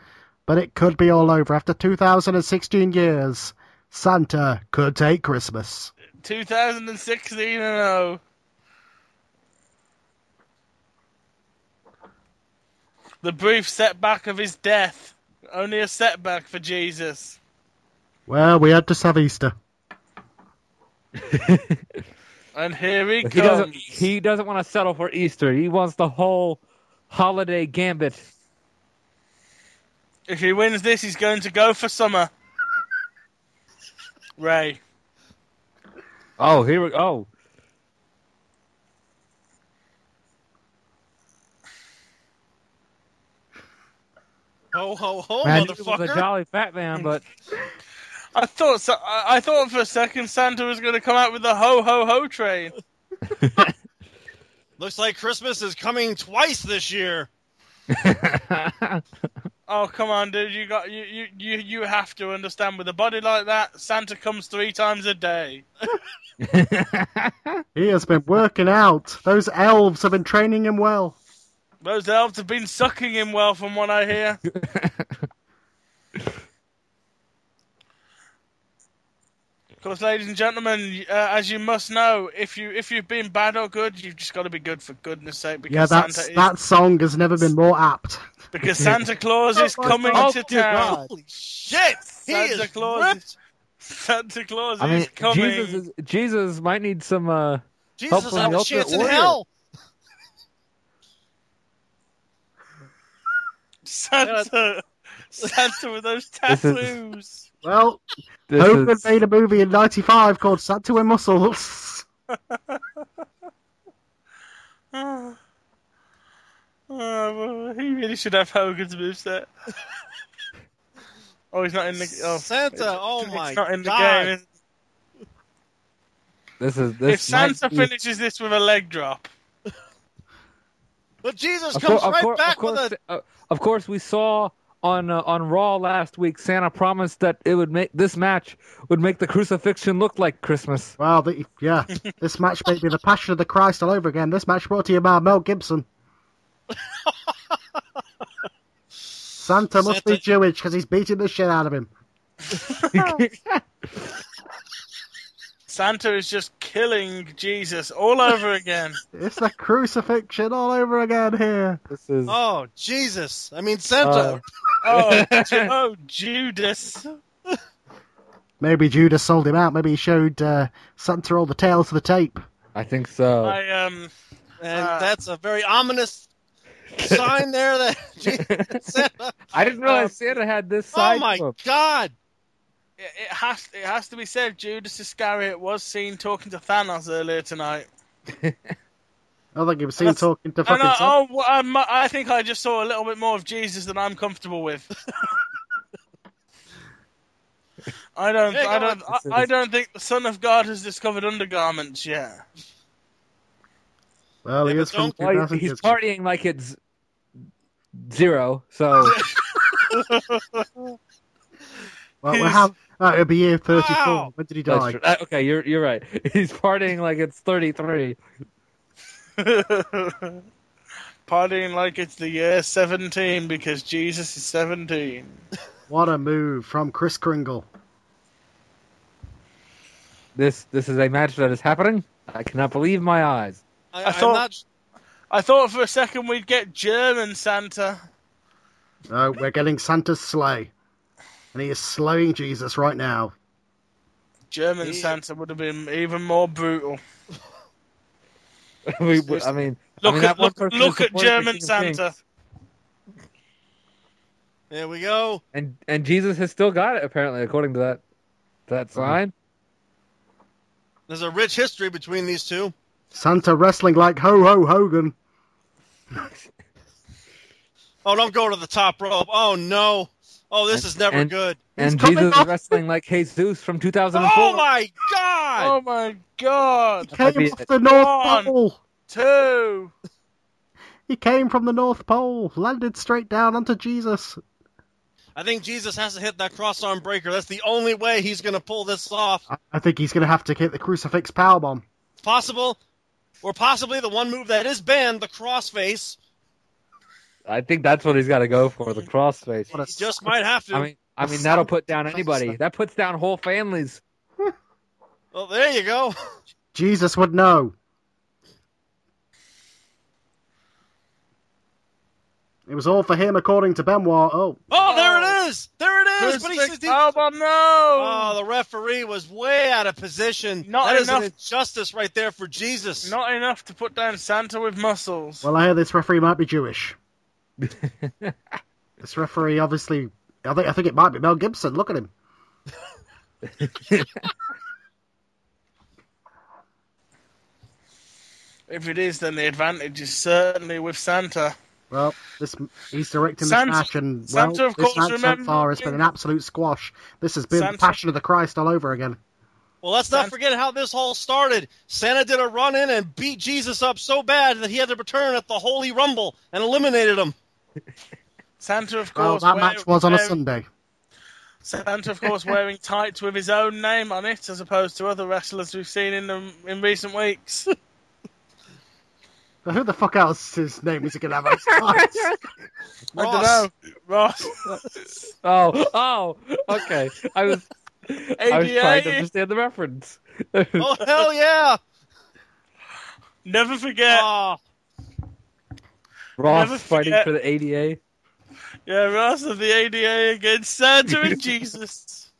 A: but it could be all over after two thousand and sixteen years. Santa could take Christmas.
B: 2016 and oh. The brief setback of his death. Only a setback for Jesus.
A: Well, we had to have Easter.
B: And here he
C: He
B: comes.
C: doesn't. He doesn't want to settle for Easter. He wants the whole holiday gambit.
B: If he wins this, he's going to go for summer. Ray.
C: Oh, here we go.
D: Ho ho ho,
C: Man, he was a
D: motherfucker.
C: jolly fat man, but
B: I thought so, I, I thought for a second Santa was going to come out with the ho ho ho train.
D: Looks like Christmas is coming twice this year.
B: Oh come on, dude! You got you you you, you have to understand. With a body like that, Santa comes three times a day.
A: He has been working out. Those elves have been training him well.
B: Those elves have been sucking him well, from what I hear. of course, ladies and gentlemen, uh, as you must know, if you if you've been bad or good, you've just got to be good for goodness' sake. Because
A: Yeah, that's,
B: Santa is,
A: that song has never been more apt.
B: because Santa Claus is
A: Oh my
B: coming
A: God.
B: to
A: Oh, dear
B: town.
A: God.
D: Holy shit! He
B: Santa
D: is
B: Claus
D: ripped.
B: is- Santa Claus
C: I mean,
B: is coming.
C: Jesus, is, Jesus might need some. Uh,
D: Jesus
C: Hopefully
D: has
C: the
D: a
C: ultimate
D: chance in
C: warrior.
D: hell.
B: Santa, Santa with those
C: This is-
B: tattoos.
A: Well,
C: this
A: Hogan
C: is-
A: made a movie in '95 called Santa with Muscles.
B: oh, Ah, well, he really should have Hogan's moveset. oh, he's not in the. Oh,
D: Santa, oh
B: he's
D: my
B: not in the
D: god.
B: game. is-
C: this is this.
B: If Santa
C: might be-
B: finishes this with a leg drop,
D: But Jesus
C: of
D: comes
C: cour- of
D: right
C: cour-
D: back
C: of course,
D: with a
C: uh, of course, we saw on uh, on Raw last week. Santa promised that it would make this match would make the crucifixion look like Christmas.
A: Well, the, yeah, this match may be the Passion of the Christ all over again. This match brought to you by Mel Gibson. Santa must be
D: Santa-
A: Jewish because he's beating the shit out of him.
B: Santa is just killing Jesus all over again.
A: It's the crucifixion all over again here.
C: This is
D: Oh Jesus. I mean Santa.
C: Uh,
B: Oh, Ju- oh Judas.
A: Maybe Judas sold him out. Maybe he showed uh, Santa all the tails of the tape.
C: I think so.
B: I um.
D: and
B: uh,
D: that's a very ominous sign there that Jesus, Santa.
C: I didn't realize Santa had this side.
D: Um, Oh my
C: to him.
D: god.
B: It it has it has to be said. Judas Iscariot was seen talking to Thanos earlier tonight.
A: I think he was seen
B: That's-
A: talking to
B: And
A: fucking.
B: I,
A: Santa.
B: oh, well, I mu- I think I just saw a little bit more of Jesus than I'm comfortable with. I don't,
D: Yeah,
B: I
D: go
B: don't, I, I don't think the Son of God has discovered undergarments yet.
A: Well, he
D: Yeah,
A: is
D: but
A: from
D: don't-
C: Well,
A: 2000
C: he's
A: years.
C: partying like it's zero. So
A: Well, we
B: He's-
A: have. Oh, it'll be year 34.
D: Wow.
A: When did he
C: That's
A: die?
C: true. Uh, okay, you're you're right. He's partying like it's 33.
B: Partying like it's the year 17 because Jesus is 17.
A: What a move from Chris Kringle.
C: This this is a match that is happening. I cannot believe my eyes.
D: I,
B: I
D: I
B: thought-
D: am not.
B: I thought for a second we'd get German Santa.
A: No, we're getting Santa's sleigh. And he is slaying Jesus right now.
B: German
D: Yeah.
B: Santa would have been even more brutal.
C: we,
D: Seriously.
C: I mean, I
B: Look
C: mean,
B: at
C: that one
B: look,
C: person
B: look
C: who
B: at
C: supported the
B: German
C: King of Kings,
B: Santa.
D: There we go.
C: and and Jesus has still got it apparently, according to that that
A: Mm-hmm.
C: sign.
D: There's a rich history between these two.
A: Santa wrestling like Ho Ho Hogan.
D: Oh, don't go to the top rope. Oh no. Oh, this
C: And-
D: is never
C: and-
D: good.
C: And
A: coming
C: Jesus is
A: off-
C: wrestling like Jesus from 2004.
D: Oh my god!
B: Oh my God!
A: He
C: might
A: came
C: be
A: off
C: it.
A: the
B: on.
A: North Pole.
B: Two.
A: He came from the North Pole, landed straight down onto Jesus.
D: I think Jesus has to hit that cross arm breaker. That's the only way he's gonna pull this off.
C: Uh.
A: I- I think he's going to have to hit the crucifix powerbomb.
D: Possible, or possibly the one move that is banned, the crossface.
C: I think that's what he's got to go for the crossface.
A: What a
D: He just might have to.
C: I mean, I mean
A: Son
C: that'll
A: of
C: put down anybody.
A: Christ.
C: That puts down whole families.
D: well, there you go.
A: Jesus would know. It was all for him, according to Benoit. Oh,
D: Oh, there it is. There it is. But he,
B: Crucifix
D: he-
B: elbow,
D: Oh,
B: no.
D: the referee was way out of position.
B: Not
D: That is
B: enough-
D: justice right there for Jesus.
B: Not enough to put down Santa with muscles.
A: well, I hear this referee might be Jewish. This referee, obviously, I think I think it might be Mel Gibson. Look at him.
B: if it is, then the advantage is certainly with Santa.
A: Well, this he's directing
B: Santa-
A: this match, and well,
B: Santa, of
A: this
B: course,
A: match so
B: remember-
A: far has been an absolute squash. This has been
B: Santa-
A: the Passion of the Christ all over again.
D: Well, let's not
B: Santa-
D: forget how this all started. Santa did a run in and beat Jesus up so bad that he had to return at the Holy Rumble and eliminated him.
B: Santa, of
A: Well,
B: course,
A: that
B: wear-
A: match was on a
B: wearing-
A: Sunday.
B: Santa, of course, wearing tights with his own name on it, as opposed to other wrestlers we've seen in the, in recent weeks.
A: But who the fuck else his name is he gonna have on his cards?
B: I
D: Ross.
B: don't know, Ross.
C: Oh, oh, okay. I was, I was trying to
B: ADA.
C: understand the reference.
D: Oh, hell yeah.
B: Never forget.
D: Ah,
C: Ross
B: never
C: fighting
B: forget-
C: for the ADA.
B: Yeah, Ross of the ADA against Santa and Jesus.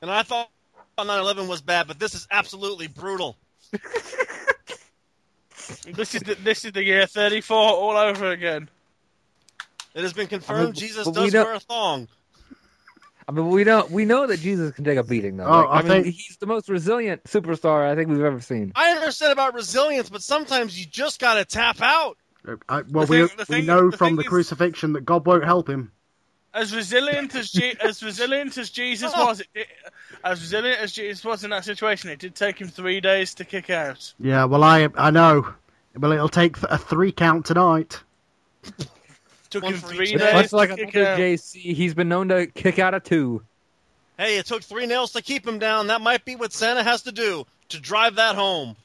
D: and I thought 9 11 was bad, but this is absolutely brutal.
B: This is the, this is the year 34 all over again.
D: It has been confirmed Jesus
C: but we
D: does
C: don't-
D: wear a thong.
C: I mean, we don't. We know that Jesus can take a beating, though.
A: Oh,
C: Like,
A: I
C: I, mean,
A: think-
C: he's the most resilient superstar I think we've ever seen.
D: I understand about resilience, but sometimes you just got to tap out.
A: Uh, I, well,
B: The
A: we,
B: thing- the
A: we
B: thing-
A: know
B: the
A: from
B: thing
A: the
B: is-
A: crucifixion that God won't help him.
B: As resilient as Je- as resilient as Jesus was, it, it, as resilient as Jesus was in that situation, it did take him three days to kick out.
A: Yeah, well, I I know. Well, it'll take th- a three count tonight.
B: Took
D: One
B: him
D: for
B: three
D: each
B: days.
D: day.
C: Much like
B: to kick
C: another
B: out.
C: JC, he's been known to kick out a two.
D: Hey, it took three nails to keep him down. That might be what Santa has to do to drive that home.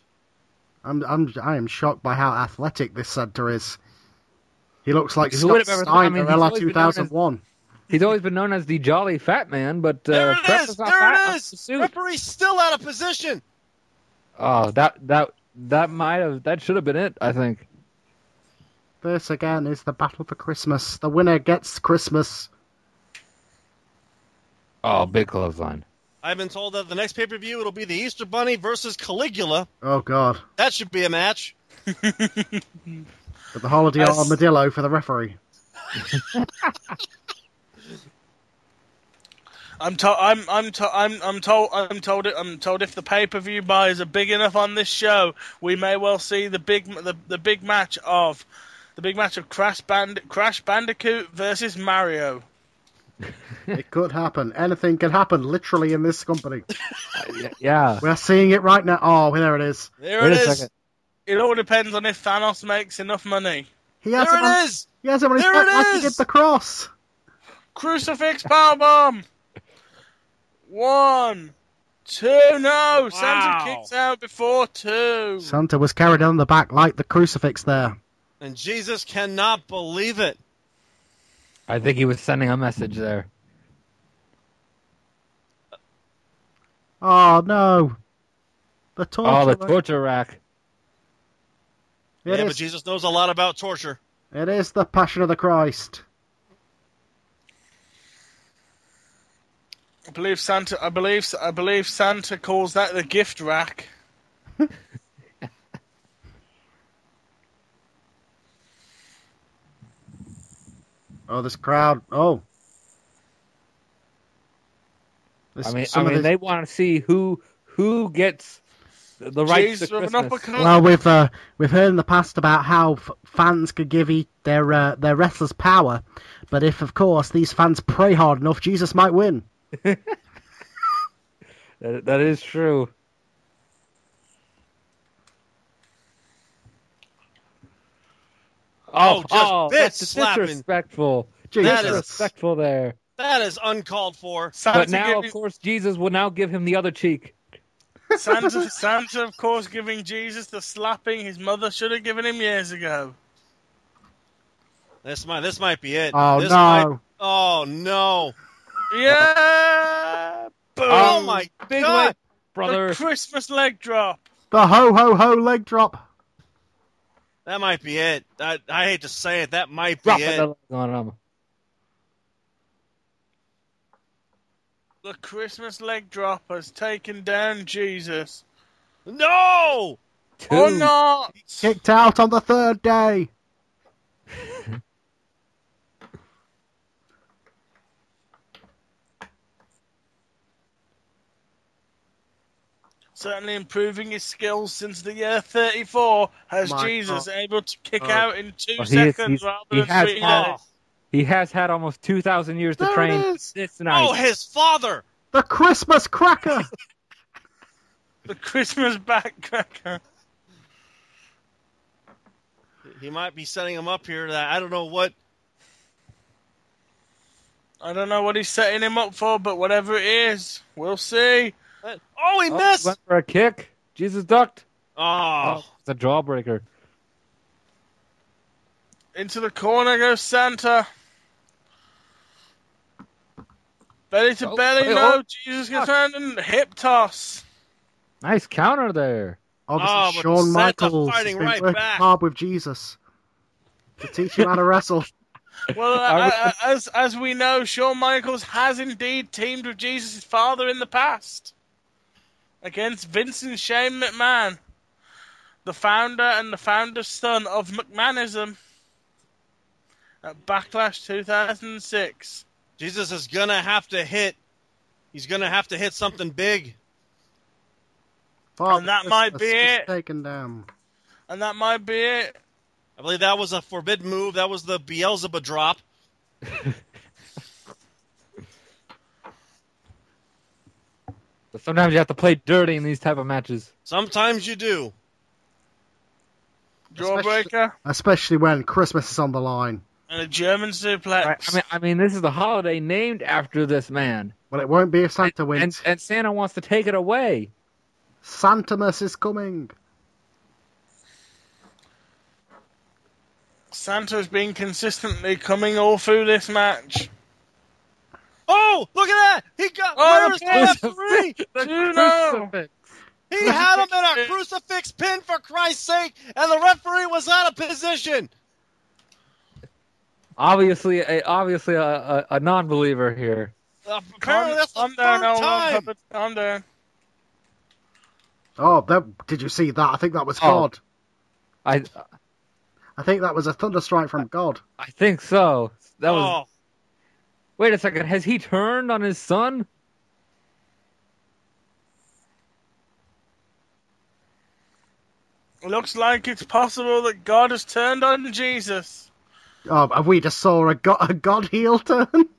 A: I'm I'm I am shocked by how athletic this center is. He looks like
C: Who
A: Scott
C: would've ever thought- I
A: Steiner
C: mean,
A: in
C: he's
A: LR
C: always been known as-
A: 2001.
C: He's always been known as the jolly fat man, but uh,
D: There it
C: Prep
D: is.
C: not
D: There
C: fat
D: it
C: on the
D: is.
C: suit.
D: Referee's still out of position.
C: Oh, that that that might have that should have been it. I think.
A: This again is the battle for Christmas. The winner gets Christmas.
C: Oh, big clothesline.
D: I've been told that the next pay per view it'll be the Easter Bunny versus Caligula.
A: Oh God!
D: That should be a match.
A: But the holiday
B: That's-
A: armadillo for the referee.
B: I'm told. I'm. I'm. To- I'm. I'm told. I'm told. It, I'm told. If the pay per view buys are big enough on this show, we may well see the big. The, the big match of, the big match of Crash Band Crash Bandicoot versus Mario.
A: it could happen. Anything can happen, literally, in this company.
C: Yeah.
A: We're seeing it right now. Oh, there it is.
D: There
C: Wait
D: it
C: a
D: is.
C: second.
B: It all depends on if Thanos makes enough money.
A: He has
D: There
A: it. on-
D: it is.
A: He has it on his
D: There
A: back
D: it
A: like he
D: is!
A: did the cross.
B: Crucifix powerbomb. One, two. No, Santa
D: Wow.
B: kicks out before two.
A: Santa was carried on the back like the crucifix there.
D: And Jesus cannot believe it.
C: I think he was sending a message there.
A: Oh no, the torture.
C: Oh, the
A: rack.
C: torture rack.
A: It
D: yeah, but
A: is-
D: Jesus knows a lot about torture.
A: it is the Passion of the Christ.
B: I believe Santa. I believe. I believe Santa calls that the gift rack.
A: Oh, this crowd. Oh. This,
C: I mean, I
A: some of
C: mean,
A: this-
C: they want to see who who gets the, the rights
B: Jesus
C: to
B: with an
C: Christmas.
B: uppercut.
A: Well, we've uh, we've heard in the past about how f- fans could give e- their uh, their wrestlers power, but if of course these fans pray hard enough, Jesus might win.
C: That, that is true.
D: Oh, just
C: that's
D: fist slapping.
C: disrespectful.
A: Jesus.
D: That is-
C: Respectful there.
D: That is uncalled for.
B: Santa
C: but now,
B: giving-
C: of course, Jesus will now give him the other cheek.
B: Santa, Santa, of course, giving Jesus the slapping his mother should have given him years ago.
D: This might this might be it.
A: Oh
D: This
A: no!
D: might- oh no!
B: Yeah, boom!
D: Oh my
C: Big
D: God!
C: leg, brother.
B: The Christmas leg drop.
A: The ho ho ho leg drop.
D: That might be it. I, I hate to say it. That might be
C: Dropping
D: it.
C: the leg on him.
B: The Christmas leg drop has taken down Jesus.
D: No! Oh,
C: Two.
B: Or not!
A: Kicked out on the third day.
B: Certainly improving his skills since the year 34 has
A: My
B: Jesus
A: God.
B: able to kick
A: Oh.
B: out in two
C: Well, he is-
B: seconds
C: he's-
B: rather
C: he
B: than
C: has
B: three
C: power.
B: days.
C: He has had almost 2,000 years to
A: There it
C: train.
A: is.
C: This
D: Oh,
C: night.
D: his father!
A: The Christmas cracker.
B: The Christmas backcracker.
D: He might be setting him up here. That I don't know what.
B: I don't know what he's setting him up for, but whatever it is, we'll see.
D: that- Oh, he
C: Oh,
D: missed.
C: went for a kick. Jesus ducked.
D: Oh,
C: it's a jawbreaker.
B: Into the corner goes Santa. Belly to
C: Oh,
B: belly,
C: hey,
B: no.
C: oh,
B: Jesus gets around and hip toss.
C: Nice counter there.
D: Ah,
A: Obviously,
D: but
A: Shawn
D: Santa
A: Michaels has
D: fighting
A: been
D: right
A: working
D: back.
A: hard with Jesus to teach him how to wrestle.
B: Well,
C: I was-
B: uh, uh, as as we know, Shawn Michaels has indeed teamed with Jesus' father in the past against Vincent Shane McMahon, the founder and the founder's son of McMahonism at Backlash 2006.
D: Jesus is gonna have to hit. He's gonna have to hit something big.
A: Father
B: And that might
A: Christmas
B: be
A: is
B: it.
A: Taken down.
B: And that might be it.
D: I believe that was a forbidden move. That was the Beelzebub drop.
C: But sometimes you have to play dirty in these type of matches.
D: Sometimes you do.
B: Jawbreaker
A: Especially when Christmas is on the line.
B: and a German suplex.
C: Right? I mean, I mean, this is the holiday named after this man,
A: Well, it won't be if Santa wins.
C: and and Santa wants to take it away.
A: Santamus is coming.
B: Santa's been consistently coming all through this match.
D: Oh, look at that! He got
B: Oh, the
D: where's the referee?
C: The
B: Juno!
C: crucifix.
D: He had him in a crucifix pin for Christ's sake, and the referee was out of position.
C: Obviously, a obviously a, a, a non-believer here.
D: Apparently, that's the
B: I'm
D: third
B: down, Owen,
D: time.
B: Papa, I'm down.
A: Oh, that, did you see that? I think that was
C: Oh.
A: God.
C: I
A: I think that was a thunderstrike from God.
C: I think so. That was.
D: Oh,
C: Wait a second. Has he turned on his son?
B: Looks like it's possible that God has turned on Jesus.
A: Oh, and we just saw a God, a God heel turn.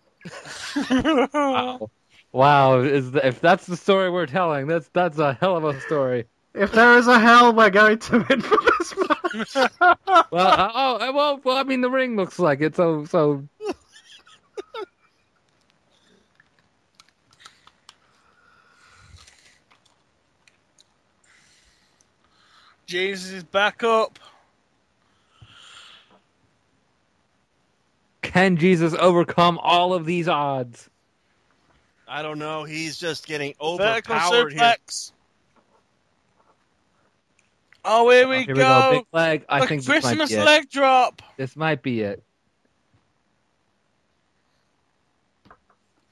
C: Wow. Wow. Is the, if that's the story we're telling, that's that's a hell of a story.
A: If there is a hell, we're going to win for this match.
C: Well, uh, oh, uh, well, well. I mean, the ring looks like it. So, so
B: Jesus is back up.
C: can Jesus overcome all of these odds?
D: Oh, I don't know. He's just getting
B: Vertical
D: overpowered here.
B: suplex. Oh, here we
C: Here we go.
B: go.
C: Big leg. I
B: A
C: think this might
B: Christmas
C: be it.
B: leg drop.
C: This might be it.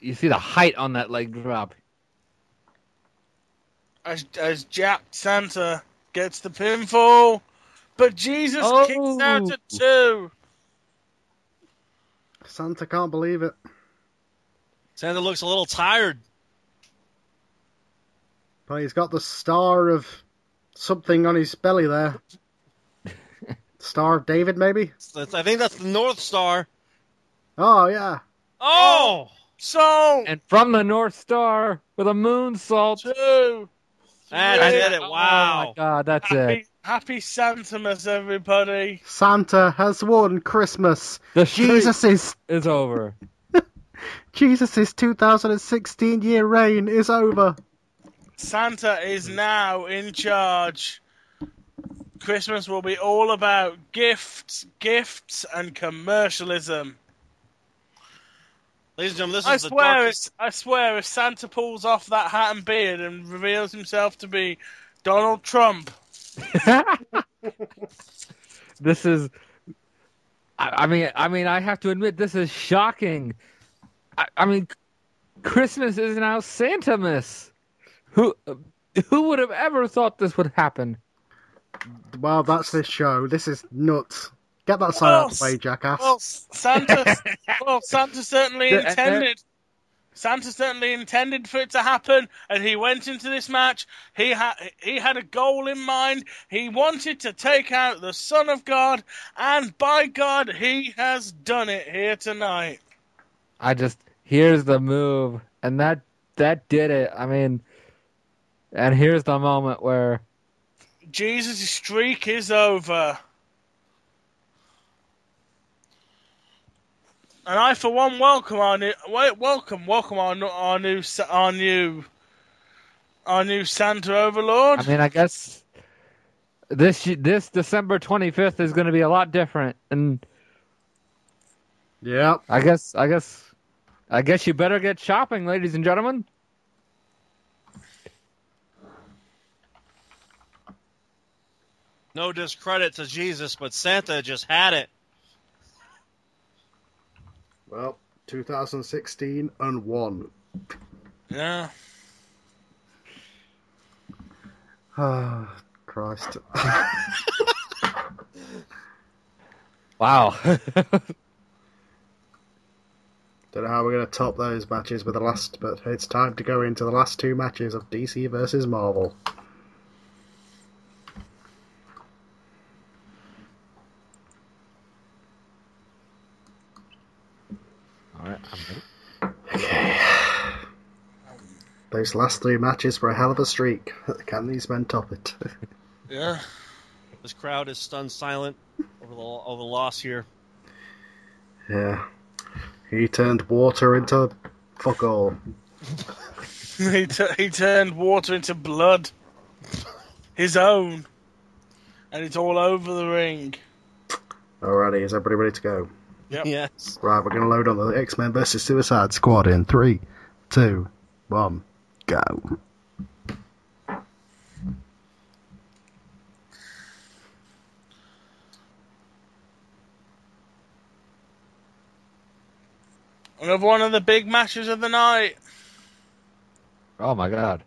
C: You see the height on that leg drop.
B: as, as Jack Santa gets the pinfall, but Jesus
C: Oh.
B: kicks out at two.
A: Santa can't believe it.
D: Santa looks a little tired.
A: But he's got the star of something on his belly there. star of David, maybe?
D: That's- I think that's the North Star.
A: Oh, yeah.
D: Oh!
B: So
C: And from the North Star with a moonsault.
B: two.
D: That
B: three.
D: did it. Wow.
C: Oh my god, that's
B: Happy,
C: it.
B: happy Santamas, everybody.
A: Santa has won Christmas.
C: The Jesus
A: Jesus is
C: is over.
A: Jesus's 2016 year reign is over.
B: Santa is now in charge. Christmas will be all about gifts, gifts, and commercialism.
D: Ladies and gentlemen, this
B: I
D: is the
B: swear,
D: darkest.
B: if, I swear, if Santa pulls off that hat and beard and reveals himself to be Donald Trump,
C: this is. I, I mean, I mean, I have to admit, this is shocking. I, I mean, Christmas is now Santamas. Who, who would have ever thought this would happen?
A: Well, that's this show. This is nuts. Get that sign out of the way, jackass.
B: Well, S- Santa, well, Santa certainly
C: There- there-
B: intended. Santa certainly intended for it to happen, and he went into this match. He had he had a goal in mind. He wanted to take out the Son of God, and by God, he has done it here tonight.
C: I just here's the move, and that that did it. I mean, and here's the moment where
B: Jesus' streak is over. And I, for one, welcome our new wel- welcome welcome our nu- our new sa- our new our new Santa Overlord.
C: I mean, I guess this this December 25th is going to be a lot different, and
A: Yep.
C: I guess I guess I guess you better get shopping, ladies and gentlemen.
D: No discredit to Jesus, but Santa just had it.
A: Well, 2016 and one.
B: yeah.
A: Ah, Christ.
C: Wow.
A: Don't know how we're going to top those matches with the last, but it's time to go into the last two matches of DC versus Marvel. Those last three matches were a hell of a streak. Can these men top it?
B: Yeah.
D: This crowd is stunned silent over the, over the loss here.
A: yeah. He turned water into fuck all.
B: he, t- he turned water into blood. His own. And it's all over the ring.
A: Alrighty, is everybody ready to go?
B: Yep.
D: Yes.
A: Right, we're going to load on the X Men versus Suicide Squad in three, two, one, go.
B: Another one of the big matches of the night.
C: oh my god.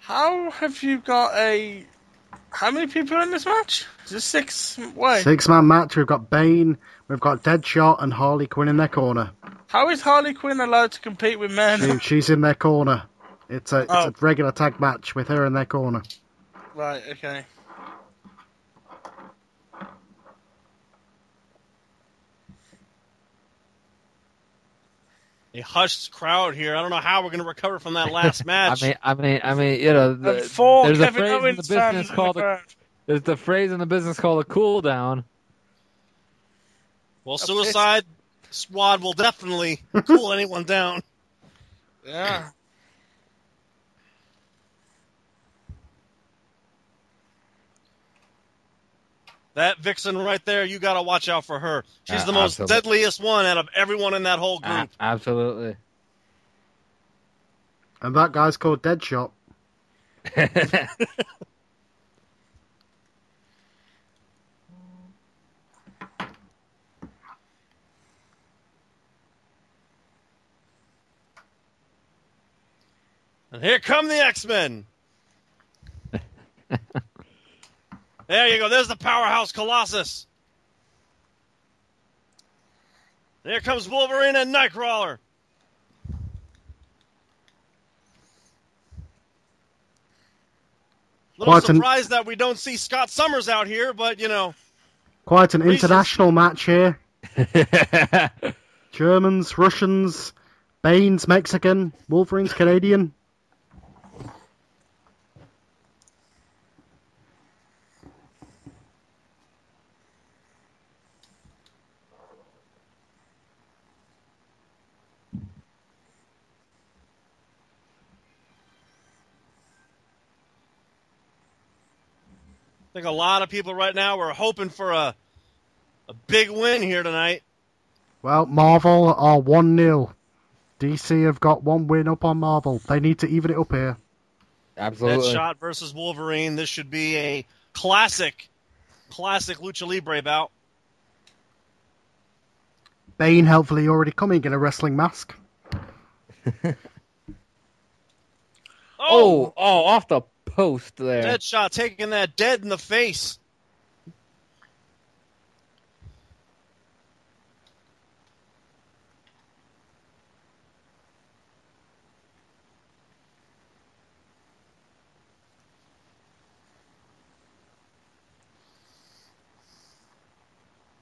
B: How have you got a? How many people are in this match? Is it six? Wait,
A: Six man match. We've got Bane, we've got Deadshot, and Harley Quinn in their corner.
B: how is Harley Quinn allowed to compete with
A: She-
B: men?
A: She's in their corner. It's a, it's
B: Oh.
A: a regular tag match with her in their corner.
B: right. Okay.
D: A hushed crowd here. I don't know how we're going to recover from that last match.
C: I mean, I mean, I mean, you know, the,
B: And four
C: there's a
B: Kevin
C: phrase in the
B: Owens fans. in
C: business
B: the
C: called a,
B: crowd.
C: there's the phrase in the business called a cool down.
D: well, Suicide Squad will definitely cool anyone down.
B: Yeah.
D: That vixen right there, you got to watch out for her. She's
C: Uh,
D: the most
C: absolutely.
D: deadliest one out of everyone in that whole group.
C: A- absolutely.
A: And that guy's called Deadshot.
D: And here come the X Men. there you go. There's the powerhouse Colossus. There comes Wolverine and Nightcrawler. Little
A: Quite an-
D: surprised that we don't see Scott Summers out here, but you know,
A: Quite an
D: Reese's.
A: international match here. Germans, Russians, Bane's Mexican, Wolverine's Canadian.
D: I think a lot of people right now are hoping for a a big win here tonight.
A: Well, Marvel are 1 0. DC have got one win up on Marvel. They need to even it up here.
C: absolutely.
D: Deadshot versus Wolverine. This should be a classic, classic lucha libre bout.
A: Bane, helpfully, already coming in a wrestling mask.
C: Oh, oh, off the post there.
D: Deadshot taking that dead in the face.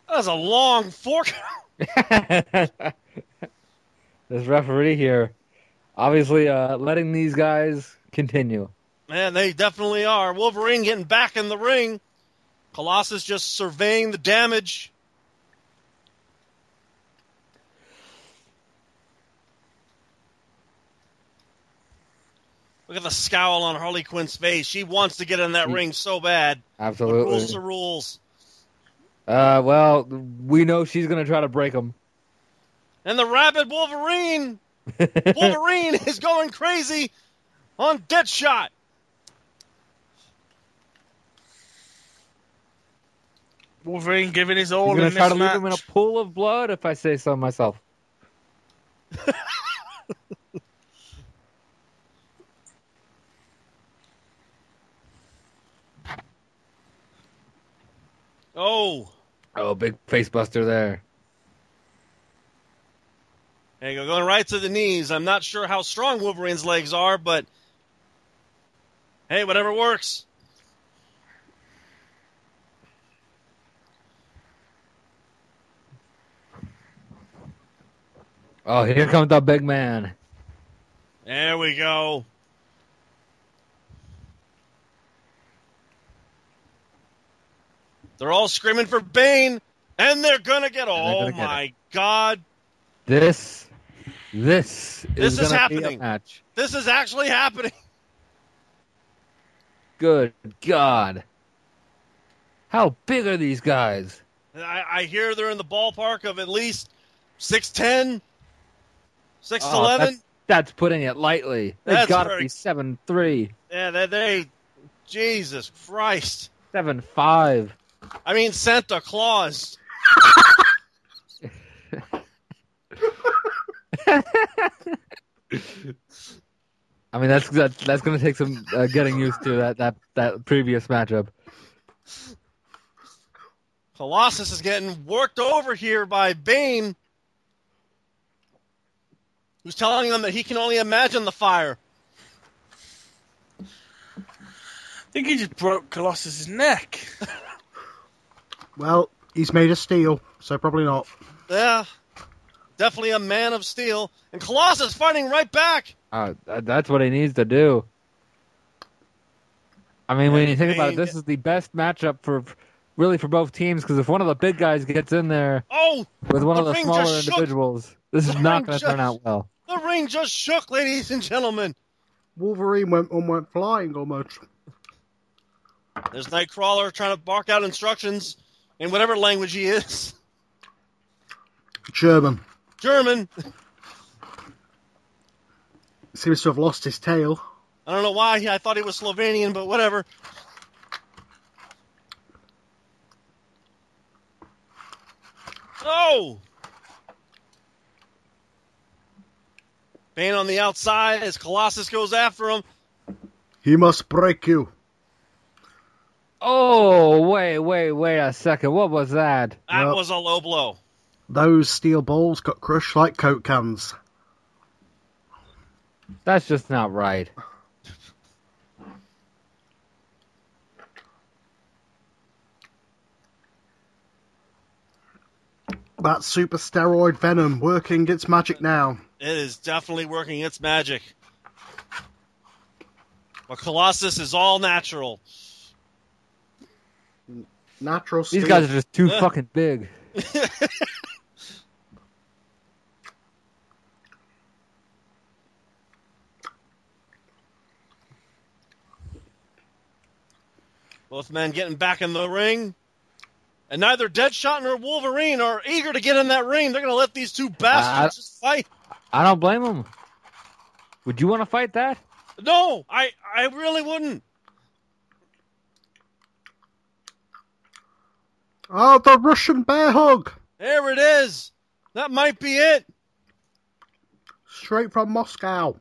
D: That was a long fork.
C: this referee here, obviously uh, letting these guys continue.
D: Man, they definitely are. Wolverine getting back in the ring. Colossus just surveying the damage. Look at the scowl on Harley Quinn's face. She wants to get in that ring so bad. But rules
C: Absolutely.
D: are rules.
C: Uh, well, we know she's gonna try to break them.
D: And the rabid Wolverine. Wolverine is going crazy on Deadshot.
B: Wolverine giving his
C: He's
B: all
C: gonna
B: in this
C: try to leave
B: match.
C: him in a pool of blood, if I say so myself.
D: Oh.
C: Oh, big face buster there.
D: There you go, going right to the knees. I'm not sure how strong Wolverine's legs are, but hey, whatever works.
C: Oh, here comes the big man.
D: There we go. They're all screaming for Bane, and they're gonna get.
C: they're
D: Oh
C: gonna get
D: my God,
C: This, this,
D: This is
C: gonna Be
D: happening.
C: a match.
D: this is actually happening.
C: Good God. How big are these guys?
D: I, I hear they're in the ballpark of at least 6'10", 6'11".
C: Oh, that's, that's putting it lightly. They've
D: That's
C: got to
D: very-
C: be seven three,
D: yeah, they, they. Jesus Christ.
C: seven five.
D: I mean Santa Claus.
C: I mean, that's that, that's going to take some uh, getting used to that that that previous matchup.
D: Colossus is getting worked over here by Bane, who's telling them that he can only imagine the fire.
B: I think he just broke Colossus's neck.
A: Well, he's made of steel, so probably not.
D: Yeah, definitely a man of steel. And Colossus fighting right back.
C: Uh, th- that's what he needs to do. I mean, when you think about it, this is the best matchup for really for both teams because if one of the big guys gets in there
D: Oh,
C: with one
D: The
C: of the
D: ring
C: smaller
D: just shook.
C: individuals, this is
D: The
C: not
D: ring
C: going to turn
D: just-
C: out well.
D: the ring just shook, ladies and gentlemen.
A: Wolverine went and went flying almost.
D: There's Nightcrawler trying to bark out instructions in whatever language he is.
A: German
D: German.
A: seems to have lost his tail.
D: I don't know why I thought he was Slovenian, but whatever. No! Bane on the outside as Colossus goes after him.
A: He must break you.
C: Oh, wait, wait, wait a second. What was that?
D: That
A: Well-
D: was a low blow.
A: Those steel balls got crushed like Coke cans.
C: That's just not right.
A: That super steroid venom working its magic now.
D: It is definitely working its magic. But Colossus is all natural.
A: Natural
C: These
A: steel.
C: guys are just too
D: Yeah.
C: fucking big.
D: Both men getting back in the ring. And neither Deadshot nor Wolverine are eager to get in that ring. They're going to let these two bastards just fight.
C: I don't blame them. Would you want to fight that?
D: No, I, I really wouldn't.
A: Oh, the Russian bear hug!
D: There it is. That might be it.
A: Straight from Moscow.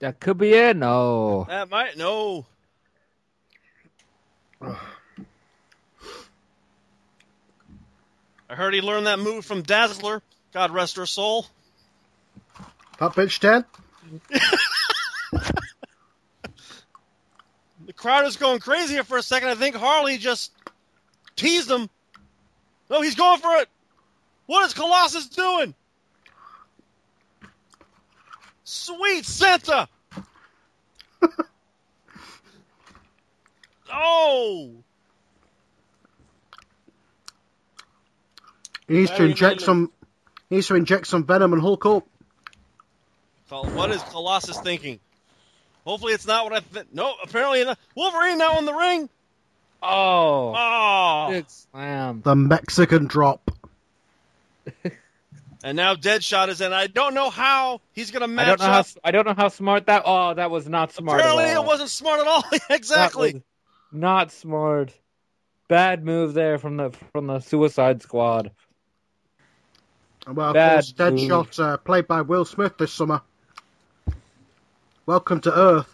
C: That could be it. No.
D: That might. No. I heard he learned that move from Dazzler. God rest her soul.
A: That bitch dead?
D: The crowd is going crazy here for a second. I think Harley just teased him. No, he's going for it. What is Colossus doing? Sweet Santa. oh,
A: He needs to
D: Very
A: inject
D: nice.
A: some. He needs to inject some venom and Hulk up.
D: Col- what is Colossus thinking? Hopefully, it's not what I. Th- no, apparently not. Wolverine now in the ring.
C: Oh.
D: Oh,
C: Big slam.
A: The Mexican drop.
D: and now Deadshot is in. I don't know how he's gonna
C: I
D: match
C: don't know how
D: up.
C: I don't know how smart that. Oh, that was not smart. at
D: Apparently,
C: all.
D: it wasn't smart at all.
C: That
D: exactly.
C: was Not smart. Bad move there from the from the Suicide Squad.
A: Well, of
C: Bad
A: course, Deadshot, uh, played by Will Smith this summer. Welcome to Earth.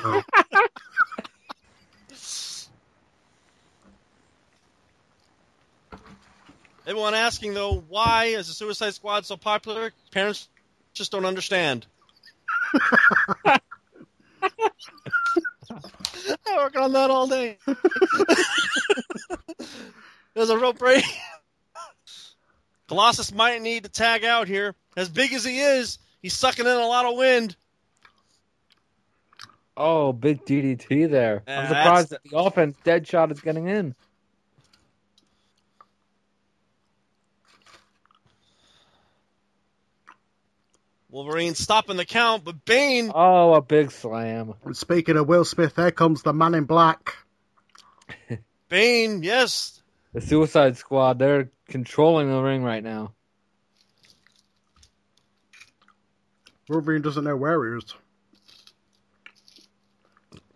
A: Oh.
D: Everyone asking though, why is the Suicide Squad so popular? Parents just don't understand. I work on that all day. There's a rope break. Colossus might need to tag out here. As big as he is, he's sucking in a lot of wind.
C: Oh, big DDT there. I'm
D: Uh,
C: surprised that
D: that's-
C: the offense Deadshot is getting in.
D: Wolverine stopping the count, but Bane
C: Oh, a big slam.
A: And Speaking of Will Smith, there comes the man in black.
D: Bane, yes.
C: The Suicide Squad, they're controlling the ring right now.
A: Wolverine doesn't know where he is.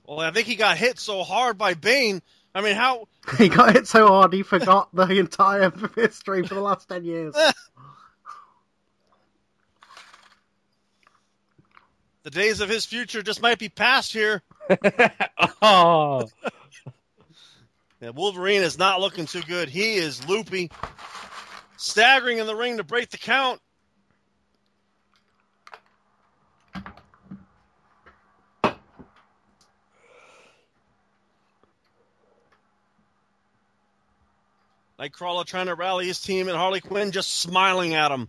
D: Well, I think he got hit so hard by Bane. I mean, how
A: He got hit so hard he forgot the entire history for the last 10 years.
D: the days of his future just might be past here.
C: oh,
D: Yeah, Wolverine is not looking too good. He is loopy, staggering in the ring to break the count. Nightcrawler trying to rally his team, and Harley Quinn just smiling at him.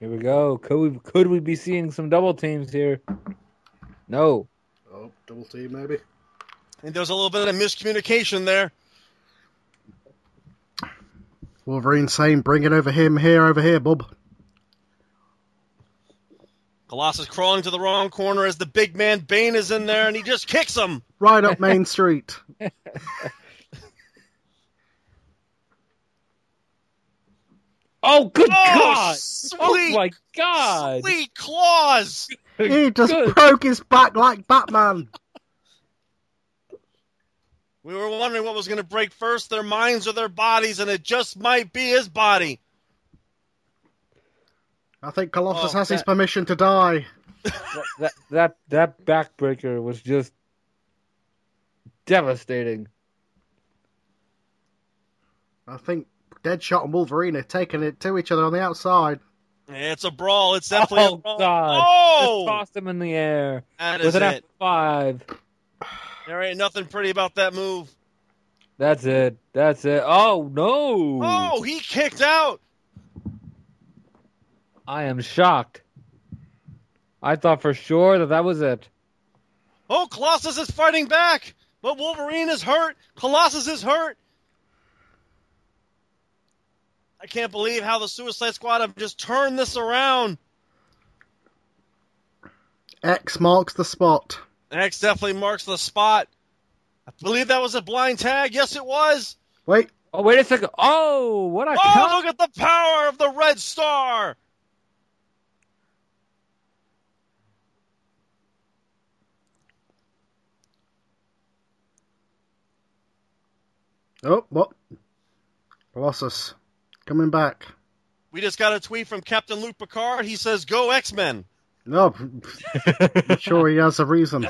C: here we go. Could we could we be seeing some double teams here? No.
A: Oh, double T maybe.
D: And there's a little bit of miscommunication there.
A: Wolverine saying, bring it over him, here, over here, bub.
D: Colossus crawling to the wrong corner as the big man Bane is in there, and he just kicks him.
A: Right up Main Street.
C: Oh, good
D: Oh,
C: God!
D: sweet,
C: Oh my God!
D: sweet claws!
A: He just
C: Good.
A: broke his back like Batman.
D: We were wondering what was going to break first, their minds or their bodies, and it just might be his body.
A: I think Colossus
C: Oh,
A: has his
C: that-
A: permission to die.
C: that that that backbreaker was just devastating.
A: I think Deadshot and Wolverine are taking it to each other on the outside.
D: It's a brawl. It's definitely
C: oh
D: a brawl.
C: God! Just
D: Oh,
C: tossed him in the air
D: that
C: with
D: is
C: an
D: it.
C: F five.
D: There ain't nothing pretty about that move.
C: That's it. That's it. Oh no!
D: Oh, he kicked out.
C: I am shocked. I thought for sure that that was it.
D: Oh, Colossus is fighting back, but Wolverine is hurt. Colossus is hurt. I can't believe how the Suicide Squad have just turned this around.
A: X marks the spot.
D: X definitely marks the spot. I believe that was a blind tag. Yes, it was.
A: Wait,
C: Oh wait a second. Oh, what a
D: Oh,
C: con-
D: look at the power of the Red Star.
A: oh, what? Colossus coming back.
D: We just got a tweet from Captain Luke Picard. He says, "Go X Men."
A: No, I'm sure he has a reason.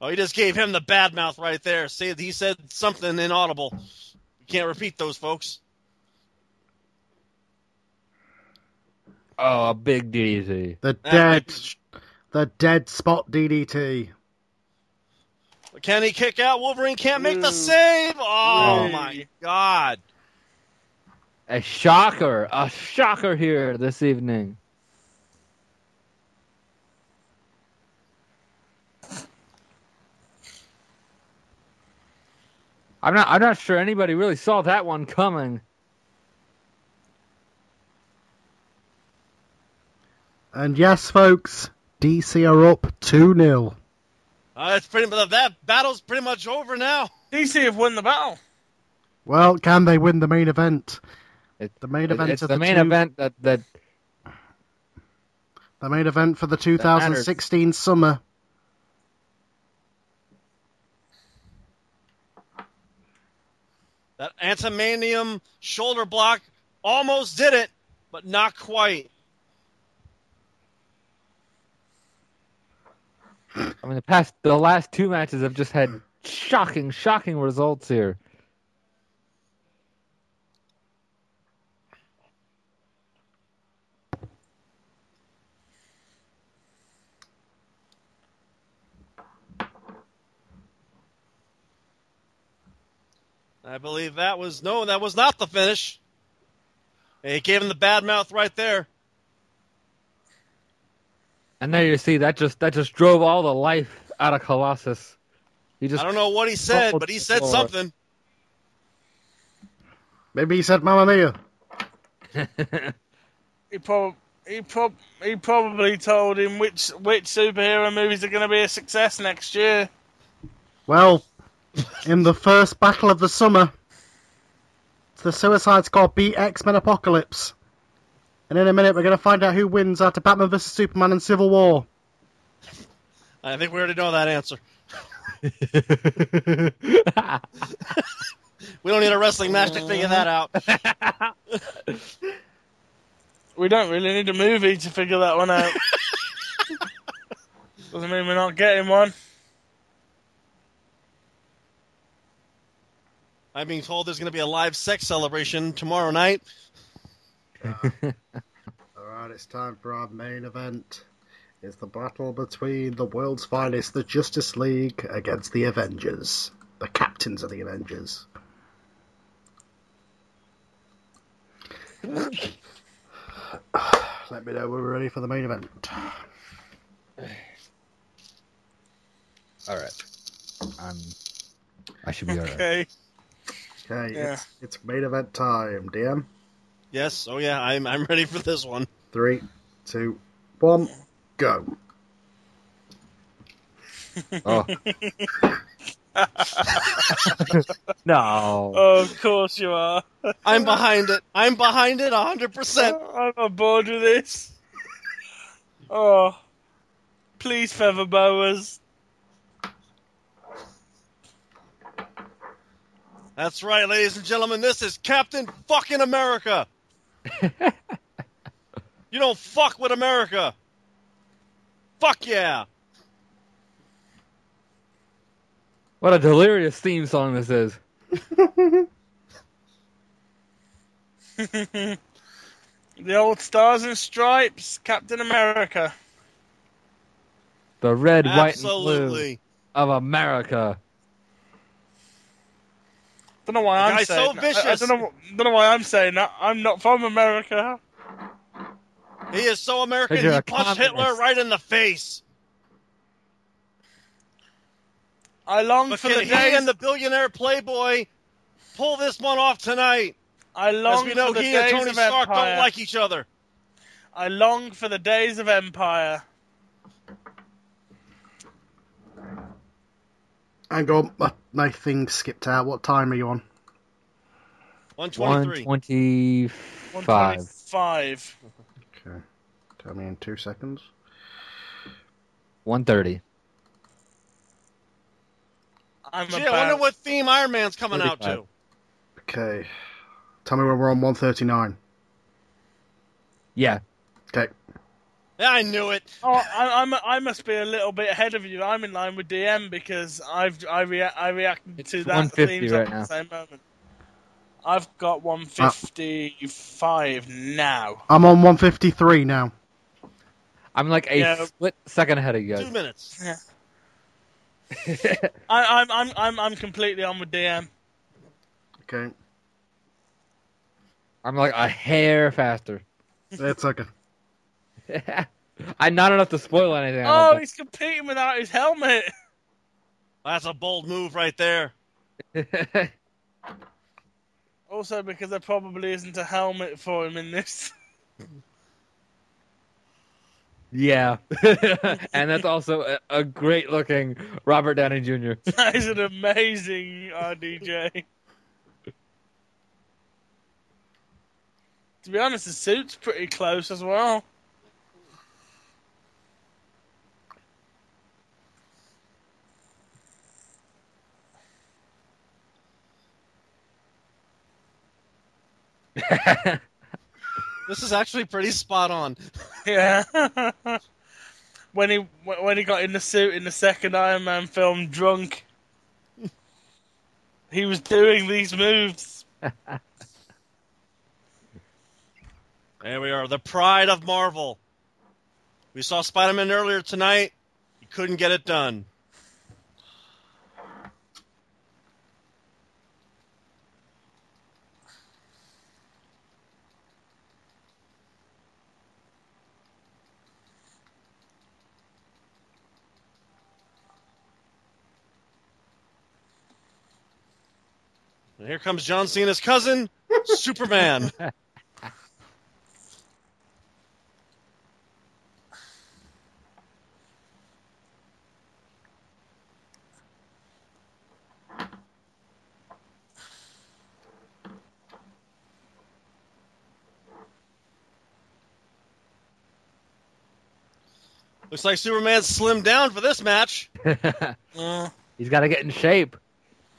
D: Oh, he just gave him the bad mouth right there. See, he said something inaudible. We can't repeat those, folks.
C: oh, a big DDT.
A: The
D: That
A: dead,
D: might
A: the dead spot DDT.
D: Can he kick out? Wolverine can't make the
B: Ooh.
D: save. Oh
C: Ooh.
D: my God!
C: A shocker. A shocker here this evening. I'm not I'm not sure anybody really saw that one coming.
A: And yes, folks, DC are up 2 0.
D: Uh, it's pretty much that battle's pretty much over now.
B: DC have won the battle.
A: Well, can they win the main event?
C: It-
A: the main
C: It-
A: event
C: it's
A: of
C: the main
A: two-
C: event that, that
A: The main event for the 2016 summer.
D: That antimanium shoulder block almost did it, but not quite.
C: I mean the past the last two matches have just had shocking, shocking results here.
D: I believe that was no, that was not the finish. He gave him the bad mouth right there.
C: And there you see that just that just drove all the life out of Colossus. He just
D: I don't know what he said, but he said
C: Oh.
D: something.
A: Maybe he said Mamma Mia.
B: He prob he prob he probably told him which which superhero movies are going to be a success next year.
A: Well, in the first battle of the summer, the Suicide Squad beat X Men Apocalypse. And in a minute, we're going to find out who wins after Batman vs. Superman and Civil War.
D: I think we already know that answer. We don't need a wrestling match to figure that out.
B: We don't really need a movie to figure that one out. Doesn't mean we're not getting one.
D: I'm being told there's going to be a live sex celebration tomorrow night.
A: Alright, it's time for our main event. It's the battle between the world's finest, the Justice League, against the Avengers. The captains of the Avengers. Let me know when we're ready for the main event.
C: All right. I'm. I should be all right.
B: Okay.
A: Okay,
B: Yeah.
A: it's, it's main event time, DM.
D: Yes, oh yeah, I'm I'm ready for this one.
A: three, two, one, go.
C: Oh. no.
B: Oh, of course you are.
D: I'm behind it. I'm behind it 100%.
B: Oh, I'm not bored with this. Oh, please, feather boas.
D: That's right, ladies and gentlemen. This is Captain fucking America. you don't fuck with America. Fuck yeah.
C: What a delirious theme song this is.
B: the old stars and stripes, Captain America.
C: The red, white, and blue
D: Absolutely.
C: of America.
B: Don't know why
D: The
B: I'm
D: guy's
B: saying
D: so
B: that. I- I,
D: vicious.
B: don't know. Don't know why I'm saying that. I'm not from America.
D: He is so American,
C: You're
D: he
C: a
D: punched Hitler
C: communist.
D: right in the face.
B: I long
D: But
B: for
D: can
B: the
D: he
B: day.
D: and the billionaire playboy pull this one off tonight?
B: I
D: As
B: long
D: we know,
B: for the
D: he and
B: days
D: Tony
B: of
D: Stark
B: empire.
D: don't like each other.
B: I long for the days of empire.
A: Hang on, my, my thing skipped out. What time are you on?
D: 123.
C: 125.
B: Five.
A: Okay, tell me in two seconds.
C: 130.
B: I'm
D: Gee, I
B: about.
D: wonder what theme Iron Man's coming out to.
A: Okay, tell me when we're on one thirty nine.
C: Yeah.
A: Okay,
D: Yeah, I knew it.
B: Oh, I, I'm, I must be a little bit ahead of you. I'm in line with DM because I've I, rea- I reacted
C: It's
B: to that
C: 150
B: themes at
C: right now. Uh,
B: the same moment. I've got 155 now.
A: I'm on one fifty three now.
C: I'm like a
B: Yeah.
C: split second ahead of you
D: Two
C: guys.
D: minutes.
B: I, I'm, I'm I'm I'm completely on with DM.
A: Okay,
C: I'm like a hair faster.
A: it's okay.
C: I'm not enough to spoil anything. I don't
B: Oh,
C: think.
B: he's competing without his helmet.
D: That's a bold move right there.
B: Also, because there probably isn't a helmet for him in this.
C: yeah. and that's also a, a great looking Robert Downey Jr.
B: that is an amazing RDJ. to be honest, the suit's pretty close as well.
D: This is actually pretty spot on.
B: Yeah. when he when he got in the suit in the second Iron Man film, drunk, he was doing these moves.
D: There we are, the pride of Marvel. We saw Spider Man earlier tonight. He couldn't get it done. And here comes John Cena's cousin, Superman. Looks like Superman slimmed down for this match.
C: Mm-hmm.
B: Uh,
C: He's got to get in shape.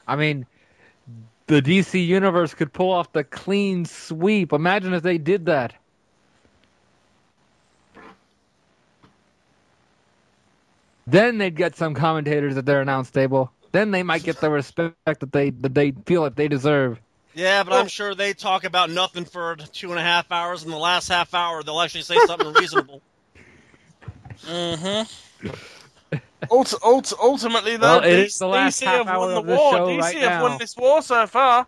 C: I mean, the DC universe could pull off the clean sweep. Imagine if they did that. Then they'd get some commentators at their announce table. Then they might get the respect that they that they feel that they deserve.
D: Yeah, but I'm
C: Oh.
D: sure they talk about nothing for two and a half hours, and the last half hour they'll actually say something reasonable.
B: huh Ult- ult- ultimately, though,
C: Well, it
B: D-
C: is the last
B: DC
C: half
B: have
C: hour
B: won the
C: of this
B: war.
C: show
B: DC
C: right
B: have
C: now.
B: won this war so far.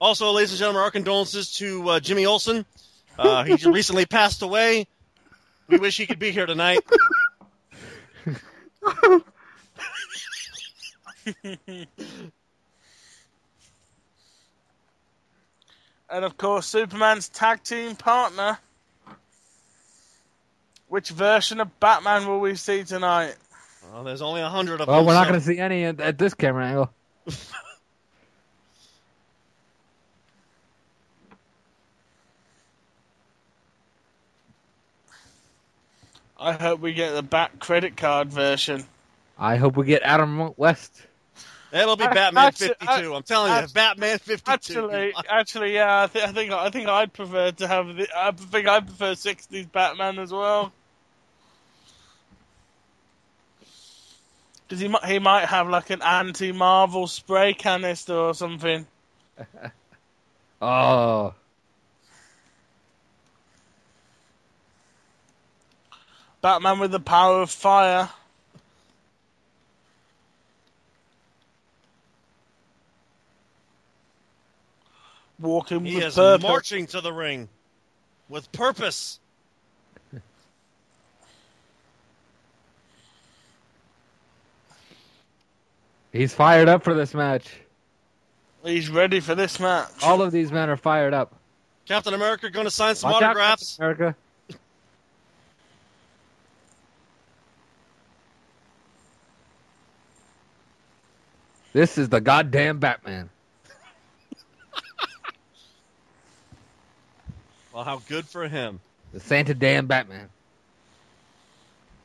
D: Also, ladies and gentlemen, our condolences to uh, Jimmy Olsen. Uh, he just recently passed away. We wish he could be here tonight.
B: And of course, Superman's tag team partner, Which version of Batman will we see tonight?
D: Well, there's only a hundred of
C: Well,
D: them.
C: we're not
D: so-
C: going to see any at, at this camera angle.
B: I hope we get the back credit card version.
C: I hope we get Adam West.
D: It'll be
B: I-
D: Batman
B: actu-
D: 52. I,
C: uh,
D: am telling you,
B: actu-
D: Batman 52.
B: Actually, actually, yeah, I, th- I think I think I'd prefer to have the. I think I prefer '60s Batman as well. Because he might he might have like an anti-Marvel spray canister or something.
C: Oh,
B: Batman with the power of fire. Walking
D: he
B: with
C: uh,
D: is
B: purpose.
D: marching to the ring with purpose.
C: he's fired up for this match.
B: He's ready for this match.
C: All of these men are fired up.
D: Captain America going to sign some
C: Watch out,
D: autographs.
C: Captain America. This is the goddamn Batman.
D: Well, how good for him.
C: The Santa damn Batman.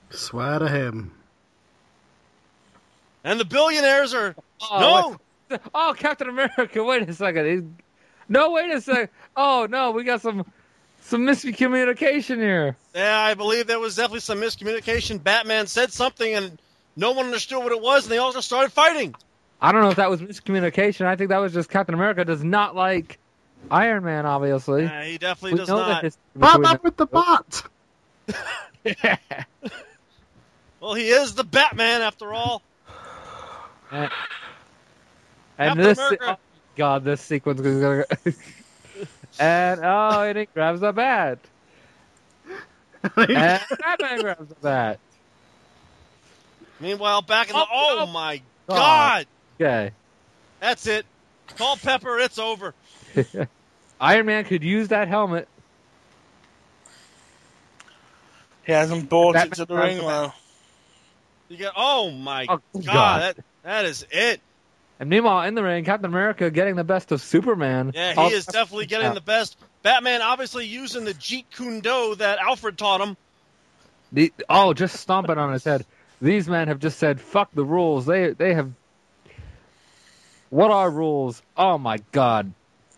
A: Swear to him.
D: And the billionaires are.
C: Oh,
D: no!
C: wait. Oh, Captain America. Wait a second. He's... No, wait a second. Oh no, we got some some miscommunication here.
D: Yeah, I believe there was definitely some miscommunication. Batman said something and no one understood what it was, and they all just started fighting.
C: I don't know if that was miscommunication. I think that was just Captain America does not like Iron Man. Obviously,
D: Yeah, he definitely
C: we
D: does
C: know
D: not.
C: that. His...
A: Batman with the bat!
D: Well, he is the Batman after all.
C: and and
D: Captain
C: this,
D: America.
C: oh, God, this sequence is gonna. Go... and oh, and he grabs the bat. And Batman grabs the bat.
D: Meanwhile, back in the.
C: Oh,
D: Oh,
C: no.
D: my
C: God.
D: God.
C: Okay,
D: That's it. Call Pepper. It's over.
C: Iron Man could use that helmet.
B: He hasn't bought
C: That
B: it to the
C: Batman-
B: ring though.
D: You get. Oh, my
C: Oh,
D: God.
C: God.
D: That, that is it.
C: And meanwhile, in the ring, Captain America getting the best of Superman.
D: Yeah,
C: All-
D: he is definitely getting the best. Batman obviously using the Jeet Kune Do that Alfred taught him.
C: The, oh, just stomping on his head. These men have just said, "Fuck the rules." They they have. What are rules? Oh my God,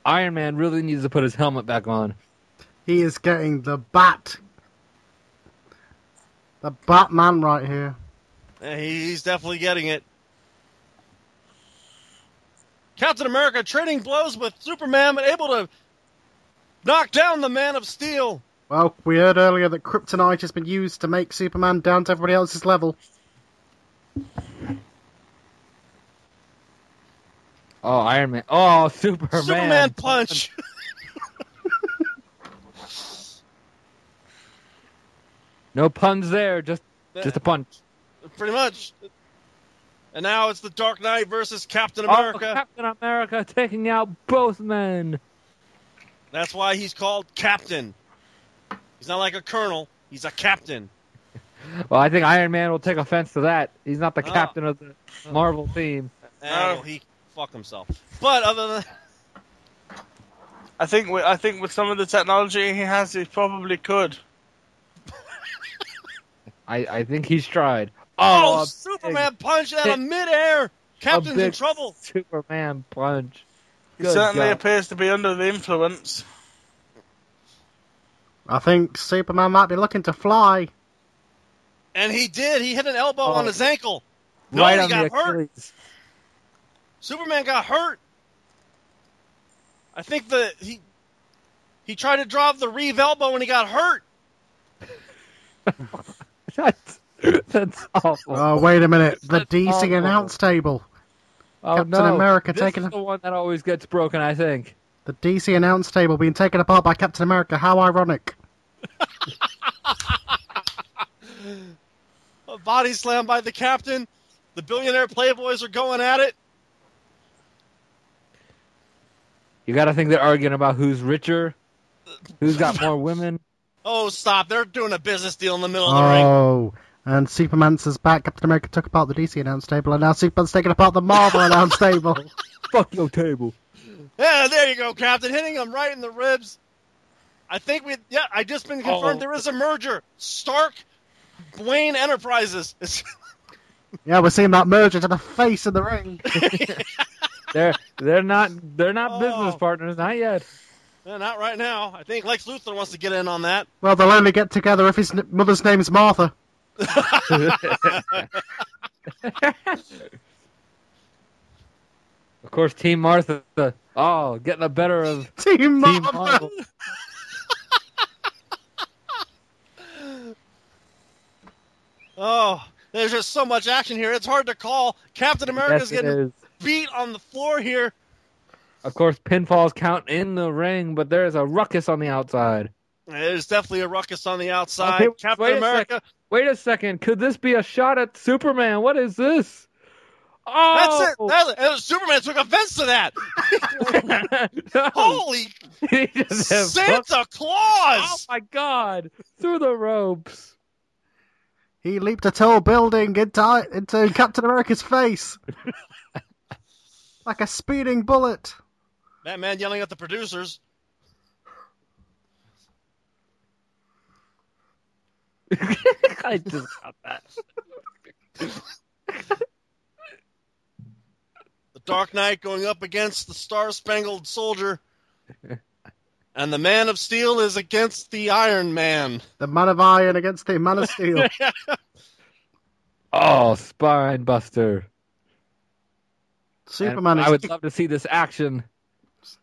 C: Iron Man really needs to put his helmet back on.
A: He is getting the bat. The Batman right here.
D: Yeah, Eh, he's definitely getting it. Captain America trading blows with Superman, but able to knock down the Man of Steel.
A: Well, we heard earlier that kryptonite has been used to make Superman down to everybody else's level.
C: Oh, Iron Man. Oh, Superman.
D: Superman punch.
C: No puns there. Just just a punch.
D: Pretty much. And now it's the Dark Knight versus Captain
C: Oh,
D: America.
C: Captain America taking out both men.
D: That's why he's called Captain. He's not like a colonel. He's a captain.
C: Well, I think Iron Man will take offense to that. He's not the
D: Oh.
C: captain of the Marvel team.
D: And
B: Oh.
D: he fuck himself. But other than
B: I think with, I think with some of the technology he has, he probably could.
C: I, I think he's tried.
D: Oh,
C: a
D: Superman punch out
C: big-
D: of midair. Captain's in
C: big
D: trouble.
C: Superman punch.
B: He
C: Good
B: certainly
C: God.
B: appears to be under the influence.
A: I think Superman might be looking to fly.
D: And he did. He hit an elbow
C: Oh.
D: on his ankle. No,
C: right
D: he
C: on
D: got
C: the
D: hurt.
C: Achilles.
D: Superman got hurt. I think the he he tried to drop the Reeve elbow and he got hurt.
C: That's that's awful.
A: Oh, wait a minute. The
C: That's
A: DC
C: awful.
A: announce table.
C: oh,
A: Captain
C: no.
A: America
C: this
A: taking
C: is
A: a-
C: the one that always gets broken. I think.
A: The DC announce table being taken apart by Captain America. How ironic.
D: A body slam by the captain. The billionaire playboys are going at it.
C: You got to think they're arguing about who's richer, who's got more women.
D: Oh, stop. They're doing a business deal in the middle of the ring.
A: Oh, and Superman says back. Captain America took apart the DC announce table, and now Superman's taking apart the Marvel announce table.
C: Fuck your table.
D: Yeah, there you go, Captain. Hitting him right in the ribs. I think we. Yeah, I just been confirmed
C: Oh.
D: there is a merger. Stark, Blaine Enterprises. It's-
A: Yeah, we're seeing that merger to the face in the ring.
C: They're they're not they're not
D: Oh.
C: business partners not yet.
D: Eh, not right now. I think Lex Luthor wants to get in on that.
A: Well, they'll only get together if his n- mother's name's Martha.
C: Of course, Team Martha. Oh, getting the better of
A: Team
C: Team
A: Martha.
C: Marvel.
D: Oh, there's just so much action here. It's hard to call. Captain America's
C: Yes, it
D: getting
C: is.
D: beat on the floor here.
C: Of course, pinfalls count in the ring, but there is a ruckus on the outside.
D: There's definitely a ruckus on the outside.
C: Okay,
D: Captain
C: wait a
D: America.
C: Wait a second. Could this be a shot at Superman? What is this? Oh,
D: That's it. That's it. And Superman took offense to that.
C: No.
D: Holy
C: He just said, "Fuck."
D: Santa
C: Oh
D: Claus!
C: my God! Through the ropes.
A: He leaped a tall building into, into Captain America's face. like a speeding bullet.
D: Batman yelling at the producers.
C: I just got that.
D: The Dark Knight going up against the Star Spangled Soldier. And the Man of Steel is against the Iron Man.
A: The Man of Iron against the Man of Steel.
C: Oh, spine buster.
A: Superman
C: And
A: is
C: I would love to see this action.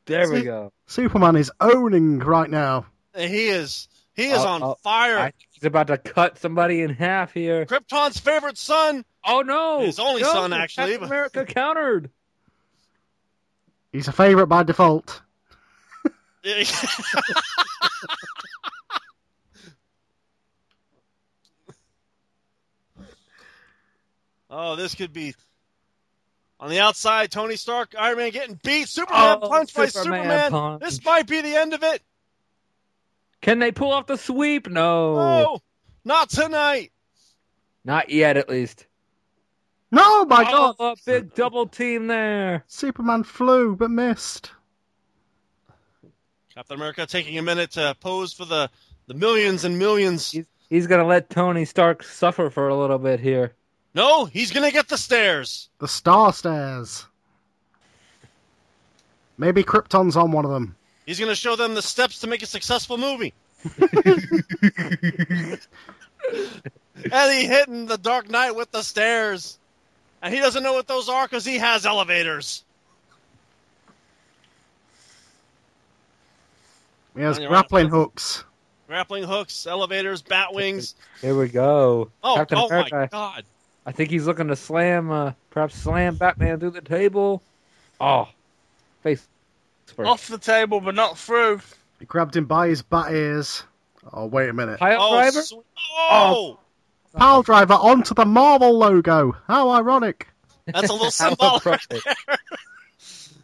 C: There we
A: See,
C: go.
A: Superman is owning right now.
D: And he is he is
C: Oh,
D: on
C: oh,
D: fire.
C: I think he's about to cut somebody in half here.
D: Krypton's favorite son.
C: Oh no!
D: His only
C: No,
D: son, actually,
C: Captain
D: but-
C: America countered.
A: He's a favourite by default.
D: oh, this could be on the outside. Tony Stark, Iron Man getting beat. Superman
C: Oh,
D: punched by
C: Superman
D: Superman.
C: punch.
D: This might be the end of it.
C: Can they pull off the sweep? No,
D: Oh, not tonight.
C: not yet, at least.
A: No, my
C: Oh,
A: God!
C: a big double team there.
A: Superman flew but missed.
D: Captain America taking a minute to pose for the, the millions and millions.
C: He's, he's gonna let Tony Stark suffer for a little bit here.
D: No, he's going to get the stairs.
A: The Star Stairs. Maybe Krypton's on one of them.
D: He's going to show them the steps to make a successful movie. and he hitting the Dark Knight with the stairs. And he doesn't know what those are because he has elevators.
A: He has
C: Oh,
D: On your
A: grappling hooks.
D: Grappling hooks, elevators, bat wings.
C: Here we go.
D: Oh,
C: Captain
D: oh
C: America.
D: my God.
C: I think he's looking to slam, uh, perhaps slam Batman through the table. Oh, face. first.
D: Oh,
B: Off the table, but not through.
A: He grabbed him by his bat ears. Oh, wait a minute.
C: Pile
D: Oh,
C: driver.
D: sw- oh,
A: Pile driver onto the Marvel logo. How ironic.
D: that's a little
C: How
D: symbolic.
C: appropriate.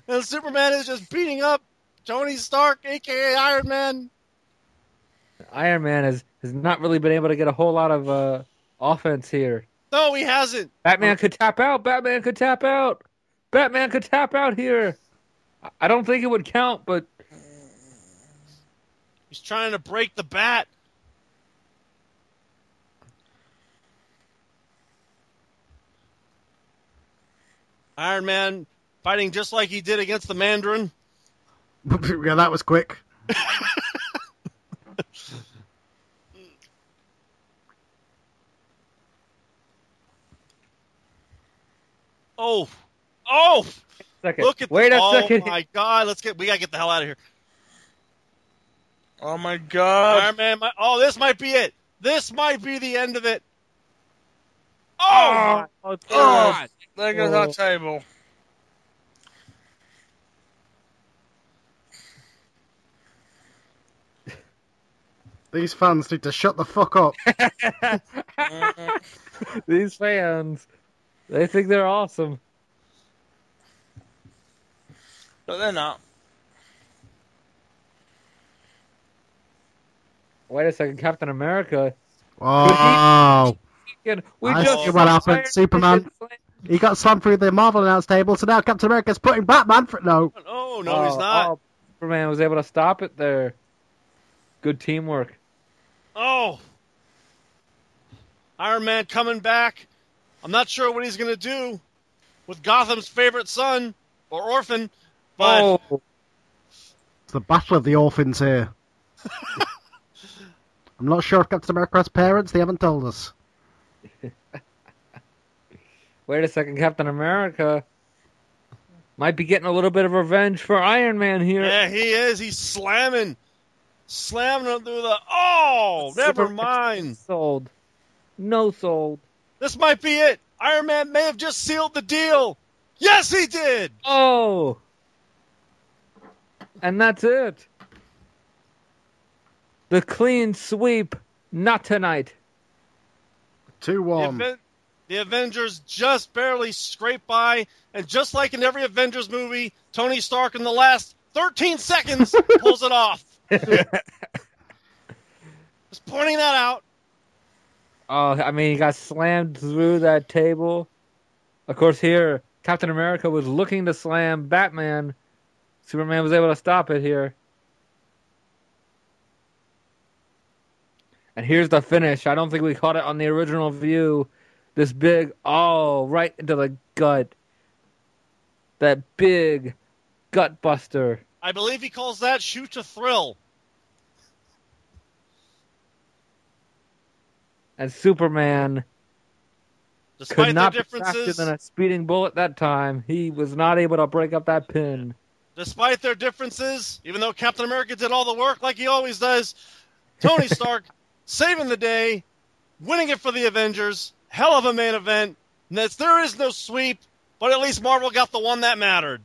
D: And Superman is just beating up Tony Stark, aka Iron Man.
C: Iron Man has has not really been able to get a whole lot of uh, offense here.
D: No, he hasn't.
C: Batman could tap out. Batman could tap out. Batman could tap out here. I- I don't think it would count, but
D: He's trying to break the bat. Iron Man fighting just like he did against the Mandarin.
A: yeah, that was quick.
D: Oh, oh!
C: second.
D: Look at
C: Wait a
D: oh
C: second.
D: my God! Let's get we gotta get the hell out of here.
B: Oh my
C: Uh,
B: god.
D: Iron Man, might, oh, this might be it. This might be the end of it.
C: Oh,
D: Oh,
C: oh,
B: God. There goes
C: Oh.
B: our table.
A: These fans need to shut the fuck up.
C: These fans, they think they're awesome.
B: But they're not.
C: Wait a second, Captain America.
A: Oh,
C: Again, We
A: I
C: just
A: see what happened,
C: fired
A: Superman.
C: Richard Slant.
A: he got slammed through the Marvel announce table, so now Captain America's putting Batman for no.
D: No, no, he's
C: Oh,
D: not.
C: oh, Superman was able to stop it there. Good teamwork.
D: Oh. Iron Man coming back. I'm not sure what he's going to do with Gotham's favorite son or orphan, but
C: oh,
A: It's the battle of the orphans here. I'm not sure if Captain America has parents. They haven't told us.
C: wait a second, Captain America might be getting a little bit of revenge for Iron Man here.
D: yeah, he is. He's slamming. Slamming him through the. Oh, never
C: Superman-
D: mind.
C: Sold. No sold.
D: This might be it. Iron Man may have just sealed the deal. Yes, he did.
C: Oh. And that's it. The clean sweep, not tonight.
A: Two
D: The,
C: Um,
A: one.
D: Aven- the Avengers just barely scraped by, and just like in every Avengers movie, Tony Stark in the last 13 seconds pulls it off. just pointing that out.
C: Oh, I mean, he got slammed through that table. Of course, here, Captain America was looking to slam Batman. Superman was able to stop it here. And here's the finish. I don't think we caught it on the original view. This big, oh, right into the gut. That big gut buster.
D: I believe he calls that shoot to thrill.
C: And Superman
D: Despite
C: could
D: their
C: not be faster
D: differences,
C: than a speeding bullet that time. He was not able to break up that pin.
D: despite their differences, even though Captain America did all the work like he always does, Tony Stark saving the day, winning it for the Avengers. Hell of a main event. And that's- there is no sweep, but at least Marvel got the one that mattered.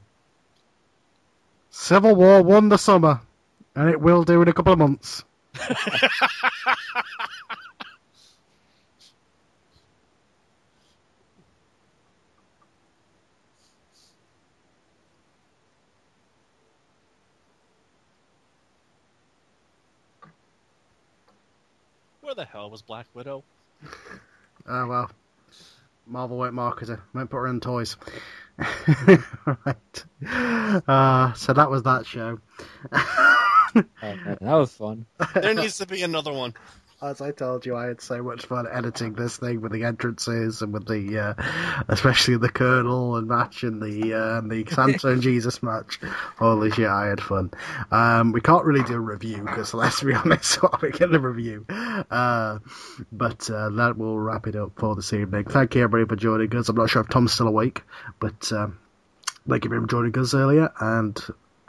A: Civil War won the summer, and it will do in a couple of months.
D: Where the hell was Black Widow?
A: Oh well. Marvel won't market her. Won't put her in toys. right. Uh, so that was that show.
C: Oh, man, that was fun.
D: There needs to be another one.
A: As I told you, I had so much fun editing this thing with the entrances and with the, uh, especially the Colonel and match and the uh, and the Santa and Jesus match. Holy shit, I had fun. Um, we can't really do a review because let's be honest, what are we going to review? Uh, but uh, that will wrap it up for this evening. Thank you everybody for joining us. I'm not sure if Tom's still awake, but um, thank you for joining us earlier. And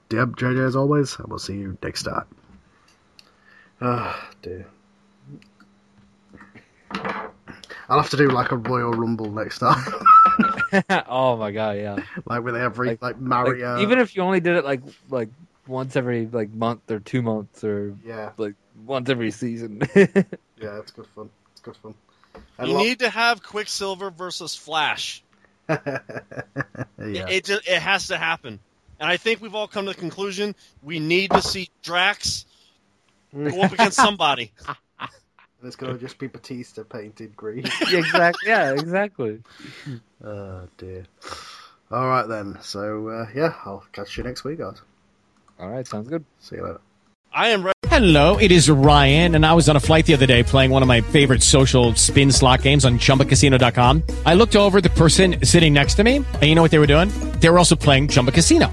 A: Deb, JJ, as always, and we'll see you next time. Ah, dear. I'll have to do like a Royal Rumble next time,
C: oh my god, yeah.
A: like with every like,
C: Like- Like,
A: Mario.
C: even if you only did it like like once every like month or two months or
A: yeah,
C: like once every season.
A: yeah, it's good fun. It's good fun. And
D: You
A: lo-
D: need to have Quicksilver versus Flash.
A: yeah,
D: It, it ju- it has to happen. And I think we've all come to the conclusion we need to see Drax go up against somebody.
A: and it's gonna just be Batista painted green.
C: exactly. Yeah, exactly.
A: oh dear. All right then. So uh, yeah, I'll catch you next week, guys.
C: All right, sounds good.
A: See you later.
D: I am ready.
E: Hello, it is Ryan, and I was on a flight the other day playing one of my favorite social spin slot games on chumbacasino.com. I looked over at the person sitting next to me, and you know what they were doing? They were also playing Chumba Casino.